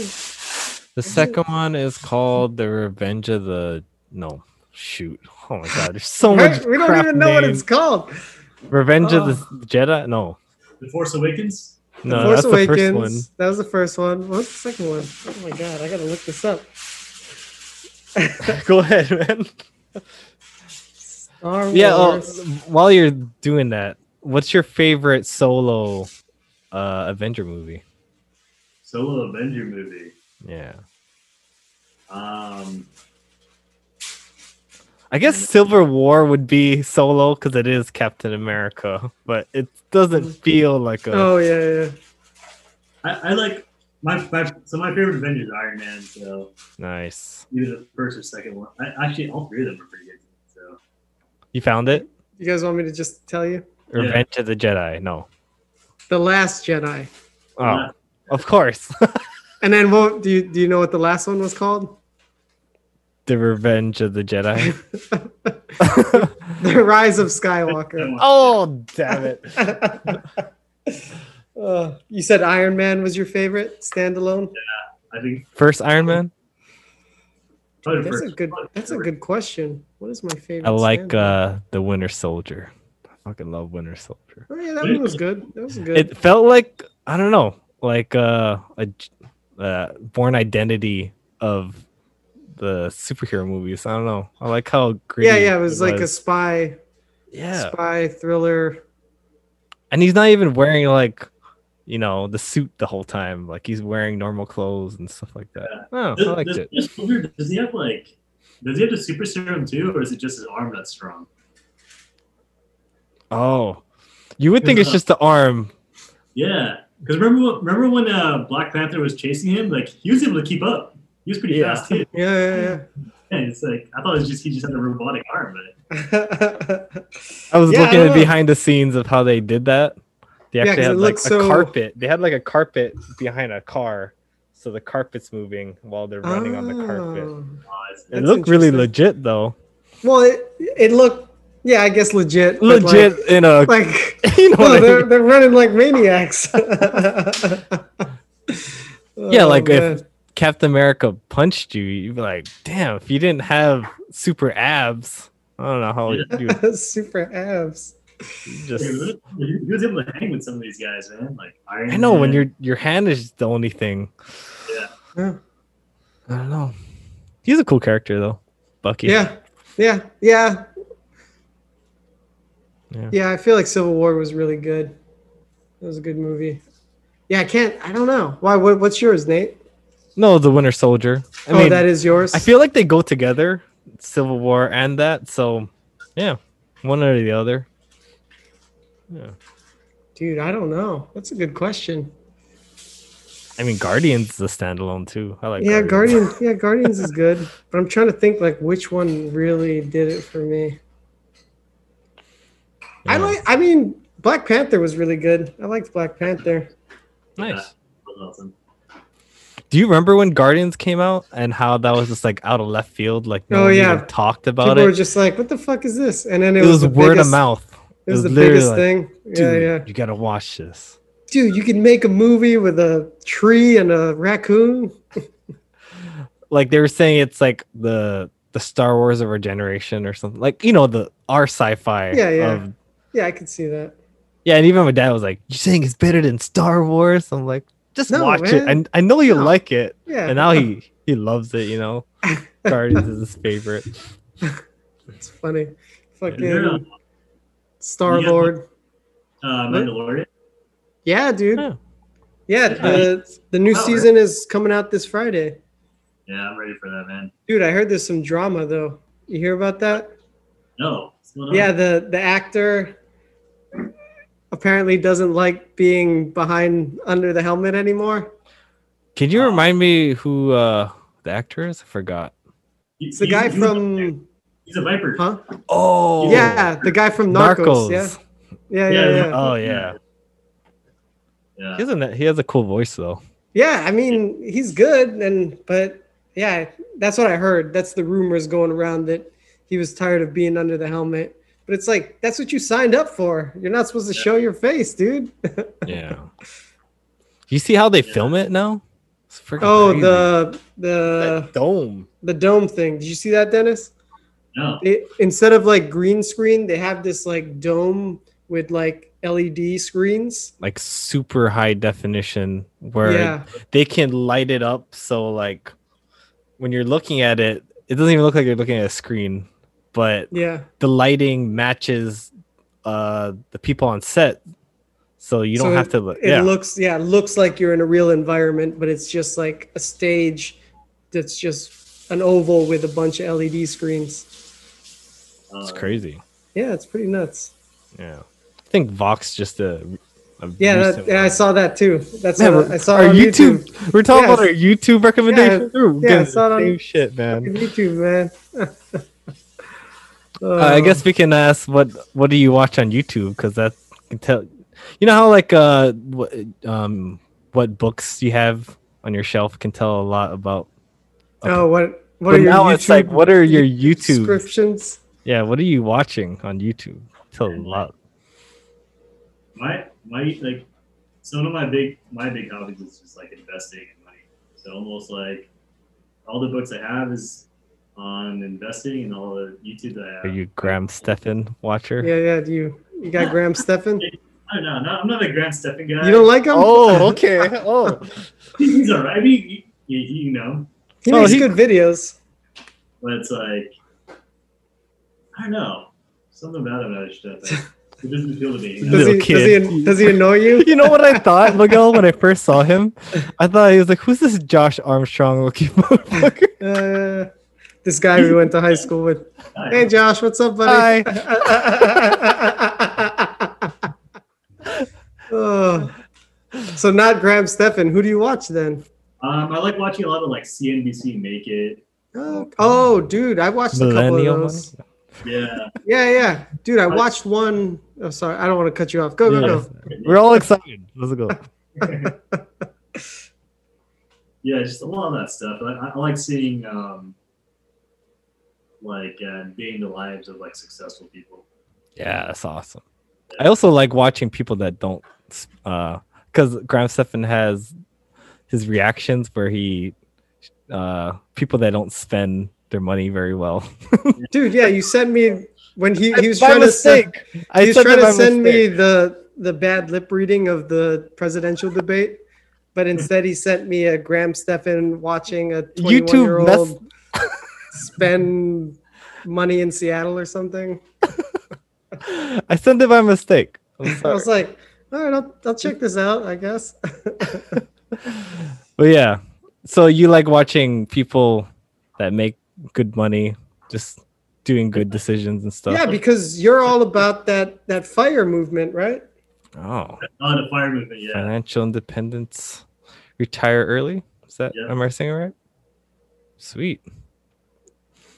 the second one is called The Revenge of the. No. Shoot. Oh my God. There's so much.
Right? We don't
crap
even know what
names.
it's called.
Revenge of the Jedi. No.
The Force Awakens.
No,
Force
that's the first one.
That was the first one. What was the second one? Oh my god, I gotta look this up.
Go ahead, man.
Star
Yeah. oh,
Wars.
while you're doing that, what's your favorite solo uh, Avenger movie?
Solo Avenger movie.
Yeah.
Um,
I guess Silver War would be solo because it is Captain America, but it doesn't feel like a.
Oh, yeah, yeah.
I, I like my, my so my favorite Avenger is Iron Man. So
Nice.
either the first or second one. I, actually, all three of them are pretty good. So
You found it?
You guys want me to just tell you?
Yeah.
Revenge of the Jedi. No.
The Last Jedi.
Oh, of course.
And then what do you do you know what the last one was called?
the Revenge of the Jedi.
The Rise of
Second
Skywalker.
one.
oh, damn it.
Uh, you said Iron Man was your favorite standalone?
I think
First Iron Man.
probably the
That's a
first-
good
probably
that's a
the
good question. What is my favorite?
I like
standalone?
uh, the Winter Soldier. I fucking love Winter Soldier.
Oh yeah, that one was good. That was good.
it felt like I don't know, like uh, a j- uh, born identity of the superhero movies. I don't know. I like how gritty
yeah, yeah, it was like a spy
yeah,
spy thriller.
and he's not even wearing like you know the suit the whole time. Like he's wearing normal clothes and stuff like that. Oh, I
Does,
liked
does,
it.
it's weird. Does he have like? Does he have the super serum too, or is it just his arm that's strong?
Oh, you would think it's just the arm.
Yeah, because remember wh- remember when uh, Black Panther was chasing him? Like he was able to keep up. He was pretty
Yeah.
fast too.
Yeah, yeah,
Yeah, it's like I thought it was just he just had a robotic arm, but
yeah.
Hmm. I was
Yeah, I
looking
don't
at
know.
behind the scenes of how they did that. They
Yeah,
actually
'cause it
had like a
looks so-
carpet. They had like a carpet behind a car, so the carpet's moving while they're running on the carpet.
Oh.
uh, it's,
It
That's
looked really
interesting.
legit though.
Well, it it looked yeah, I guess legit. but
Legit in a
Like, like
you know
no,
what I
they're
mean?
they're running like maniacs. Oh,
Yeah, like if-
man.
Captain America punched you, you'd be like, damn, if you didn't have super abs, I don't know how you would
super abs.
just
he was able to hang with some of these guys, man. Like Iron.
I know when
Man.
your your hand is the only thing.
Yeah.
I don't know. He's a cool character though. Bucky.
Yeah. Yeah. Yeah.
Yeah.
Yeah. I feel like Civil War was really good. It was a good movie. Yeah, I can't. I don't know. Why? What, what's yours, Nate?
No, the Winter Soldier. I
oh,
mean
that is yours.
I feel like they go together, Civil War and that. So, yeah, one or the other. Yeah.
dude. I don't know. That's a good question.
I mean, Guardians is a standalone too. I like.
yeah, Guardians. Yeah, Guardians is good. But I'm trying to think like which one really did it for me. I
Yeah.
like. I mean, Black Panther was really good. I liked Black Panther.
Nice.
That was awesome.
Do you remember when Guardians came out and how that was just like out of left field? Like, no
Oh,
one
yeah.
even talked
People
about
were
it.
just like, "What the fuck is this?" And then it,
it was,
the
word
biggest-
of mouth.
It was,
It was
the biggest
literally
thing. yeah,
Dude,
yeah.
you gotta watch this.
Dude, you can make a movie with a tree and a raccoon.
Like they were saying, it's like the the Star Wars of our generation or something. Like you know the our sci-fi.
Yeah, yeah.
Of,
Yeah, I could see that.
Yeah, and even my dad was like, "You saying it's better than Star Wars?" I'm like, "Just
No,
watch
man.
it. I, I know you
No.
like it."
Yeah.
And now he he loves it. You know, Guardians is his favorite.
it's funny. Fucking
Yeah. Uh,
Star Lord.
Mandalorian.
Yeah, dude.
Yeah.
Yeah, the the new season is coming out this Friday.
Yeah, I'm ready for that, man.
Dude, I heard there's some drama though. You hear about that?
No. Uh-huh.
Yeah, the the actor apparently doesn't like being behind under the helmet anymore.
Can you remind me who uh, the actor is? I forgot.
It's the guy from
He's a Viper.
huh?
Oh,
Yeah, the guy from Narcos. Yeah. Yeah, yeah,
Yeah.
yeah.
Oh yeah.
Yeah.
He has a he has a cool voice though.
Yeah, I mean, he's good and but yeah, that's what I heard. That's the rumors going around that he was tired of being under the helmet. But it's like that's what you signed up for. You're not supposed to show your face, dude.
Yeah. you see how they
Yeah.
film it now? It's freaking
Oh,
crazy.
the the
That dome.
the dome thing. Did you see that, Dennis?
No.
It, instead of like green screen, they have this like dome with like LED screens.
Like super high definition where
yeah,
they can light it up so like when you're looking at it, it doesn't even look like you're looking at a screen, but
yeah,
the lighting matches uh the people on set. So you don't
So
have to look
it
yeah.
looks yeah it looks like you're in a real environment, but it's just like a stage that's just an oval with a bunch of LED screens.
it's
Uh,
crazy.
Yeah, it's pretty nuts.
Yeah. I think Vox just a, a
Yeah, that,
recent
yeah I
one.
saw that too. That's
Man,
what I-
we're-
I saw
our
on
YouTube. We're talking
Yeah.
about our YouTube recommendation. Yeah,
yeah, I saw it on-
same shit, man.
YouTube, man.
Uh, I guess we can ask what what do you watch on YouTube because that can tell. You know how like uh what um what books you have on your shelf can tell a lot about.
Oh, what what
But
are your
now
YouTube
it's like, what are your YouTube?
subscriptions?
Yeah, what are you watching on YouTube? Tell a lot.
my my like some of my big my big hobbies is just like investing in money. So almost like all the books I have is on investing and all the YouTube that I have.
Are you Graham Stefan watcher?
Yeah, yeah. Do you you got Graham Stefan?
I don't know. Not, I'm not a Grant Stephan guy.
You don't like him?
Oh, okay. Oh,
he's all right. I mean, he, he, he, you know,
he
Oh,
makes
he-
good videos.
but it's like I don't know. Something about him I just don't think. It doesn't appeal to me. You know?
Does
Little
he, does he
kid.
does he annoy you?
you know what I thought, Miguel, when I first saw him? I thought he was like, "Who's this Josh Armstrong looking motherfucker?"
Uh, this guy we went to high school with.
I
Hey,
don't know.
Josh, what's up, buddy? Oh. So not Graham Stefan. Who do you watch then?
um, I like watching a lot of like CNBC Make It.
Oh, oh, dude, I watched a couple of
Millennial
those.
Yeah,
Yeah, yeah, dude, I watched one. Oh, sorry, I don't want to cut you off. Go, go, go.
money. We're all excited. Let's go.
yeah, just a lot of that stuff. I, I- I like seeing um, like uh, being the lives of like successful people.
Yeah, that's awesome. I also like watching people that don't, uh, because Graham Stefan has his reactions where he, uh, people that don't spend their money very well.
Dude, yeah, you sent me when he, he was
By
trying to
mistake.
send,
I
he was
said
trying
that by
to send me
mistake.
the the bad lip reading of the presidential debate, but instead he sent me a Graham Stefan watching a
YouTube
21 year
mess-
old spend money in Seattle or something.
I sent it by mistake. I'm
I
sorry.
was like, all right, I'll, I'll check this out, I guess.
But yeah, so you like watching people that make good money, just doing good decisions and stuff.
yeah, because you're all about that that fire movement, right?
oh,
Oh, the fire movement. Yeah,
financial independence, retire early. Is that
Yeah.
am I saying it right? Sweet,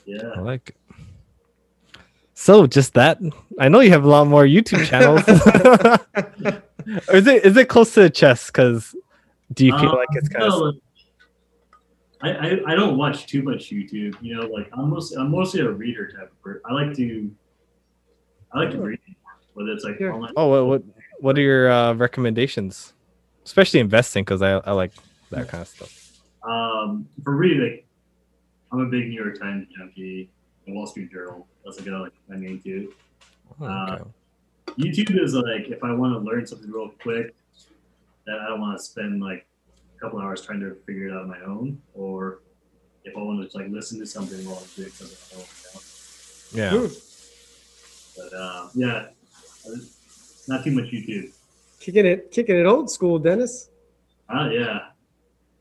yeah.
I like. it. So just that. I know you have a lot more YouTube channels. Or is it is it close to chess? Because do you feel
Um,
like it's kind of
no, like, I, I, I don't watch too much YouTube. You know, like I'm mostly I'm mostly a reader type of person. I like to I like to read, whether it's like
Here.
online.
Oh, what what, what are your uh, recommendations? Especially investing, because I, I like that kind of stuff.
Um, for reading, I'm a big New York Times junkie. The Wall Street Journal. That's like I like my main two.
Oh,
Uh,
okay.
YouTube is like if I want to learn something real quick that I don't want to spend like a couple hours trying to figure it out on my own, or if I want to like listen to something while I'm doing something. I don't know.
yeah.
But uh, yeah, not too much YouTube.
Kicking it, kicking it old school, Dennis.
Oh yeah,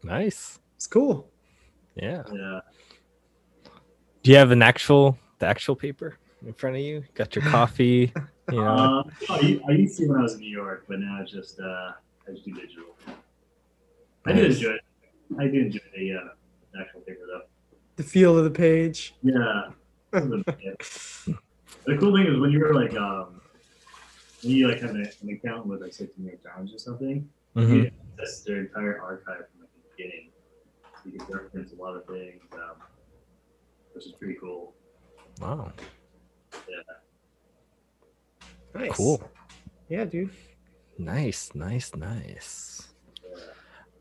Nice.
It's cool.
Yeah.
yeah.
Do you have an actual the actual paper in front of you? Got your coffee. you know.
Uh, no, I, I used to when I was in New York, but now it's just uh, I just do digital. I do
Nice.
enjoy. I do enjoy the uh, actual paper though.
The feel of the page.
Yeah. the cool thing is when you were like um, when you like have an, an account with like say the New York Times or something,
Mhm.
you access their entire archive from like, the beginning. You can reference a lot of things, um, which is pretty cool.
Wow.
Nice.
Cool.
Yeah, dude.
Nice. Nice. Nice.
Yeah.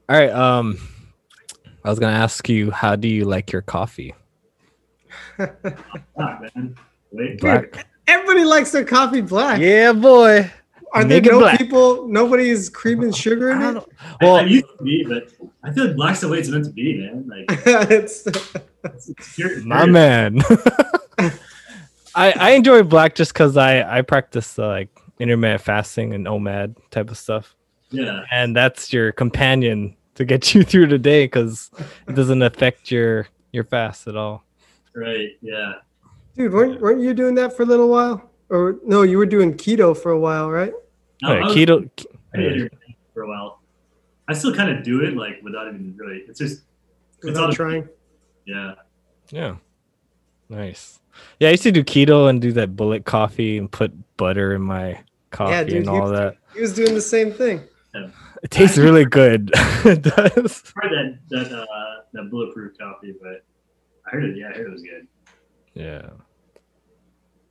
All right. Um, I was gonna ask you, how do you like your coffee?
Fuck, man. Wait.
Black.
Everybody likes their coffee black.
Yeah, boy.
Are there
Make it
no
black.
people? Nobody is creaming sugar
I
in it.
don't-
Well, I, I
Well,
used to be, but I feel like black's the way it's meant to be, man. Like,
it's
it's, it's your,
my man. I I enjoy black just because I I practice uh, like intermittent fasting and OMAD type of stuff.
Yeah,
and that's your companion to get you through the day because it doesn't affect your your fast at all.
right. Yeah.
dude. Weren't, weren't you doing that for a little while? Or no, you were doing keto for a while, right?
No,
Yeah,
I was
keto. ke-
I did it for a while. I still kind of do it, like, without even really. It's just. it's
Without
not-
trying.
Yeah.
Yeah, nice. Yeah, I used to do keto and do that bullet coffee and put butter in my coffee
dude,
and
you-
all that.
He was doing the same thing.
It tastes really good. it does.
Tried that that uh, that bulletproof coffee, but I heard it. Yeah, I heard it was good.
Yeah.
Uh,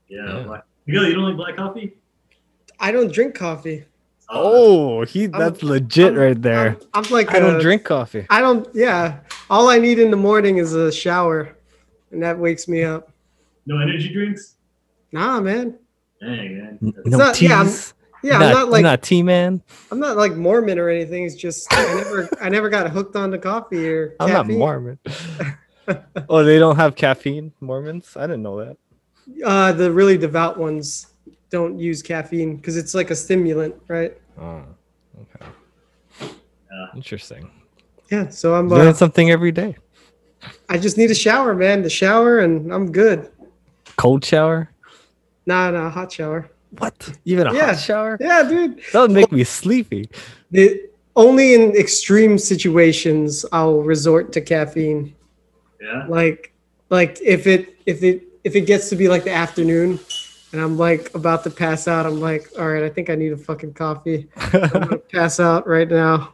Yeah.
Yeah.
Black. Really, you don't like black coffee? Uh,
I don't drink coffee.
Oh, he that's legit right there.
I'm, I'm like
I don't
a-
drink coffee.
I don't. Yeah. All I need in the morning is a shower, and that wakes me up.
No energy drinks?
Nah, man.
Dang, man.
N-
That's-
No
not- yeah, I'm-
teas.
Yeah,
Not-
I'm not like
not tea man.
I'm not like Mormon or anything. It's just I never I never got hooked on the coffee or
I'm not
caffeine.
Mormon. oh, they don't have caffeine, Mormons. I didn't know that.
Uh, the really devout ones don't use caffeine because it's like a stimulant, right?
Oh, okay.
Yeah.
Interesting.
Yeah. So I'm.
Learn
Uh,
something every day.
I just need a shower, man. The shower, and I'm good.
Cold shower.
Nah, nah, hot shower.
What? Even a
Yeah.
hot shower?
Yeah, dude.
That would make me sleepy.
The, only in extreme situations I'll resort to caffeine.
yeah.
like like if it if it if it gets to be like the afternoon and I'm like about to pass out, I'm like, all right, I think I need a fucking coffee. I'm gonna pass out right now.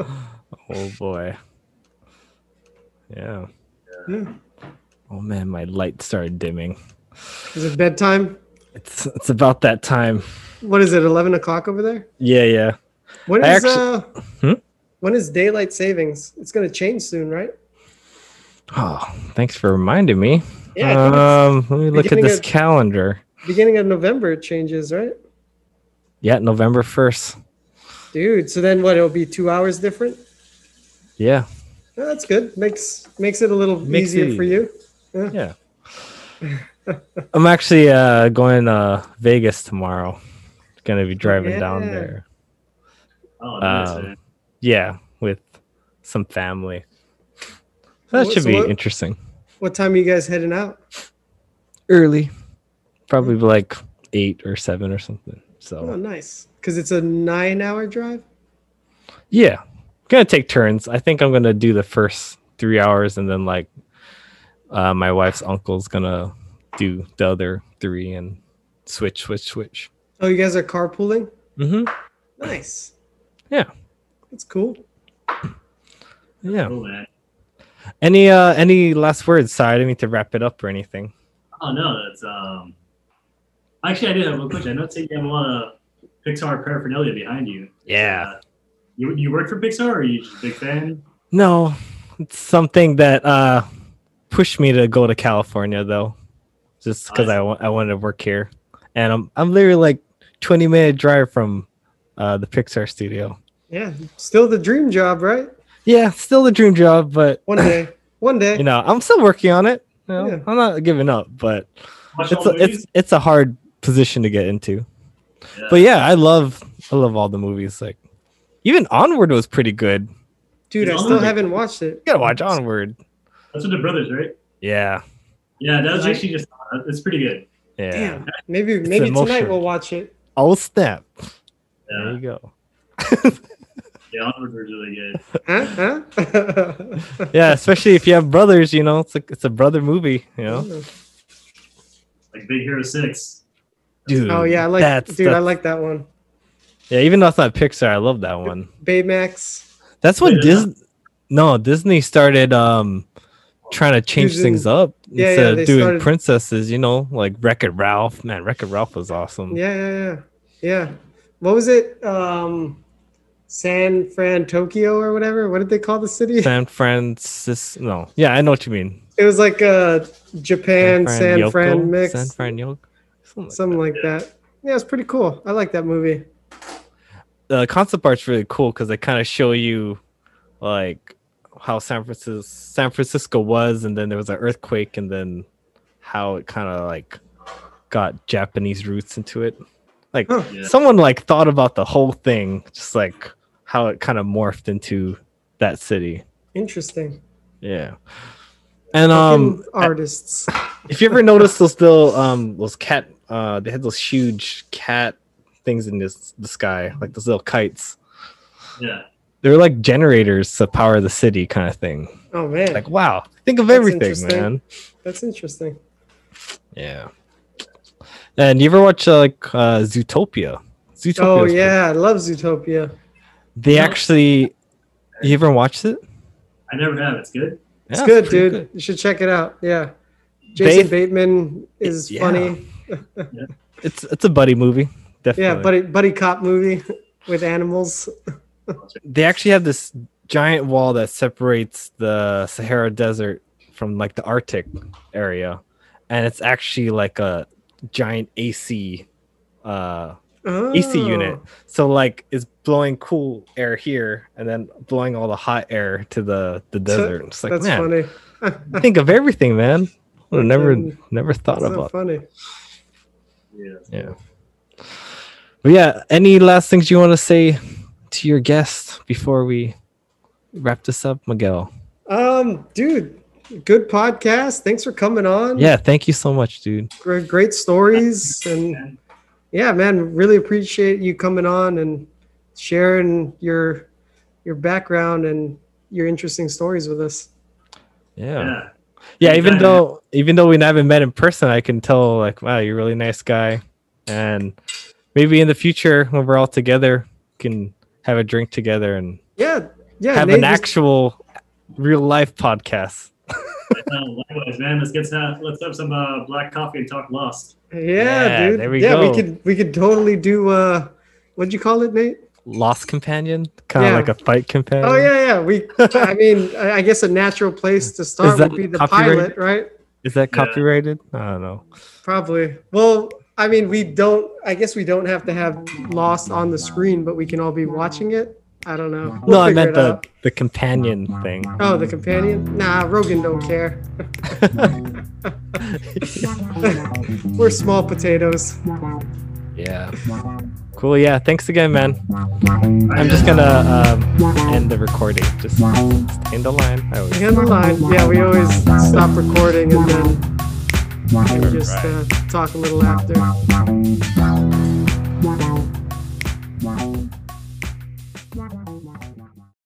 oh boy. Yeah.
Yeah.
Oh man, my light started dimming.
Is it bedtime?
It's it's about that time.
What is it, eleven o'clock over there?
Yeah, yeah.
When
I
is
Hmm?
uh when is daylight savings? It's gonna change soon, right?
Oh, thanks for reminding me.
Yeah, I think it's
um, let me look at
beginning
this
of-
calendar.
beginning of November it changes, right?
Yeah, November first.
Dude, so then what it'll be two hours different?
Yeah.
Yeah, that's good. Makes makes it a little
Makes
easier
it
for you.
Yeah. I'm actually uh, going to Vegas tomorrow. Gonna be driving down
Yeah.
there.
Oh, nice,
Um,
man.
Yeah, with some family. That
What-
should
so
be
what-
interesting.
What time are you guys heading out?
Early. Probably like eight or seven or something.
Oh,
So
nice. Because it's a nine hour drive?
yeah. Gonna take turns. I think I'm gonna do the first three hours and then like uh, my wife's uncle's gonna do the other three and switch, switch, switch.
Oh, you guys are carpooling?
hmm
Nice.
Yeah.
That's cool.
Yeah.
Cool, man.
Any uh any last words? Sorry, I didn't mean to wrap it up or anything.
Oh no, that's um. Actually, I did have one question. I noticed that you have a lot of Pixar paraphernalia behind you.
Yeah.
You you work for Pixar, or are you just a big fan?
No, it's something that uh pushed me to go to California though, just because
Nice.
I wa- I wanted to work here, and I'm I'm literally like 20 minute drive from uh the Pixar studio.
Yeah. Still the dream job, right?
Yeah, still the dream job, but
One day. One day.
you know I'm still working on it. You know,
Yeah.
I'm not giving up, but
Watch all
it's
the
a, it's
movies?
it's a hard position to get into.
Yeah.
But yeah, I love I love all the movies. Like Even Onward was pretty good. You
Dude, I
Is
still
Onward-
haven't watched it.
gotta watch Onward.
That's what the brothers, right?
Yeah,
Yeah, that was
Like-
actually just uh, it's pretty good.
yeah.
Damn. Maybe maybe tonight
emotional.
we'll watch it.
Oh snap! There
Yeah,
you go.
yeah, Onward was really good.
Huh? Huh?
Yeah, especially if you have brothers, you know, it's like it's a brother movie, you know.
Like Big Hero Six.
Dude,
Oh yeah, I like
that's
dude,
the-
I like that one.
Yeah, even though it's not Pixar, I love that one.
Baymax.
That's when
Wait, it's
Disney. No, Disney started um trying to change
Using-
things up
Yeah,
instead
yeah, they
of doing
started-
princesses. You know, like Wreck It Ralph. Man, Wreck It Ralph was awesome.
Yeah, yeah, yeah. Yeah. What was it? Um San Fran Tokyo or whatever? What did they call the city?
San Francisco. No, yeah, I know what you mean.
It was like uh Japan San Fran,
Yoko?
mix.
San Fran Yoko. Something like
something like that. Yeah, it's pretty cool. I like that movie.
the concept art's really cool because they kind of show you like how San Francisco San Francisco was, and then there was an earthquake, and then how it kind of like got Japanese roots into it. Like
Huh.
Yeah.
someone like thought about the whole thing, just like how it kind of morphed into that city.
Interesting.
Yeah. And um,
Fucking artists.
if you ever noticed those little um those cat uh they had those huge cat things in this the sky like those little kites
Yeah,
they were like generators to power the city kind of thing.
Oh man,
Like, wow, think of
That's
everything,
interesting.
man.
that's interesting.
Yeah. And you ever watch uh, like uh, Zootopia? Zootopia.
Oh
was
yeah, I love Zootopia.
pretty- They
Yeah.
actually. You ever watched it?
I never have. It's good.
It's
Yeah,
good,
pretty
dude. You should check it out. Yeah, Jason
Ba-
Bateman is
Yeah.
funny.
It's it's a buddy movie. Definitely.
Yeah, buddy buddy cop movie with animals.
they actually have this giant wall that separates the Sahara Desert from like the Arctic area, and it's actually like a giant AC uh
Oh.
AC unit. So like it's blowing cool air here and then blowing all the hot air to the the desert. It's like
Oh, that's
man,
funny.
think of everything, man. Would have never
Fucking-
never thought
That's so
about.
funny.
Yeah.
Yeah. But yeah, any last things you want to say to your guest before we wrap this up, Miguel?
Um, dude, good podcast. Thanks for coming on.
Yeah, thank you so much, dude.
great, great stories and yeah man really appreciate you coming on and sharing your your background and your interesting stories with us
Yeah. Yeah,
Yeah.
even
Yeah.
though even though we haven't met in person, I can tell like, wow, you're a really nice guy. And maybe in the future when we're all together, can have a drink together and
yeah yeah
have
Nate
an
was-
actual real life podcast.
Uh, likewise, man. Let's get some. Let's have some uh, black coffee and talk Lost.
yeah,
Yeah,
dude
there we
yeah
go.
we could we could totally do uh what'd you call it nate
Lost companion, kind of
Yeah.
like a fight companion.
oh yeah yeah we i mean i I guess a natural place to start
that
would be the pilot
copyrighted?
right
Is that
Yeah.
copyrighted? I don't know.
Probably. Well, I mean, we don't. I guess we don't have to have Lost on the screen, but we can all be watching it. I don't know. We'll
no, I
figure
meant
it
the
out.
the companion thing.
Oh, the companion? Nah, Rogan don't care. We're small potatoes.
Yeah. Cool. Yeah. Thanks again, man. I'm
yeah.
just gonna um, end the recording. Just stay in the line. I always
Hand the line. Yeah, we always stop recording and then we just uh, talk a little after.
Wow.